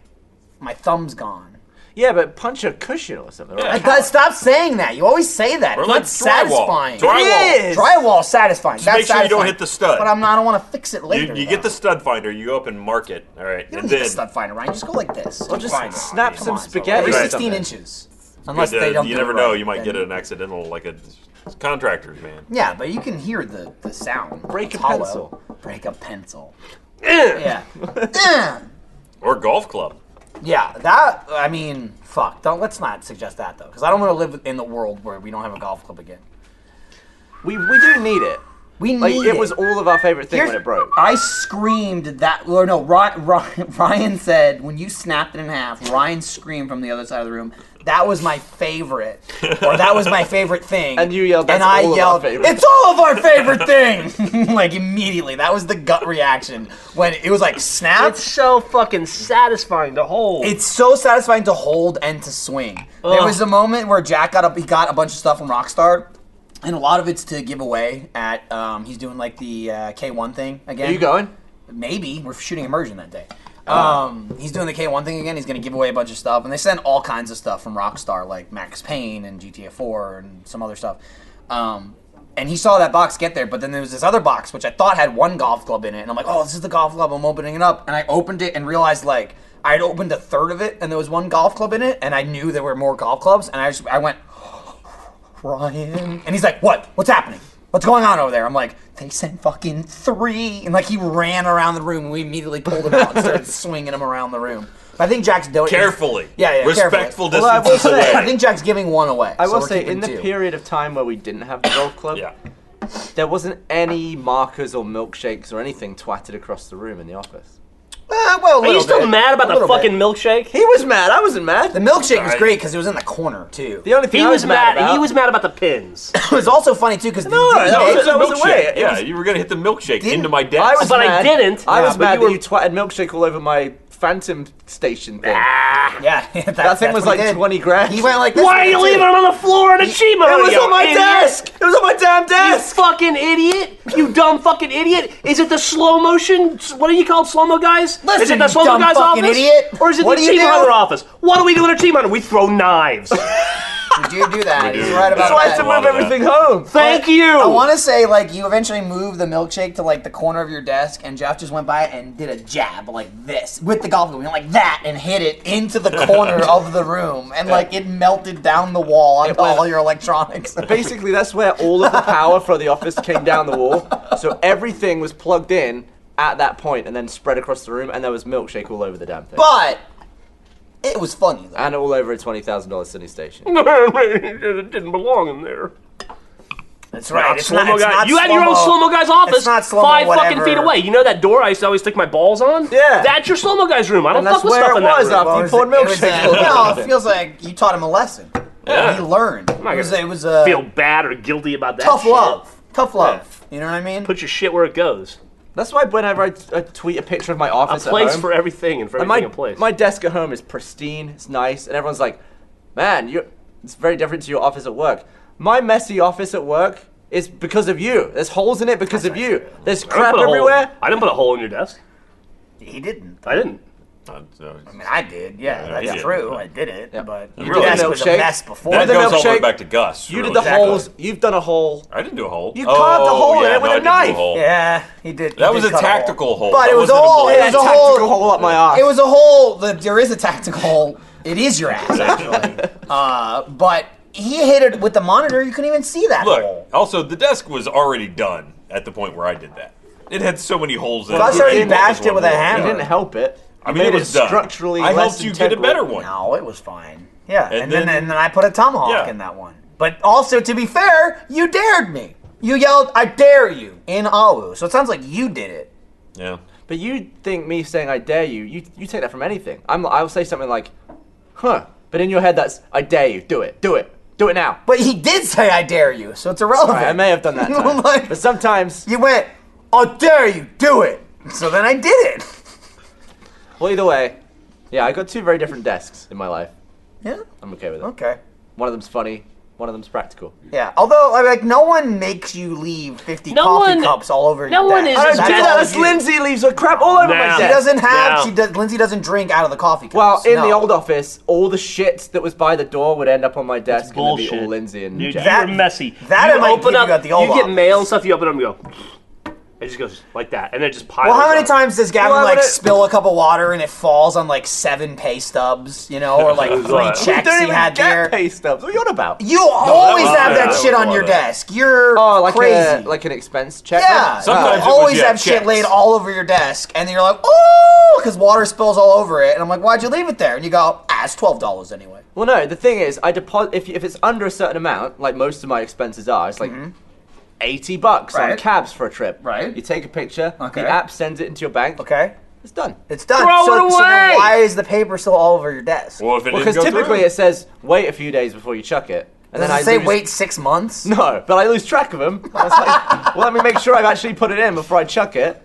A: my thumb's gone.
D: Yeah, but punch a cushion or something.
C: Yeah.
D: Right?
A: Like, that- stop saying that. You always say that.
C: Or
A: it's
C: like
A: not
C: drywall.
A: satisfying.
C: Drywall.
D: It is.
A: Drywall satisfying. That's
C: make sure you don't
A: satisfying.
C: hit the stud.
A: But I'm not. I don't want to fix it
C: You,
A: later.
C: you get
A: though.
C: the stud finder. You go up and mark it. All right,
A: You don't
C: and
A: need
C: then
A: a stud finder, Ryan. Just go like this.
D: Or just snap some spaghetti.
A: Every
C: Right.
A: 16
D: Something.
A: inches. Unless
C: you,
A: they don't.
C: you
A: do
C: never
A: it
C: know.
A: right,
C: You might
A: then-
C: get an accidental, like a contractor's man.
A: Yeah, but you can hear the, the sound.
D: Break
A: It's
D: a
A: hollow.
D: pencil.
A: Break a pencil. yeah. Eh.
C: Or golf club.
A: yeah, that, I mean, fuck. Don't, let's not suggest that, though, because I don't want to live in the world where we don't have a golf club again.
D: We we do need it.
A: We
D: Like
A: need
D: it was all of our favorite thing when
A: Here's-
D: it broke.
A: I screamed that. Or no, Ryan, Ryan said when you snapped it in half. Ryan screamed from the other side of the room. That was my favorite, or that was my favorite thing.
D: And you yelled,
A: and
D: "That's
A: I
D: all of our
A: yelled,
D: favorite."
A: "It's all of our favorite thing!" like immediately, that was the gut reaction when it was like snap.
B: It's so fucking satisfying to hold.
A: It's so satisfying to hold and to swing. There
B: Ugh.
A: was a moment where Jack got up. He got a bunch of stuff from Rockstar, and a lot of it's to give away. At um, he's doing like the uh, K1 thing again.
D: Are you going?
A: Maybe we're shooting immersion that day. Um, he's doing the K1 thing again. He's going to give away a bunch of stuff, and they send all kinds of stuff from Rockstar, like Max Payne and GTA 4 and some other stuff. Um, and he saw that box get there, but then there was this other box which I thought had one golf club in it, and I'm like, "Oh, this is the golf club." I'm opening it up, and I opened it and realized like I had opened a third of it, and there was one golf club in it, and I knew there were more golf clubs, and I just I went. Ryan. And he's like, what? What's happening? What's going on over there? I'm like, they sent fucking three. And like he ran around the room and we immediately pulled him out and started swinging him around the room. But I think Jack's doing
C: Carefully.
A: Yeah, yeah.
C: Respectful
A: carefully.
D: Although I will
C: distances
D: say-
C: away.
A: I think Jack's giving one away.
D: I
A: so
D: will
A: we're
D: say,
A: keeping
D: in the
A: two.
D: period of time where we didn't have the golf club,
C: Yeah.
D: there wasn't any markers or milkshakes or anything twatted across the room in the office.
A: Uh, well, a
B: Are you
A: little
B: still
A: bit.
B: mad
A: A
B: about the
A: little
B: fucking
A: bit.
B: milkshake?
D: He was mad. I wasn't mad.
A: The
D: The,
A: milkshake was
C: Sorry.
A: great because it was in the corner too.
D: only thing
B: He
D: I
B: was mad.
D: about-
B: He was mad about the pins.
A: it was also funny too because
D: No, no, no,
C: It's a
D: That was the
C: milkshake.
D: way. It
C: Yeah,
D: was-
C: you were gonna hit the milkshake
A: Didn't-
C: into my desk.
D: I was
B: But I
D: mad-
B: didn't.
D: I
B: Yeah,
D: was
B: but
D: mad
B: you
D: that
B: were-
D: you twatted milkshake all over my Phantom Station thing.
A: yeah, that,
D: that thing
A: that's
D: was
A: what he
D: like
A: did.
D: 20 grand.
A: He went like this
B: Why are
A: with
B: you
A: it,
B: leaving
A: too.
B: it on the floor in achievement?
D: It was
B: you
D: on my
B: idiot?
D: desk. It was on my damn
B: You
D: desk.
B: fucking idiot! You dumb fucking idiot! Is it the slow motion? What are you called, slow mo guys? is
A: Listen,
B: it the slow mo
A: dumb
B: guys
A: fucking
B: office?
A: idiot.
B: Or is it
A: What do
B: the
A: you
B: achievement
A: do?
B: hunter office? What do we do in achievement hunter? We throw knives.
A: We do do that.
C: We
A: He's
C: do.
A: right about
D: So I had
A: that.
C: A
D: to
C: lot
D: move
C: of that.
D: everything home.
B: Thank you.
A: I want to say like you eventually moved the milkshake to like the corner of your desk, and Jeff just went by it and did a jab like this with the golf club, went like that, and hit it into the corner of the room, and like it melted down the wall onto
D: went-
A: all your electronics.
D: Basically, that's where all of the power for the office came down the wall. So everything was plugged in at that point and then spread across the room, and there was milkshake all over the damn thing.
A: but it was funny though.
D: and all over a $20,000 Cine Station.
B: it didn't belong in there.
A: That's
B: slow-mo guy- you had your own slow mo guy's office
A: It's not slow-mo,
B: five fucking
A: whatever.
B: feet away. You know that door I used to always stick my balls on?
D: Yeah.
B: That's your slow mo guy's room. I don't
D: And
B: fuck
D: that's
B: with
D: where
B: stuff
D: it
B: in that
D: was
B: room.
D: after you poured
A: It, was,
D: milkshake
A: uh,
D: all
A: well,
D: over
A: it
D: it.
A: feels like you taught him a lesson.
C: Yeah.
A: He learned. It
B: not
A: was,
B: gonna
A: it was uh,
B: Feel bad or guilty about that.
A: tough
B: shit.
A: love. Tough love. You know what I mean?
B: Put your shit where it goes.
D: That's why whenever I, I tweet a picture of my
B: A
D: office at
B: place
D: home,
B: for everything and for
D: and
B: everything
D: my,
B: a place.
D: my desk at home is pristine, it's nice, and everyone's like, man, you it's very different to your office at work. My messy office at work is because of you. There's holes in it because of you. There's
B: I didn't
D: crap
B: put a hole-
D: everywhere.
B: I didn't put a hole in your desk.
A: he didn't.
B: I didn't.
C: Uh, so-
A: I mean, I did. Yeah,
C: Yeah, he
A: that's
C: did.
A: true. I did it, but your
C: You did
A: desk
D: the
A: was a
D: milkshake.
A: mess before.
C: that
D: the
C: goes all the way
D: milkshake.
C: back to Gus.
D: You
C: really.
D: did the
A: Exactly.
D: holes. You've done a hole.
C: I didn't do a hole. Oh,
D: You carved a hole in it with
C: I
D: a
C: didn't do
D: knife.
C: hole.
A: yeah, he did. he
C: That
A: did
C: was a
A: cut
C: tactical hole.
A: But
C: That
A: it was
C: wasn't a
A: all.
C: hole.
A: It
D: Yeah,
A: was a
D: tactical
A: whole.
D: hole up my ass.
A: It was a hole. The, there is a tactical hole. It is your ass actually. uh, but he hit it with the monitor. You couldn't even see that hole.
C: Look, also the desk was already done at the point where I did that. It had so many holes in it.
A: Gus already
C: It was
A: bashed it with a
C: one hole.
D: You
A: hammer.
D: didn't help it.
C: I
D: You
C: mean, it
D: made
C: was done.
D: structurally
C: I
D: less
C: helped you get a
D: integral.
C: better one.
A: No, it was fine. Yeah, and,
C: And
A: then,
C: then-
A: and then I put a tomahawk
C: Yeah.
A: in that one. But also, to be fair, you dared me. You yelled, "I dare you!" in Awu. So it sounds like you did it.
C: Yeah.
D: But you think me saying I dare you, you, you take that from anything. I'm, I'll say something like, huh. But in your head, that's I dare you. Do it. Do it. Do it now.
A: But he did say, "I dare you," so it's irrelevant.
D: Right, I may have done that. Time.
A: Like-
D: but sometimes,
A: You went, "I dare you, do it." So then I did it.
D: well, either way, yeah, I got two very different desks in my life.
A: Yeah.
D: I'm okay with it.
A: Okay.
D: One of them's funny. One of them's practical.
A: Yeah. Although, I- like, no one makes you leave fifty
B: No
A: coffee
B: one-
A: cups all over.
B: no
A: your
B: one
A: desk.
B: is
D: I don't
B: That's
D: do that.
A: all
D: That's
A: you.
D: Lindsay leaves her crap all over
B: Nah.
D: my
A: She
D: desk.
A: doesn't have.
B: No.
A: She does, Lindsay doesn't drink out of the coffee cups.
D: Well, in the
A: No.
D: old office, all the shit that was by the door would end up on my desk, and it'd be
B: Bullshit.
D: all Lindsay and
B: you,
D: Jack.
A: That-
B: you were messy.
A: that
B: you
A: I might give
B: open
A: you
B: up.
A: at the old
B: you get
A: office.
B: mail and stuff. You open it up and go. It just goes like that, and it just piles.
A: Well, how many
B: up.
A: times does Gavin
D: Well, I
A: like
D: would've-
A: spill a cup of water and it falls on like seven pay stubs, you know, or like
C: It was
A: three
C: like-
A: checks
D: don't
A: he
D: even
A: had
D: get
A: there?
D: pay stubs. What are you on about?
A: You always
C: was-
A: have
C: yeah,
A: that
C: that
A: shit
C: was
A: on your
C: water.
A: desk. You're
D: Oh, like
A: crazy.
D: a like an expense check.
A: yeah,
C: Sometimes
A: you
C: it was,
A: always
C: yeah,
A: have shit
C: checks.
A: laid all over your desk, and then you're like, oh, because water spills all over it, and I'm like, why'd you leave it there? And you go, ah, it's twelve dollars anyway.
D: Well, no. The thing is, I deposit if, if it's under a certain amount, like most of my expenses are. It's like 80 bucks on
A: Right.
D: cabs for a trip.
A: Right.
D: You take a picture,
A: Okay.
D: the app sends it into your bank.
A: Okay.
D: It's done.
A: It's done.
B: Throw
A: so,
B: it
A: so then
B: away!
A: why is the paper still all over your desk?
C: Well, if it
D: Because
C: didn't go
D: typically
C: through,
D: it says wait a few days before you chuck it. And
A: Does
D: then
A: it
D: I
A: say
D: lose-
A: wait six months?
D: No, but I lose track of them. I was like, well, let me make sure I've actually put it in before I chuck it.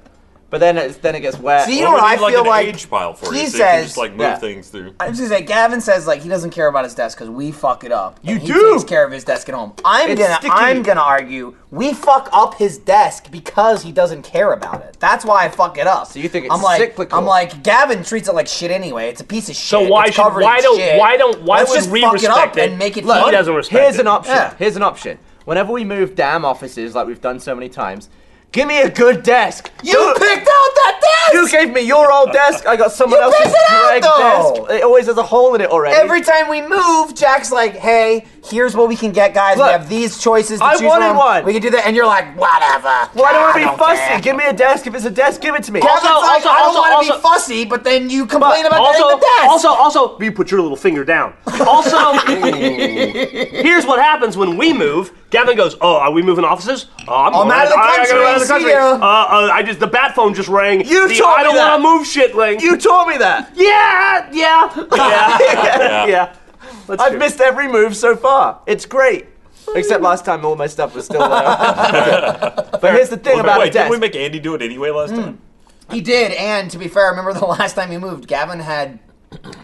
D: But then it's then it gets wet.
A: See, you
C: well,
A: know what
C: we need,
A: I feel
C: an
A: like?
C: age pile for
A: he
C: you, so you can
A: says-
C: just like move
D: yeah.
C: things through.
A: I was gonna say, Gavin says like he doesn't care about his desk because we fuck it up.
D: You
A: And he
D: do.
A: Takes care of his desk at home. I'm
D: It's
A: gonna,
D: sticky.
A: I'm gonna argue we fuck up his desk because he doesn't care about it. That's why I fuck it up. So
D: you think it's
A: I'm like,
D: cyclical.
A: I'm like, Gavin treats it like shit anyway. It's a piece of shit.
B: So why
A: it's
B: should
A: covered
B: why
A: in
B: don't
A: shit.
B: why don't why
A: Let's
B: would
A: just
B: we
A: fuck it
B: respect
A: up
B: it
A: and make it?
B: Look, he
A: fun.
B: doesn't respect
D: Here's
B: it.
D: an option.
A: Yeah.
D: Here's an option. Whenever we move damn offices like we've done so many times, give me a good desk.
A: You picked out that desk.
D: You gave me your old desk. I got someone
A: You
D: else's
A: picked it out,
D: drag
A: though!
D: desk. It always has a hole in it already.
A: Every time we move, Jack's like, "Hey, here's what we can get, guys.
D: Look,
A: we have these choices. To
D: I
A: choose
D: wanted
A: from.
D: one.
A: We can do that." And you're like, "Whatever."
D: Why do I
A: I
D: be
A: don't
D: fussy?
A: care.
D: Give me a desk. If it's a desk, give it to me.
A: Gavin's
B: Also,
A: like,
B: also,
A: I don't
B: also,
A: want to be
B: also-
A: fussy, but then you complain about getting
B: also,
A: the desk.
B: also, also, you put your little finger down. Also, here's what happens when we move. Gavin goes, "Oh, are we moving offices? Oh, I'm, going-
A: out of the
B: I- I
A: country,
B: gotta go out of the
A: see
B: country.
A: ya."
B: Uh, uh, I just the bat phone just rang.
D: You
B: the,
D: told
B: I don't
D: me that.
B: want to move shit ring.
D: You taught me that.
B: yeah, yeah, yeah, yeah. That's
D: I've
B: true.
D: missed every move so far. It's great. Except last time, all my stuff was still there. but here's the thing
C: Wait,
D: about
C: wait,
D: a
C: didn't
D: desk. Hmm.
C: we make Andy do it anyway last time?
A: He did, and to be fair, remember the last time he moved, Gavin had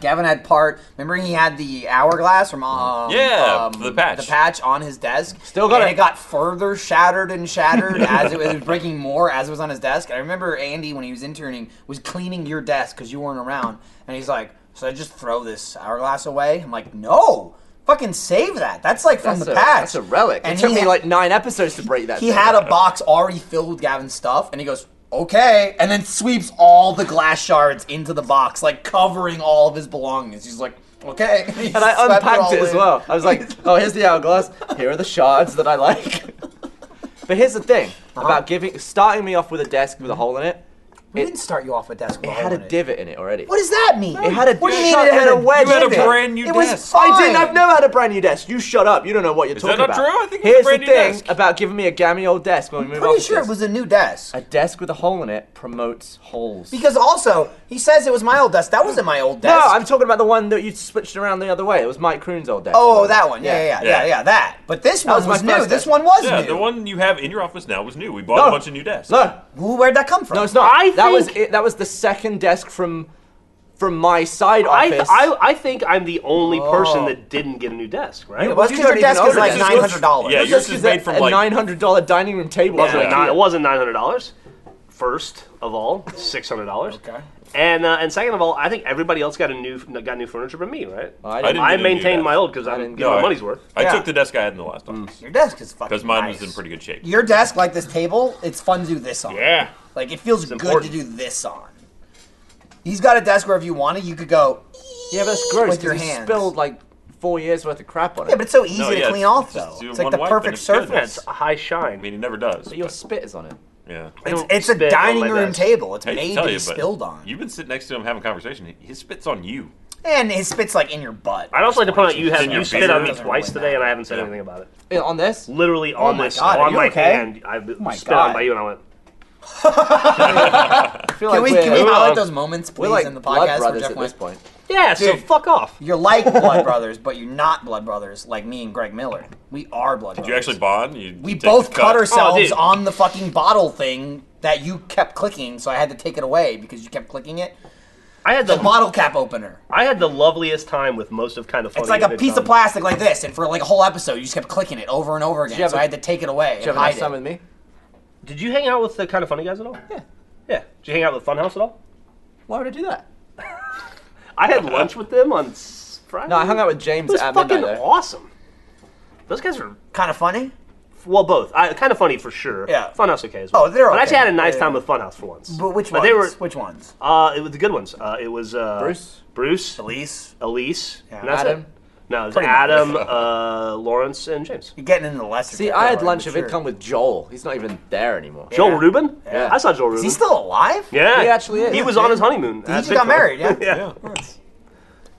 A: Gavin had part. Remember he had the hourglass from um,
C: Yeah,
A: um,
C: the patch.
A: the patch on his desk.
D: Still got
A: and
D: it.
A: it got further shattered and shattered as it was, it was breaking more as it was on his desk. And I remember Andy when he was interning was cleaning your desk because you weren't around, and he's like, "So I just throw this hourglass away?" I'm like, "No." Fucking save that. That's like from
D: that's,
A: the
D: a,
A: patch.
D: that's a relic.
A: And
D: it took
A: he
D: me
A: ha-
D: like nine episodes to break that.
A: he
D: thing.
A: had a box already filled with Gavin's stuff, and he goes, "Okay," and then sweeps all the glass shards into the box, like covering all of his belongings. He's like, "Okay,"
D: and I unpacked it as well. I was like, oh, here's the hourglass. Here are the shards that I like. but here's the thing
A: Uh-huh.
D: about giving, starting me off with a desk with a hole in it.
A: "We didn't start you off with desk.
D: It had a divot in it already.
A: What does that mean?
D: It had a
A: what do you mean
D: divot.
A: it had a
D: It had a
A: wedge?
D: You had a
A: in it?
C: brand new
A: It was
C: desk.
A: fine.
D: I didn't. I've never had a brand new desk. You shut up. You don't know what you're
C: Is
D: talking
C: that not
D: about.
C: true? I think it was
D: Here's
C: brand
D: the
C: new
D: thing
C: desk.
D: about giving me a gammy old desk when we move
A: Pretty sure it
D: offices.
A: was a new desk.
D: A desk with a hole in it promotes holes.
A: Because also, he says it was my old desk. That wasn't my old desk.
D: no, I'm talking about the one that you switched around the other way. It was Mike Croon's old desk.
A: oh, that one. Yeah, yeah, yeah, yeah,
C: Yeah.
A: yeah, That. But this one
D: was
A: was,
D: my
A: new.
D: first
A: This
D: desk.
A: one was
C: Yeah,
A: new.
C: the one you have in your office now was new. We bought
D: No.
C: a bunch of new desks.
D: No,
A: Who? Where'd that come from?
D: no, it's not.
B: I
D: that was
B: think-
D: it, that was the second desk from from my side
B: I,
D: office.
B: I, I think I'm the only person that didn't get a new desk, right?
A: It was
D: You
A: because your
D: don't even
A: desk
D: own
A: was
D: a
A: like
D: desk.
A: nine hundred dollars.
C: Yeah, yours
D: Just
C: is
D: 'cause
C: made
D: a-
C: from
D: a
C: like
D: nine hundred dollar dining room table.
B: It wasn't,
C: Yeah.
B: nine, it wasn't nine hundred dollars. First of all, six hundred dollars. Okay. And uh, and second of all, I think everybody else got a new got new furniture but me, right?
D: I
C: I
D: didn't.
C: didn't
B: I
C: get a new
B: maintained
C: desk.
B: my old because I didn't get
C: No,
B: my
C: I-
B: money's worth.
C: I
A: Yeah.
C: took the desk I had in the last office
A: Your desk is fucking.
C: because mine was
A: nice.
C: in pretty good shape.
A: Your desk, like this table, it's fun to do this on.
B: Yeah.
A: Like it feels good
B: important.
A: to do this on. He's got a desk where if you want it, you could go.
D: Yeah, but that's gross.
A: With your
D: 'cause you
A: hands.
D: spilled like four years worth of crap on it.
A: Yeah, but it's so easy
C: No,
A: to
C: yeah,
A: clean
C: it's- just
A: off though.
C: do
A: It's
C: one
A: like the
C: wipe and
A: perfect
C: it's good.
A: surface.
B: It's a high
C: I
B: shine.
C: mean, it never does.
D: But your
C: but-
D: spit is on it.
C: yeah.
A: It's,
B: don't
A: it's a
B: spit on
A: dining
B: my
A: room
B: desk.
A: table. It's
C: I hate
A: made
C: to
A: to
C: tell
A: be
C: you, but
A: spilled on.
C: You've been sitting next to him having a conversation. He- His spit's on you.
A: and it spits like in your butt.
B: I'd also like to point out you have
C: in your
B: you spit on me
C: beard.
B: twice today, and I haven't said anything about it.
D: Yeah, Eh, On this?
B: Literally on
A: my
B: this,
A: God, are
B: on
A: you
B: Oh my
A: okay?
B: hand, I
A: my
B: spit on
A: God.
B: by you, and I went.
D: I feel
A: Can
D: like
A: we,
D: we're,
A: can we
B: we're,
A: highlight
B: um,
A: those moments,
D: we're
A: please,
D: like
A: in the
D: blood
A: podcast? where
D: brothers
A: Jeff
D: at
A: went,
D: this point.
B: Yeah, so
A: Dude.
B: fuck off.
A: You're like blood brothers, but you're not blood brothers like me and Greg Miller. We are blood brothers.
C: Did you actually bond? You,
A: We
C: you take
A: both
C: the
D: Oh,
A: cut ourselves
B: dude.
A: on the fucking bottle thing that you kept clicking, so I had to take it away because you kept clicking it.
B: I had
A: The
B: the,
A: bottle cap opener.
D: Oh,
B: I had the loveliest time with most of kind of funny.
A: It's like a
B: Good
A: piece of
B: Times.
A: plastic like this, and for like a whole episode, you just kept clicking it over and over again.
D: you have
A: So
D: a-
A: I had to take it away
D: Did you
A: and
D: have a nice
A: hide
D: time with
A: it.
D: me?
B: Did you hang out with the kind of funny guys at all? Yeah. Yeah. Did you hang out with Funhouse at all?
D: Why would I do that?
B: I had lunch with them on s- Friday.
D: No, I hung out with James
B: It was
D: at
B: fucking
D: midnight. though.
B: awesome. Those guys are
A: Kind of funny.
B: well, both. I, kind of funny for sure.
A: Yeah.
B: Funhouse okay as well.
A: Oh, they're
B: But I actually
A: okay.
B: had a nice
A: Yeah.
B: time with Funhouse for once.
A: But which
B: but
A: ones?
B: They were.
A: Which ones?
B: Uh, it was the good ones. Uh, it was uh,
D: Bruce?
B: Bruce,
A: Elise.
B: Elise,
A: Yeah.
B: and that's it.
D: Adam?
B: No, it was
A: Pretty much.
B: Adam, uh, Lawrence, and James.
A: You're getting into the lesser.
D: See, I had lunch at VidCon with Joel. He's not even there anymore.
B: Joel Rubin.
D: Yeah.
B: I saw Joel Rubin.
A: Is he still alive?
B: yeah,
D: He actually is.
B: He was on his honeymoon.
A: He just got married. Yeah.
B: yeah.
C: Yeah.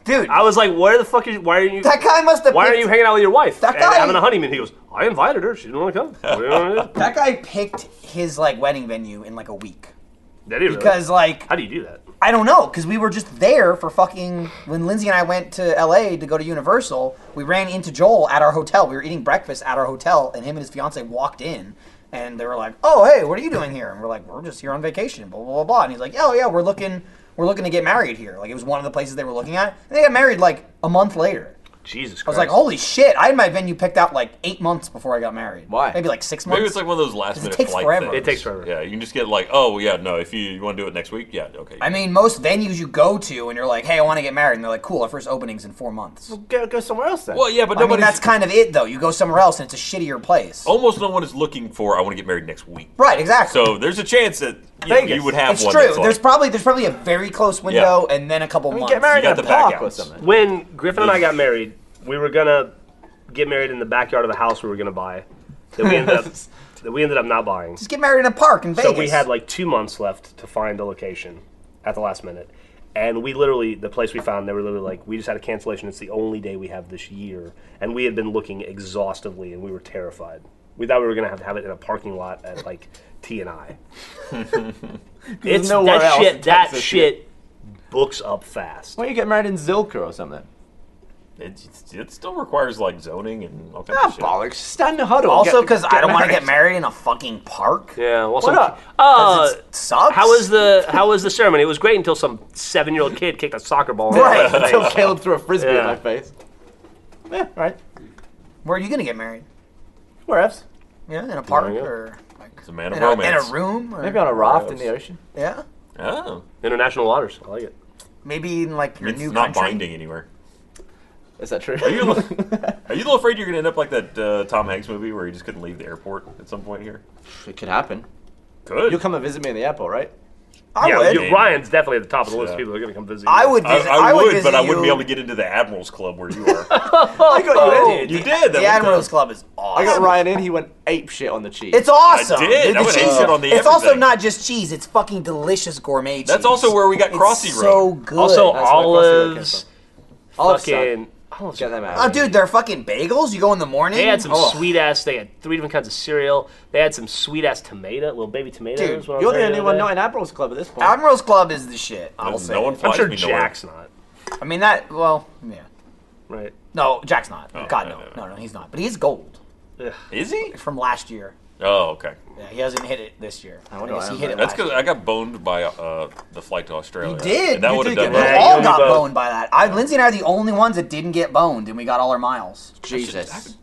A: Dude,
B: I was like, where the fuck is? Why are you?
A: that guy must have.
B: why are
A: picked-
B: you hanging out with your wife
A: That
B: and
A: guy-
B: having a honeymoon? He goes, I invited her. She didn't want to come. What do you want me to do?
A: That guy picked his like wedding venue in like a week
B: That is really-
A: because like
B: how do you do that?
A: I don't know because we were just there for fucking when Lindsay and I went to L.A. to go to Universal. We ran into Joel at our hotel. We were eating breakfast at our hotel, and him and his fiance walked in. And they were like, "Oh, hey, what are you doing here?" And we're like, "We're just here on vacation." Blah blah blah. blah. And he's like, "Oh yeah, we're looking, we're looking to get married here." Like it was one of the places they were looking at. And they got married like a month later.
B: Jesus
A: I
B: Christ!
A: was like, "Oh, "Holy shit!" I had my venue picked out like eight months before I got married.
D: Why?
A: Maybe like six months.
C: Maybe it's like one of those last
A: Because it
C: minute
A: takes
C: flight
A: forever.
C: things.
B: It takes forever.
C: Yeah, you can just get like, oh yeah, no, if you, you want to do it next week, yeah, okay.
A: I mean, most venues you go to and you're like, "Hey, I want to get married," and they're like, "Cool, our first opening's in four months."
D: Go, go somewhere else then.
C: well, yeah, but
A: I mean,
C: nobody's
A: that's kind of it, though. You go somewhere else and it's a shittier place.
C: almost no one is looking for. I want to get married next week.
A: Right, exactly.
C: So there's a chance that you, know,
D: Vegas.
C: you would have
A: it's
C: one.
A: true.
C: that's like-
A: There's probably there's probably a very close window and then a couple
D: I mean,
A: months.
D: get married
C: You
D: at
C: got
D: a
C: the back
D: park or
C: outs.
D: something.
B: when Griffin and I got married, we were gonna get married in the backyard of the house we were gonna buy. That we ended up that we ended up not buying.
A: Just get married in a park in Vegas.
B: So we had like two months left to find a location at the last minute. And we literally, the place we found, they were literally like, we just had a cancellation. It's the only day we have this year. And we had been looking exhaustively and we were terrified. We thought we were going to have to have it in a parking lot at like T and I. It's
D: nowhere
B: that
D: else
B: shit,
D: in
B: that
D: Texas
B: shit books up fast.
D: Why don't you get married in Zilker or something?
C: it, it still requires like zoning and all kinds
D: Ah,
C: of shit.
D: bollocks. Stand in a huddle.
A: also
D: Get-
A: because I don't want to
D: married.
A: get married in a fucking park.
B: Yeah, well,
D: What up?
B: uh,
A: 'Cause it sucks.
B: how was the how was the ceremony? It was great until some seven year old kid kicked a soccer ball. in my
A: Right.
B: face.
D: Until Caleb threw a frisbee
B: Yeah.
D: in my face. Yeah, right.
A: Where are you gonna get married?
D: Where else?
A: Yeah, in a park
B: you go.
A: or like
C: It's a man of
A: in a, in a
C: romance.
A: room? Or,
D: Maybe on a raft in the ocean.
A: yeah,
C: Oh,
B: International waters. I like it.
A: maybe in like your
C: it's
A: new
C: not
A: country.
C: binding anywhere.
D: Is that true?
C: Are you, a little- are you a little afraid you're going to end up like that uh, Tom Hanks movie where he just couldn't leave the airport at some point here?
D: it could happen.
C: Good.
D: You'll come and visit me in the airport, right?
A: I
B: yeah,
A: would.
B: you- Ryan's definitely at the top of the list
C: Yeah.
B: of people who are going to come visit. you.
A: I would
C: I,
A: visit.
C: I would,
A: visit
C: but I
A: you.
C: wouldn't be able to get into the Admirals Club where you are.
D: I got you in.
C: you did.
A: Oh, The Admirals Club is awesome.
D: I got Ryan in. He went ape shit on the cheese.
A: It's awesome.
C: I did.
A: The
C: I went
A: cheese-
C: apeshit on the
A: It's also
C: everything.
A: not just cheese. It's fucking delicious gourmet cheese.
C: That's also where we got
A: it's
C: Crossy
A: so
C: Road.
A: good.
B: Also,
D: That's where Crossy Road came
B: olives.
D: from. Olive
B: Fucking.
D: suck. Get them out.
A: oh, dude, they're fucking bagels. You go in the morning.
B: They had some
A: oh.
B: sweet ass. They had three different kinds of cereal. They had some sweet ass tomato, little baby tomatoes.
A: Dude,
B: when I was
D: You're
B: there
D: the only
B: other
D: one
B: day.
D: not in Admiral's Club at this point.
A: Admiral's Club is the shit. I will
C: There's
A: say.
C: no one
B: I'm
C: flies
B: sure
C: me nowhere.
B: Jack's not.
A: I mean that. Well, yeah.
B: Right.
A: No, Jack's not. God, no.
C: Oh, no, no,
A: no, no, he's not. But he is gold
C: Is he?
A: from last year.
C: Oh, okay.
A: Yeah, he hasn't hit it this year. I,
D: wonder
A: guess
D: why
A: he
D: I'm
A: hit it.
D: like-
C: That's
A: Last
C: because
A: year.
C: I got boned by uh, the flight to Australia.
A: You did.
C: And that
D: You
C: would have
D: did
C: done
D: get
A: We
D: Yeah,
C: well.
D: you
A: all
B: do
A: got
B: both.
A: boned by that. I, Lindsay and I are the only ones that didn't get boned, and we got all our miles.
D: Jesus.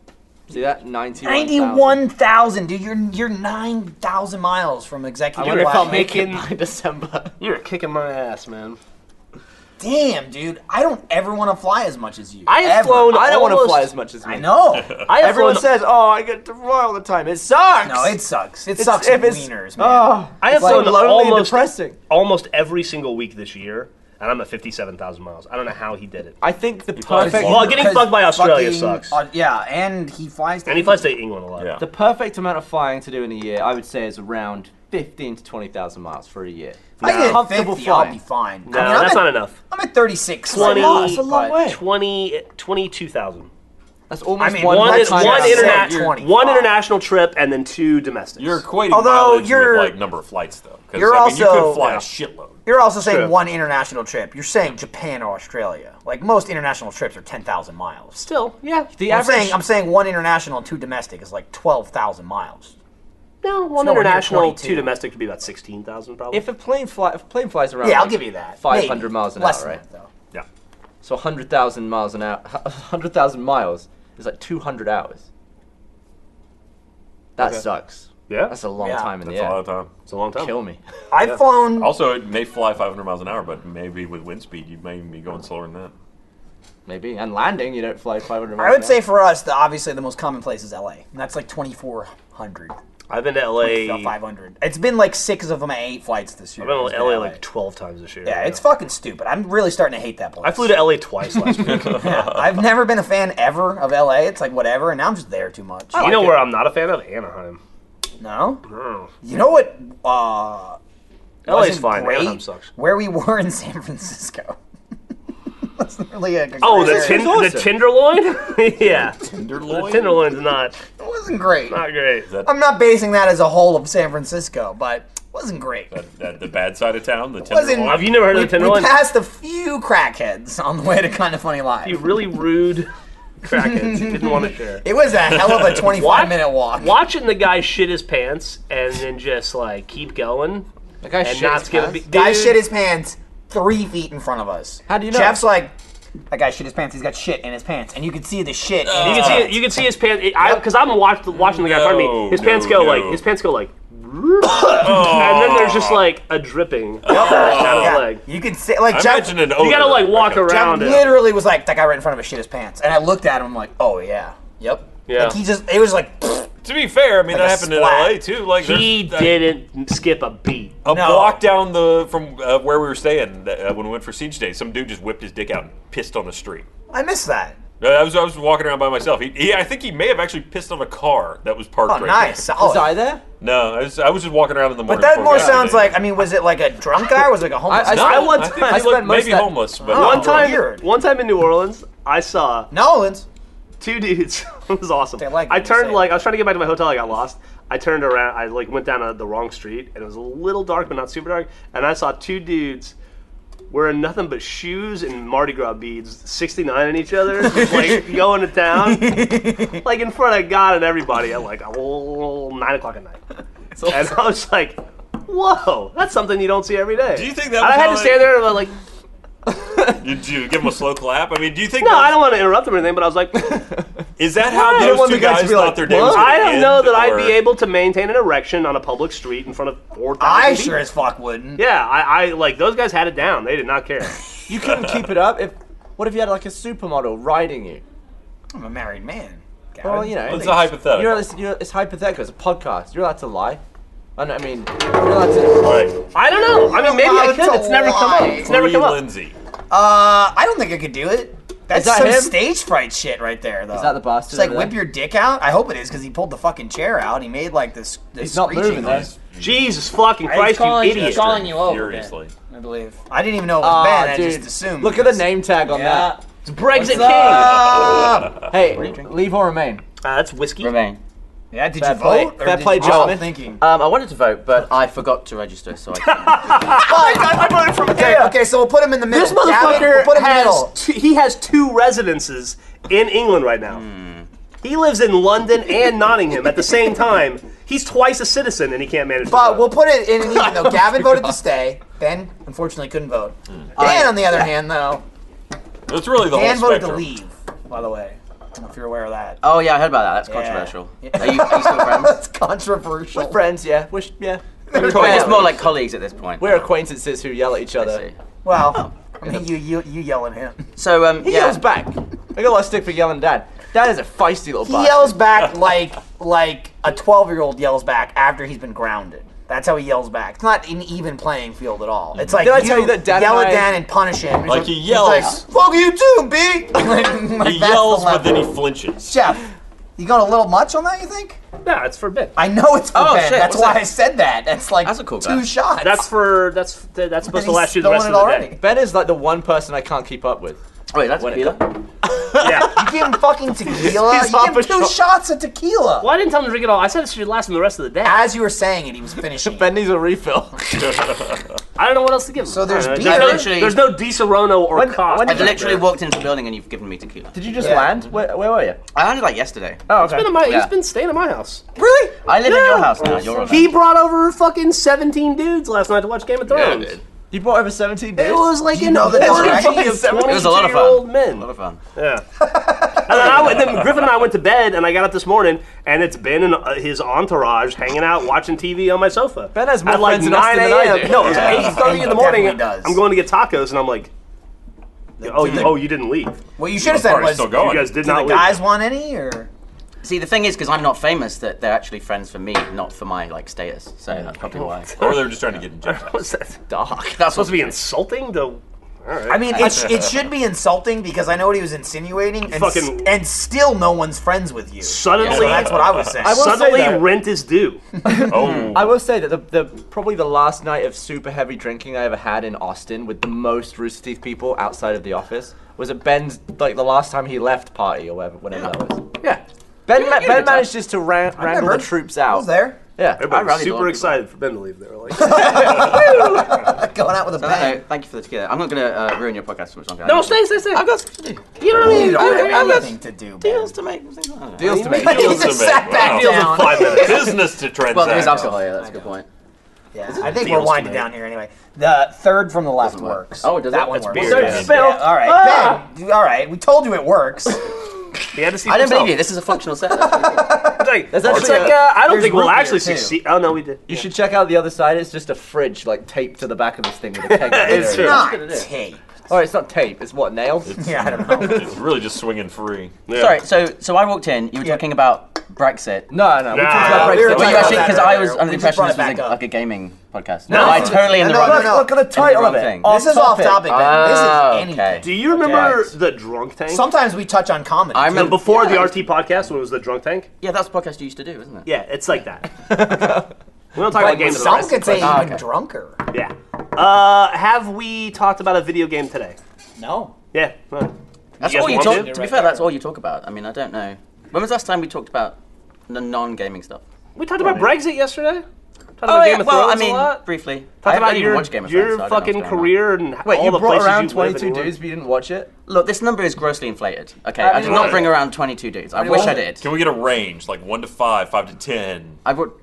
D: See that? 91.
A: Ninety-one thousand, dude. You're you're nine thousand miles from executive.
D: I wonder if
A: black.
D: I'll make it by December.
B: You were kicking my ass, man.
A: Damn, dude. I don't ever want to fly as much as you.
B: I have
A: Ever.
B: flown-
D: I don't want to
B: Almost-
D: fly as much as me.
A: I know.
B: I have
D: Everyone
B: flown-
D: says, "Oh, I get to fly all the time." It sucks.
A: no, it sucks. It sucks.
D: if it's-
A: wieners, man.
D: Oh,
B: I have
D: it's like
B: flown
D: lonely and
B: almost
D: depressing.
B: almost every single week this year, and I'm at fifty-seven thousds miles. I don't know how he did it.
D: I think the
C: flies
D: perfect,
C: long.
B: Well, getting
A: Because
B: fucked by Australia
A: fucking-
B: sucks.
A: uh, yeah, and he flies. To
B: and he flies to England a lot.
C: Yeah.
D: the perfect amount of flying to do in a year, I would say, is around fifteen to twenty thousand miles for a year.
A: I get
D: Comfortable
A: 50, I'll
D: flying.
A: be fine.
B: No,
A: I mean, I'm
B: that's
A: at,
B: not enough.
A: I'm at 36.
B: Twenty.
A: Like,
D: That's a long way.
B: 20, 22,000.
D: That's almost
A: I mean,
D: one,
B: One,
A: One
B: one,
A: time I said
B: interna-
A: 25.
B: one international trip and then two domestics.
C: You're equating
A: Although
C: mileage
A: you're-
C: with like number of flights though. 'Cause,
A: You're
C: I mean, you
A: also-
C: could fly
B: Yeah.
C: a shitload.
A: You're also saying
B: True.
A: one international trip. You're saying Japan or Australia. Like most international trips are 10,000 miles.
B: still, yeah.
D: The
A: I'm
D: average.
A: saying, I'm saying one international and two domestic is like 12,000 miles.
B: No, one
A: nowhere near
B: international,
A: 22.
B: two domestic would be about 16,000 probably.
D: if a plane fly, if a plane flies around,
A: Yeah, I'll
D: like,
A: give you that.
D: Five hundred
A: Maybe.
D: miles an
A: Less
D: hour,
A: than
D: right?
A: that, though.
B: yeah.
D: So hundred thousand miles an hour, hundred thousand miles is like two hundred hours. That sucks.
B: Yeah.
D: That's a long
A: Yeah.
D: time in
C: That's
D: the
C: a lot
D: air.
C: of time.
B: It's a long time.
D: Kill me.
A: I've flown.
C: Also, it may fly 500 miles an hour, but maybe with wind speed, you may be going slower than that.
D: Maybe. And landing, you don't fly 500 miles.
A: I would
D: an
A: say
D: hour.
A: for us, the, obviously the most common place is LA. And that's like 2,400,
B: I've been to LA.
A: about
B: I've
A: 500. It's been like six of them at eight flights this year.
B: been to
A: It's been
B: LA like 12 times this year.
A: Yeah, it's fucking stupid. I'm really starting to hate that place.
B: I flew to LA twice last week.
A: Yeah, I've never been a fan ever of LA. It's like whatever, and now I'm just there too much.
B: you know where I'm not a fan of? Anaheim.
A: No,
B: Oh.
A: you know what? Uh,
B: LA's
A: wasn't
B: fine.
A: great?
B: Anaheim sucks.
A: Where we were in San Francisco. That's really a
B: Oh, the,
A: great-
B: tin- the tenderloin? yeah. The
C: Tenderloin?
B: tenderloin's not
A: It wasn't great.
B: not great.
C: That,
A: I'm not basing that as a whole of San Francisco, but it wasn't great.
C: that, that the bad side of town, the
A: Wasn't-
C: tenderloin.
B: Have you never heard of the
A: We
B: tenderloin?
A: passed a few crackheads on the way to Kind of Funny Live.
B: You really rude crackheads. who Didn't want to share.
A: It was a hell of a 25
B: What?
A: minute walk.
B: Watching the guy shit his pants and then just like keep going
D: The guy
B: and
D: shit
B: not
D: his
B: gonna be.
D: pants?
A: Guy
B: Dude,
A: shit his pants three feet in front of us.
D: How do you know?
A: Jeff's like, that guy shit his pants. He's got shit in his pants, and you could see the shit. in
B: You
A: his
B: can see
A: pants.
B: it, you can see his pants because I'm watch, watching the guy in front of me.
C: No,
B: His pants
C: no,
B: go like
C: no.
B: his pants go like,
C: Oh,
B: and then there's just like a dripping
A: Oh,
B: out of his
A: Yeah.
B: leg.
A: You could see like
C: I
A: Jeff.
C: imagine an
B: You gotta
C: odor.
B: like walk
C: Okay.
A: Jeff
B: around it.
A: literally was like that guy right in front of us shit his pants, and I looked at him like, oh yeah, yep.
B: Yeah.
A: Like he just it was like pfft,
C: To be fair, I mean
A: Like
C: that
A: a
C: happened
A: splat.
C: in LA too. Like
B: He
C: there's-
B: didn't skip a beat.
C: A
A: No.
C: block down the from uh, where we were staying uh, when we went for siege day, some dude just whipped his dick out and pissed on the street.
A: I missed that.
C: Uh, I was I was walking around by myself. He, he I think he may have actually pissed on a car that was parked.
A: Oh,
C: right
A: nice.
C: There.
A: Solid.
D: Was I there?
C: No, I was, I was just walking around in the morning.
A: But that
C: before we
A: more
C: got to
A: sounds
C: the-
A: like I mean, was it like a drunk guy? or Was it like a homeless?
D: I-
A: guy?
C: No,
D: I one
C: think
D: time-
C: he
D: I
C: looked
D: spent most
C: maybe
D: of that-
C: homeless, but
A: Oh.
B: One time,
A: weird.
B: one time in New Orleans, I saw
A: New Orleans.
B: two dudes. it was awesome.
A: They like
B: I
A: when you say
B: turned
A: it.
B: like I was trying to get back to my hotel. I got lost. I turned around. I like went down a, the wrong street, and it was a little dark, but not super dark. And I saw two dudes wearing nothing but shoes and Mardi Gras beads, sixty nine in each other, like going to town, like in front of God and everybody at like oh, nine o'clock at night. And I was like, "Whoa, that's something you don't see every day."
C: Do you think that
B: And
C: was
B: I had
C: how
B: to
C: they-
B: stand there and I was like.
C: You, do you give him a slow clap? I mean, do you think?
B: No,
C: that's-
B: I don't want to interrupt him or anything, but I was like,
C: Is that how
B: I don't
C: those
B: want
C: two
B: the guys
C: guys
B: to
C: thought
B: be like,
C: their day was gonna
B: I don't
C: end,
B: know that
C: or-
B: I'd be able to maintain an erection on a public street in front of 4,000
A: I
B: people.
A: sure as fuck wouldn't.
B: Yeah, I, I, like, those guys had it down. They did not care.
D: You couldn't keep it up. If what if you had like a supermodel riding you?
A: I'm a married man. Gavin.
D: Well, you know,
C: It's
D: like,
C: a hypothetical.
D: You're, it's, you're, it's hypothetical. It's a podcast. You're allowed to lie. I, know, I mean, you're allowed to.
C: All right,
B: I don't know. I mean, maybe I
A: Allowed
B: could.
A: to
B: It's never come up.
A: lie.
B: It's never
C: Free
B: come up.
C: Lindsay.
A: Uh, I don't think I could do it. That's
D: Is that
A: some
D: him?
A: stage fright shit right there, though. Is
D: that the bastard
A: It's like
D: over
A: whip
D: there?
A: your dick out. I hope it is because he pulled the fucking chair out. He made like this. this
D: He's not
A: screeching
D: moving though.
A: noise,
B: Jesus fucking Christ, you
G: calling-
B: idiot.
G: he's calling you over.
C: Furiously.
A: I believe. I didn't even know it was
D: Ah,
A: bad. I
D: dude.
A: just assumed.
D: Look at the name tag on
G: Yeah.
B: It's Brexit King.
A: Uh,
D: that. Hey, leave or remain?
B: Uh, that's whiskey.
G: Remain.
A: yeah, did
D: Fair
A: you
D: play.
A: vote? Or
D: Fair
A: did
D: play,
A: you-
D: gentlemen.
A: Oh, thinking.
G: Um, I wanted to vote, but I forgot to register, so I can't.
B: I voted from
A: Okay, okay, so we'll put him in the middle.
B: This
A: Gavin, we'll
B: motherfucker
A: put him in the
B: has
A: middle.
B: two, he has two residences in England right now. Hmm. He lives in London and Nottingham at the same time. He's twice a citizen and he can't manage. to
A: But
B: vote.
A: we'll put it in an even
D: Oh
A: though. Gavin voted to stay. Ben unfortunately couldn't vote.
D: Mm.
A: Dan, on the other hand, though,
C: It's really the
A: Dan
C: whole
A: voted to
C: spectrum.
A: leave. By the way, I don't know if you're aware of that.
G: oh yeah, I heard about that. That's
A: Yeah.
G: controversial.
A: Yeah.
G: Are, you, are you still friends?
A: That's controversial.
D: Friends, yeah. Wish, yeah.
G: We're just more like colleagues at this point.
D: We're acquaintances who yell at each
G: I
D: other.
G: see.
A: Well, I mean, you you you yell at him.
G: So um,
D: He
G: yeah.
D: yells back. I got a lot of stick for yelling, Dad. Dad is a feisty little.
A: He
D: bastard.
A: yells back like like a twelve year old yells back after he's been grounded. That's how he yells back. It's not an even playing field at all. It's like
D: Did I tell you that Dan
A: yell
D: and
A: at
D: I-
A: Dan and punish him. He's
C: Like he
A: he's
C: yells.
A: like, "Fuck you too, b." like, like
C: He
A: that's
C: yells,
A: the
C: but then
G: e-
A: level.
C: he flinches.
A: Jeff, you got a little much on that. You think?
B: no, it's for Ben.
A: I know it's for
G: Oh,
A: Ben.
G: shit,
A: That's
G: what's
A: why
G: that?
A: I said that. That's like
G: That's a cool
A: two
G: guy.
A: shots.
B: That's for that's that's supposed
A: And
B: to
A: he's
B: last you the rest of
A: stolen
B: the
A: it
B: day.
A: already.
D: Ben is like the one person I can't keep up with.
G: Wait, that's
D: When it
G: tequila.
B: Yeah.
A: You give him fucking tequila.
D: He's
A: you give
D: off
A: him
D: a
A: two
D: shot.
A: shots of tequila.
B: Well, I didn't tell him to drink it all. I said it should last him the rest of the day.
A: As you were saying it, he was finishing.
D: Ben needs a refill.
B: I don't know what else to give him.
A: So there's
B: I don't know.
A: beer.
B: There's, no,
G: Literally-
B: there's no Di Serono or
D: When-
B: Cost.
D: when-
G: I've
D: Yeah.
G: literally walked into the building and you've given me tequila.
D: Did you just
A: Yeah.
D: land? Where, where were you?
G: I landed like yesterday.
D: Oh,
B: He's
D: okay.
B: been in my,
G: Yeah.
B: He's been staying at my house.
D: really?
G: I live in
B: Yeah.
G: your house now. You're on
B: He brought over fucking 17 dudes last night to watch Game of
G: Yeah, I
B: Thrones.
G: did.
D: You brought over 17 dudes?
B: It was like
A: you
B: an
A: know that that's
B: orgy
A: right?
B: of 22
G: It was a lot of
B: year old
G: fun.
B: men.
G: A lot of fun.
B: Yeah. and then, I went, then Griffin and I went to bed, and I got up this morning, and it's Ben and uh, his entourage hanging out watching TV on my sofa.
D: Ben has more
B: At like
D: friends in Austin
B: 9
D: than I
B: a.m.
D: do.
B: No, it was
A: Yeah.
B: 8:30 in the
A: He
B: morning.
A: definitely does.
B: I'm going to get tacos, and I'm like, oh, you, oh, you didn't leave.
A: what you should have said
C: Party's
A: was,
C: still
A: "Do
C: going.
B: You guys did
A: the
B: not leave.
A: guys want any?" Or
G: See, the thing is, because I'm not famous, that they're actually friends for me, not for my like status. So that's probably why.
C: Or they're just trying to get in jail.
B: What's that?
D: dark.
B: That's supposed to be insulting to. All right.
A: I mean, it, sh- it should be insulting because I know what he was insinuating, and, s-
B: Fucking-
A: and still no one's friends with you. So
B: suddenly,
A: that's what I was saying.
D: I will say
B: suddenly
D: that-
B: rent is due.
C: Oh,
D: I will say that the, the probably the last night of super heavy drinking I ever had in Austin with the most Rooster Teeth people outside of the office was at Ben's like the last time he left party or whatever whenever that was. Yeah. Ben, ma-
G: you
D: ben
G: did that.
D: managed just to ran- wrangle the
A: remember.
D: troops
A: I
D: out.
A: was there
D: Yeah.
B: Everybody was
G: rallied a lot
B: super
G: of
B: excited for Ben to leave. They were like,
A: going out with a
G: So, uh,
A: bang.
G: thank you for the tequila. I'm not going to uh, ruin your podcast too much longer.
H: No, stay, stay, stay.
G: I've got stuff to do.
H: You know what I mean?
A: You don't
H: I-
A: have
H: I've got
A: anything to do.
G: Deals
A: man.
G: to make. and things like that.
D: Deals to make.
A: He
C: Deals to
A: just
C: make.
A: sat back
C: Wow.
B: Deals
A: down.
B: five minutes.
C: business to transact.
G: Well, there is alcohol. Yeah, that's a good point.
A: Yeah, I think
B: deals
A: we're
B: to
A: winding
B: make.
A: down here anyway. The third from the left
G: work.
A: works.
G: Oh, does
A: that
G: it?
A: one
G: That's
A: works?
B: beer,
A: Yeah,
B: yeah.
A: all right, Ben. All right, we told you it works.
B: he had to see
G: I don't
B: himself.
G: believe you. This is a functional set. That's pretty cool.
B: It's like,
D: That's
B: it's
D: actually
B: like
D: a-
B: uh, I don't
A: there's
B: think we'll
A: root beer,
B: actually
A: too.
B: succeed. Oh no, we did.
D: You should check out the other side. It's just a fridge like taped to the back of this thing with a keg.
B: It's true.
A: Not
G: gonna do.
A: tape.
D: All right, it's not tape. It's what nails.
A: Yeah, I don't know.
C: It's really just swinging free.
B: Yeah.
G: Sorry. So, so I walked in. You were
A: Yeah.
G: talking about Brexit.
D: No, no. We
B: Nah.
D: talked about
B: Nah, we
D: Brexit.
A: were talking
G: Well, you actually,
A: about
G: because
A: that
G: I
A: earlier.
G: was under
A: We
G: the
A: just
G: impression
A: brought
G: this
A: it
G: was
A: back
G: a,
A: up.
G: like a gaming podcast.
A: No,
G: No, I
A: it's-
G: totally in the
A: no,
G: wrong.
A: no,
D: Look,
A: no.
D: look at the title of
G: wrong
D: it.
G: thing.
D: Off
A: This is off topic, man. This
G: Ah,
B: Oh,
A: is anything.
G: okay.
B: Do you remember
G: Okay.
B: the drunk tank?
A: Sometimes we touch on comedy.
G: I
A: too.
G: remember
B: before
G: yeah,
B: the RT podcast when it was the drunk tank.
G: Yeah, that's the podcast you used to do, isn't it?
B: Yeah, it's like that. we don't talk about
A: Like,
B: games. of the
A: some
B: rest.
A: could say
G: Ah,
A: even
G: okay.
A: drunker.
B: Yeah. Uh, have we talked about a video game today?
A: No.
B: Yeah. Huh.
G: That's
B: You guys
G: all you
B: want
G: talk.
B: to?
G: To be fair, that's all you talk about. I mean, I don't know. When was the last time we talked about the non-gaming stuff?
B: We talked about Brexit yesterday. Talked about Game of
G: well, I
B: Thrones a
G: mean,
B: lot.
G: briefly.
B: Talked
G: I
B: about
G: haven't even
B: your,
G: watched Game of
B: your
G: Thrones, so I don't know what's
B: fucking
G: going on.
B: career and
D: Wait,
B: all
D: you
B: the
D: brought
B: places
D: around
B: you've lived
D: 22
B: and worked.
D: dudes, but you didn't watch it.
G: Look, this number is grossly inflated. Okay,
D: I
G: I,
D: mean,
G: did
D: why?
G: not bring around 22 dudes. I wish
D: why?
G: I did.
C: Can we get a range, like one to five, five to ten?
G: I brought.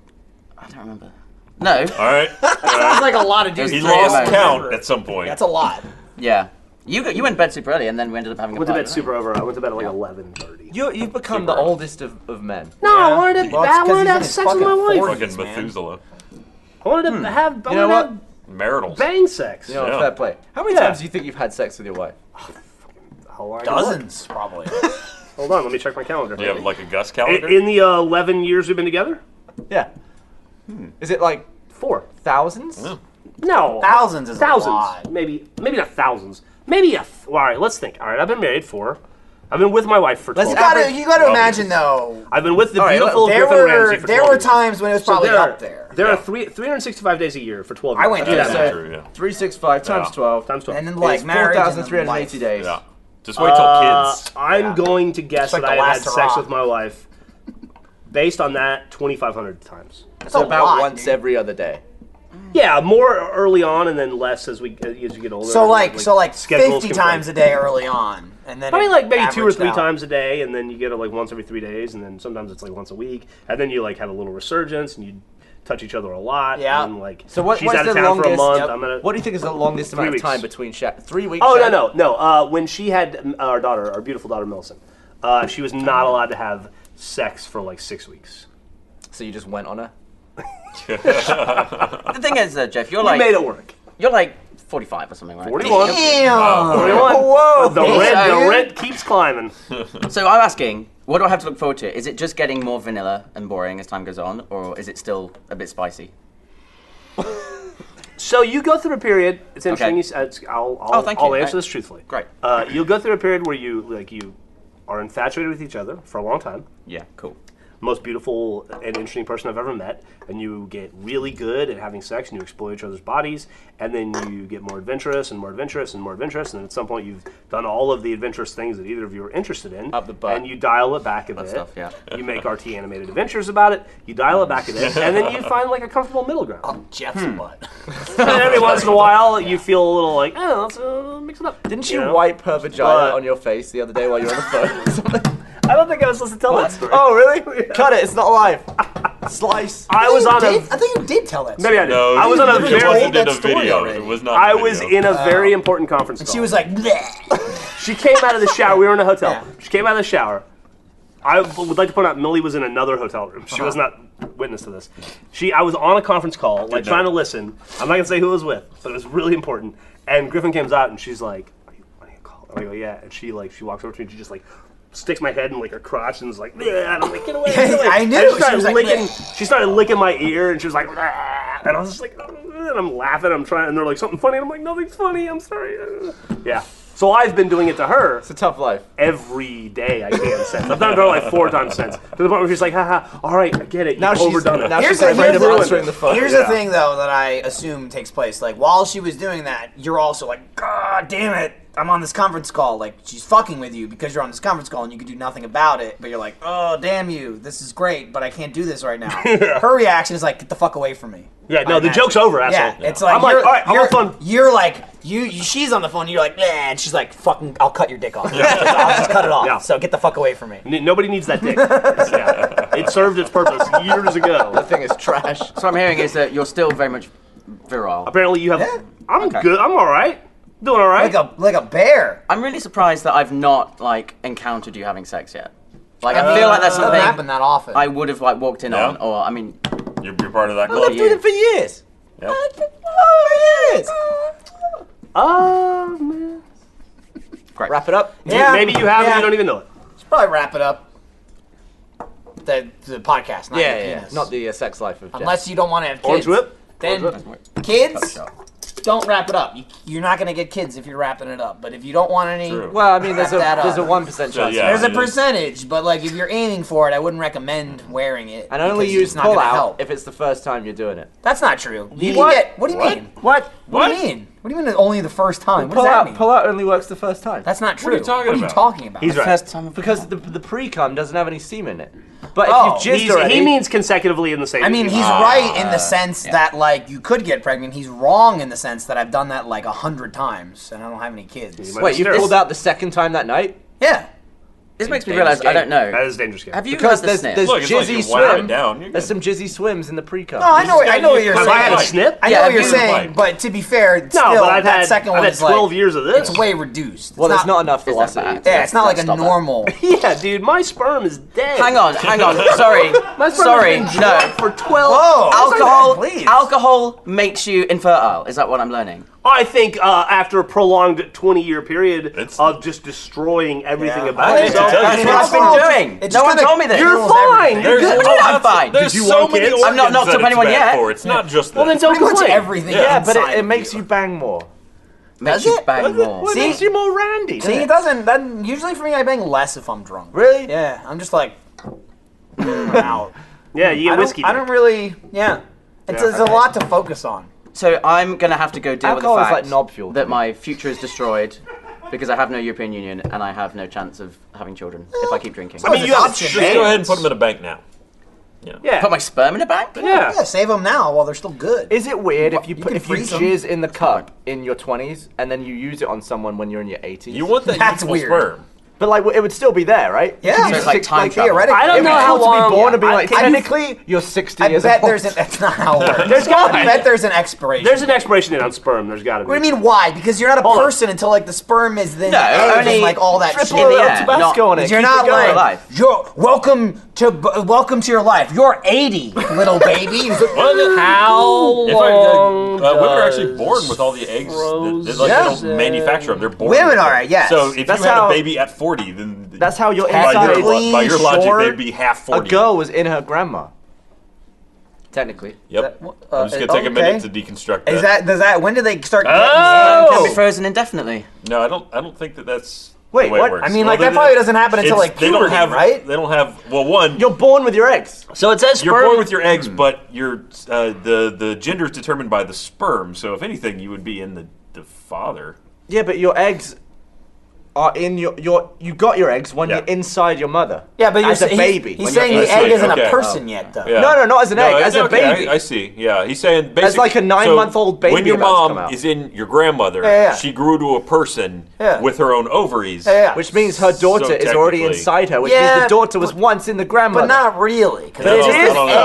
G: I don't remember. No.
B: Oh,
C: All right.
A: Sounds like a lot of dudes.
C: He
G: Three
C: lost
G: alone.
C: count at some point.
A: That's a lot.
G: Yeah. You got, you went to bed super early, and then we ended up having a
B: I went to
G: party,
B: bed
G: right?
B: super over. I went to bed at like eleven thirty.
D: You, you've become the oldest of, of men.
B: No, I wanted to.
A: Well, it's
B: I
A: 'cause he's
B: wanted to
A: in
B: have
A: his
B: sex with my
A: fucking
B: wife.
A: 40s.
C: Fucking
A: man.
C: Methuselah.
B: I wanted to have. I
D: You know
B: wanted to have
D: what?
C: Marital.
B: Bang sex.
D: You know,
C: Yeah.
D: fair play. How many
B: Yeah.
D: times do you think you've had sex with your wife?
B: How are you?
A: Dozens, probably.
B: Hold on, let me check my calendar.
C: You have like a Gus
B: I-
C: calendar.
B: in the uh, eleven years we've been together,
D: Yeah.
B: Hmm.
D: Is it like
B: four.
D: thousands?
B: No,
A: Thousands is a
B: thousands.
A: lot.
B: Maybe, maybe not thousands. Maybe a. Th- well, all right, let's think. All right, I've been married for. I've been with my wife for. 12
A: You gotta,
D: Average-
A: you gotta
C: Well,
A: imagine though.
B: I've been with the
D: All right,
B: beautiful
A: There
B: Griffin
A: were
B: Ramsey for
A: there
B: 12
A: were
B: years.
A: times when it was probably
B: there are,
A: up there,
B: There
C: Yeah.
B: are three, 365 days a year for 12
A: I
B: years.
A: went
B: Do
A: there,
B: that
A: so-
B: math.
C: True, yeah.
D: 365 times
C: Yeah.
D: 12.
B: Times 12.
A: and then
D: Like
A: like marriage, and then
D: 4,380
A: life.
D: days.
C: yeah. Just wait till
B: Uh,
C: kids.
B: I'm going to guess
A: like
B: that
A: the
B: I had
A: last
B: sex
A: hurrah.
B: with my wife based on that 2,500 times.
A: That's
D: So
A: a
D: about
A: lot,
D: once
A: dude.
D: every other day.
B: Yeah, more early on and then less as we as you get older.
A: So like, so like
B: schedules
A: fifty
B: can
A: times
B: play.
A: a day early on, and then
B: I mean,
A: it
B: like maybe two or
A: averaged
B: three
A: out.
B: times a day, and then you get it like once every three days, and then sometimes it's like once a week, and then you like have a little resurgence, and you touch each other a lot.
A: Yeah.
B: And, like
D: So what,
B: she's
D: what's
B: out of
D: the
B: town
D: longest?
B: for a month.
D: yep.
B: I'm gonna.
D: What do you think is the longest amount
B: weeks.
D: of time between sha- three weeks?
B: Oh no
D: shat-
B: no no! Uh, when she had um, our daughter, our beautiful daughter Millicent, uh, she was not allowed to have sex for like six weeks.
D: So you just went on her?
G: The thing is, uh, Jeff, you're
B: We
G: like
B: made it work.
G: you're like 45 or something, right?
B: 41.
A: Damn.
B: 41.
A: Whoa.
B: The rent, the
G: dude.
B: rent keeps climbing.
G: So I'm asking, what do I have to look forward to? Is it just getting more vanilla and boring as time goes on, or is it still a bit spicy?
B: So you go through a period. It's interesting.
G: Okay.
B: You, s- uh, it's- I'll, I'll,
G: Oh, thank
B: I'll
G: you.
B: answer
G: I-
B: this truthfully.
G: Great.
B: Uh, you'll go through a period where you like you are infatuated with each other for a long time.
G: Yeah, cool.
B: most beautiful and interesting person I've ever met, and you get really good at having sex and you explore each other's bodies, and then you get more adventurous and more adventurous and more adventurous, and then at some point you've done all of the adventurous things that either of you are interested in,
D: Up the butt.
B: and you dial it back a bit.
G: stuff, yeah.
B: You make RT animated adventures about it, you dial it back a bit, and then you find like a comfortable middle ground.
A: Jeff's butt.
B: And then every once in a while you feel a little like, oh, let's uh, mix it up.
D: Didn't
B: you
D: you
B: know?
D: wipe her vagina
B: But-
D: on your face the other day while you were on the phone? or something?
B: I don't think I was supposed to tell that story.
D: oh really? Cut it. It's not alive. Slice.
B: I was on
A: Did,
B: a
A: I think you did tell that.
B: maybe I did.
C: No,
B: I was on a
C: it
B: very
C: wasn't in a
A: That story
C: video.
A: already.
C: It was not.
B: I
C: a
B: was
C: video.
B: in a very important conference call.
A: She was like, Bleh.
B: She came out of the shower. We were in a hotel.
A: Yeah.
B: She came out of the shower. I would like to point out Millie was in another hotel room. She was
A: Uh-huh.
B: not witness to this. She, I was on a conference call, like trying to listen. I'm not gonna say who it was with, but it was really important. And Griffin comes out and she's like, "Are you on a call?" And I go, "Yeah." And she like, she walks over to me. and She just like sticks my head in like her crotch and is like, "Yeah." And I'm like, "Get away!" Get away.
A: I knew.
B: And she
A: She
B: started
A: was like,
B: licking.
A: "Bleh."
B: she started licking my ear and she was like, "Ah." that. And I was just like, and I'm laughing. I'm trying, and they're like, something funny. And I'm like, nothing's funny. I'm sorry. Yeah. So I've been doing it to her
D: It's a tough life.
B: every day I can since. I've done it to her like four times since. To the point where she's like, haha, all right, I get it. You've
D: Now she's
B: overdone it.
D: now
A: Here's
D: she's
A: the-
D: afraid
A: here's
D: of
A: the-
D: answering the phone.
A: Here's
B: Yeah.
A: the thing, though, that I assume takes place. Like, while she was doing that, you're also like, God damn it, I'm on this conference call. Like, she's fucking with you because you're on this conference call and you can do nothing about it. But you're like, oh, damn you, this is great, but I can't do this right now. Her reaction is like, get the fuck away from me.
B: Yeah, no,
A: I
B: the
A: imagine.
B: joke's over,
A: Yeah,
B: asshole.
A: it's like,
B: I'm like,
A: you're,
B: all right, I
A: you're,
B: want fun.
A: You're like, you, you, she's on the phone, you're like, nah, and she's like, fucking, I'll cut your dick off. I'll just cut it off.
B: Yeah.
A: So get the fuck away from me.
B: N- Nobody needs that dick. Yeah. It served its purpose years ago.
D: The thing is trash.
G: So what I'm hearing is that you're still very much virile.
B: Apparently, you have.
A: Yeah.
B: I'm
G: Okay.
B: good. I'm all right. Doing all right.
A: Like a, like a bear.
G: I'm really surprised that I've not like encountered you having sex yet. Like I
B: Uh,
G: feel like that's
A: doesn't happen
G: something
A: that often.
G: I would have like walked in
C: Yeah.
G: on, or I mean,
C: You're, you're part of that
G: love
C: club.
G: you.
D: For years.
C: Yep.
B: Oh, man.
G: great.
D: Wrap it up.
A: Yeah.
B: Maybe you have, and
A: Yeah.
B: you don't even know it.
A: probably wrap it up. The the podcast, not
D: Yeah,
A: the
D: yeah,
A: penis.
D: Not the uh, sex life of Jeff.
A: unless you don't want to have
B: Orange
A: kids.
B: whip?
A: Then kids, don't wrap it up. You, you're not gonna get kids if you're wrapping it up. But if you don't want any,
C: True.
D: Well, I mean, there's a
A: Wrap that
D: there's a
A: up.
D: one percent
C: So,
D: chance.
C: yeah.
A: there's a
C: it is.
A: percentage. But like if you're aiming for it, I wouldn't recommend wearing it.
D: And only
A: because
D: use
A: it's not gonna
D: pull out
A: help.
D: if it's the first time you're doing it.
A: That's not true. You
D: What?
A: can get- what do you mean?
D: What?
A: What do you mean? What do you mean? Only the first time? What
D: pull
A: does that
D: out.
A: mean?
D: Pull out only works the first time.
A: That's not true.
C: are you talking
A: What are you
C: about?
A: talking about?
B: He's right.
G: First time.
D: because the the pre cum doesn't have any semen in it. But
A: Oh,
D: if you've jizzed
B: He's-
D: already,
B: he means consecutively in the same.
A: I mean, he's right in the sense that like you could get pregnant. He's wrong in the sense that I've done that like a hundred times and I don't have any kids.
B: might-
D: wait, you
B: Sure.
D: pulled out the second time that night
A: Yeah,
G: This makes me
D: Dangerous
G: realize I
D: game.
G: don't know.
B: That is a dangerous. Game.
G: have you
D: because
G: had the
D: there's
G: snip?
D: there's
C: Look, it's like
D: jizzy
C: you wipe it
D: swim.
C: down, you're
D: There's some
C: good.
D: jizzy swims in the pre cum.
A: no, I know, I know what you're
B: Have I had a
A: saying.
B: snip?
A: I know
G: Yeah,
A: what you're
G: I've
A: saying,
C: used mine.
A: but to be fair,
B: No,
A: still,
B: but I've
A: that
B: had.
A: second
B: I've
A: one
B: had
A: is like
B: twelve years of this.
A: It's way reduced.
D: well,
A: it's
D: there's not enough
G: It's not bad.
D: velocity.
A: Yeah, it's not like a
G: Stop it.
A: normal.
B: Yeah, dude, my sperm is dead.
G: Hang on, hang on. Sorry,
B: My sperm
G: sorry.
B: has been
G: No,
B: drugged for twelve.
A: Whoa.
G: Oh, alcohol.
A: Please.
G: Alcohol makes you infertile. Is that what I'm learning?
B: I think uh, after a prolonged 20 year period
C: It's-
B: of just destroying everything
A: Yeah.
B: about
A: I need
B: it.
A: to tell
G: That's
A: you.
G: what I've
A: Alcohol
G: been
A: ju-
G: doing.
A: it's
G: No
A: just
G: one
A: gonna
G: told me this.
B: You're
A: Kills
B: fine.
A: everything.
B: You're
G: There's-
B: good.
G: Oh, I'm fine.
C: There's
B: Did you
C: so
B: want
C: many
B: kids?
C: organs
G: I'm not knocked
C: that
G: up
C: it's
G: anyone
C: bad
G: yet.
C: For. It's not just
B: Well, then
C: this.
B: don't
A: Pretty much
B: complain.
A: everything.
C: Yeah,
D: Yeah, but
A: inside
D: it, it
A: of
D: makes you
A: you.
D: bang more.
G: Makes
A: Does
G: you
A: it?
G: bang more.
D: Well, it
A: See?
D: makes you more randy.
A: See, it doesn't. That usually for me, I bang less if I'm drunk.
D: Really?
A: Yeah, I'm just like I'm out.
B: Yeah, you
A: I
B: get
A: don't,
B: whiskey.
A: I don't really. Yeah, it's,
B: Yeah.
A: it's a lot to focus on.
G: So I'm gonna have to go deal
D: Alcohol
G: with
D: is
G: the fact
D: like knob fuel to
G: that
D: me.
G: my future is destroyed because I have no European Union and I have no chance of having children if I keep drinking.
A: I mean,
C: you have just go ahead and put them in a bank now.
B: yeah.
G: Put my sperm in a bank?
B: yeah.
A: Yeah, save them now while they're still good.
D: Is it weird if you
A: You
D: put
A: can
D: if you
A: freeze 'em.
D: jizz in the cup in your 20s and then you use it on someone when you're in your 80s?
C: You want that
A: That's
C: youthful
A: weird.
C: sperm.
D: but like it would still be there, right?
A: Yeah.
D: Could you
A: So
G: it's like
D: stick-
G: time travel.
B: I don't
D: It'd be
B: know how
D: cool to
B: long-
D: be born and be
B: I-
D: like
B: I-
D: technically you're 60
A: I
D: years
A: bet
D: old.
A: there's an. That's not how it works.
B: There's gotta
A: I
B: be.
A: bet there's an expiration.
B: There's an expiration date on sperm. There's got to be.
A: What do you mean? Why? Because you're not a
B: Hold on.
A: person until like the sperm is then
G: No,
A: egg and,
G: only
A: like all that shit.
D: triple
G: in the
D: little
G: air,
D: Tabasco
G: not-
D: in it.
A: You're
D: Keep
A: not
D: it going.
A: like
G: alive.
A: you're welcome to b- welcome to your life. You're 80, little baby.
C: Well,
B: How
C: Mm. If I,
B: long
C: uh, uh, women are actually
B: does
C: born with all the eggs. That, that, like,
A: Yeah.
C: They don't manufacture them. They're born.
A: Women
C: with them.
A: are, yes.
C: So if
D: That's
C: you had
D: how-
C: a baby at 40, then
D: That's how your
C: by
D: inside
C: your, lo- by your
A: clean,
C: logic,
A: short,
C: they'd be half
D: a
C: 40.
D: girl was in her grandma. Technically.
C: Yep.
A: That-
C: I'm just
A: uh,
C: gonna take a minute to
A: okay.
C: deconstruct
A: Is that does that? When do they start? getting
B: Oh!
A: the
G: Can
A: eggs?
G: be frozen indefinitely.
C: No, I don't. I don't think that that's.
D: Wait,
C: the way it
D: what?
C: works.
A: I mean,
C: Well,
A: like that
C: they-
A: probably doesn't happen until
C: it's-
A: like
C: they
A: puberty,
C: don't have
A: right?
C: They don't have. Well, one.
D: You're born with your eggs.
B: So it says
C: You're born with your eggs, but your uh, the the gender is determined by the sperm. So if anything, you would be in the the father.
D: Yeah, but your eggs are in your your you got your eggs when
C: Yeah.
D: you're inside your mother.
A: Yeah, but you're
D: as a
A: sa- he's-
D: baby.
A: He's
D: When
A: saying
D: you're
A: the egg
C: Okay.
A: isn't
C: Okay.
A: a person yet, though.
C: Yeah.
D: No, no, not as an egg, as
C: it's
D: a
C: okay,
D: baby.
C: I, I see. Yeah, he's saying basically,
D: like a nine-month-old baby
C: When your
D: about to come
C: mom
D: out.
C: is in your grandmother,
A: Yeah, yeah.
C: she grew to a person
A: Yeah.
C: with her own ovaries.
A: Yeah, yeah.
D: Which means her daughter
C: So
D: is already
C: technically-
D: inside her, which
A: Yeah,
D: means the daughter was once in the grandmother.
A: But not really, because
C: No,
A: it's
C: I
A: just
C: don't
A: an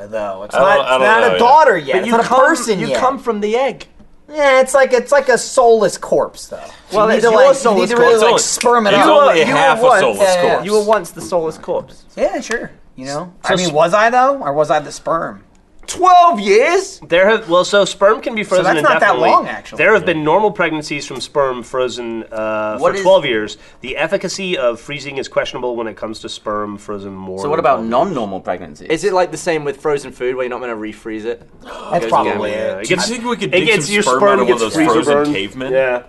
A: egg, though. It's
C: I don't- I
A: not, it's
C: don't
A: not
C: know
A: a
C: yet.
A: daughter yet.
D: But
A: it's
D: you
A: not a
D: come,
A: person
D: you
A: yet.
D: come from the egg.
A: yeah, it's like it's like a soulless corpse, though.
D: Well,
A: you need
D: it's
A: to
D: your
A: like you
D: soulless
A: need to really
D: corpse.
A: like
C: It's
A: sperm it
C: only-
A: out.
C: it's only
D: you were
C: half a
D: once-
C: soulless
A: yeah, yeah, yeah.
C: corpse.
D: You were once the soulless corpse.
A: Yeah, sure. You know, I mean, was I though, or was I the sperm?
D: Twelve years?
B: There have well, so sperm can be frozen.
A: that's not that
B: indefinitely.
A: long, actually.
B: There have been normal pregnancies from sperm frozen uh, for
G: What is-
B: 12 years. The efficacy of freezing is questionable when it comes to sperm frozen more.
G: So what
B: than
G: about
B: 12
G: non-normal pregnancies?
D: Is it like the same with frozen food where you're not meant to refreeze it?
A: That's probably
B: years. Yeah,
A: it.
B: it
C: Do you
B: gets-
C: think we could
B: it
C: dig
B: gets
C: some
B: your
C: sperm
B: sperm
C: out of one of
B: gets
C: those
B: freezer
C: frozen
B: burned.
C: cavemen?
B: Yeah.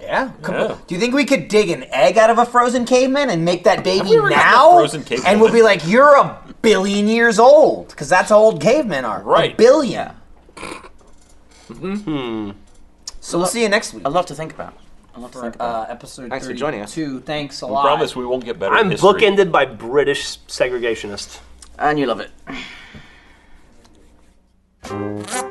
A: Yeah. Come
C: Yeah.
A: on. Do you think we could dig an egg out of a frozen caveman and make that baby
C: ever gotten a
A: now?
C: frozen caveman?
A: And we'll be like, you're a billion years old, because that's how old cavemen are. A
C: Right.
A: billion. So we'll see you next week.
G: Mm-hmm. A lot to think about. A lot to think about.
A: Uh, episode
D: Thanks for joining us.
A: 32. Thanks a
C: I
A: lot.
C: promise we won't get better. at
B: I'm
C: history.
B: bookended by British segregationists.
G: and you love it.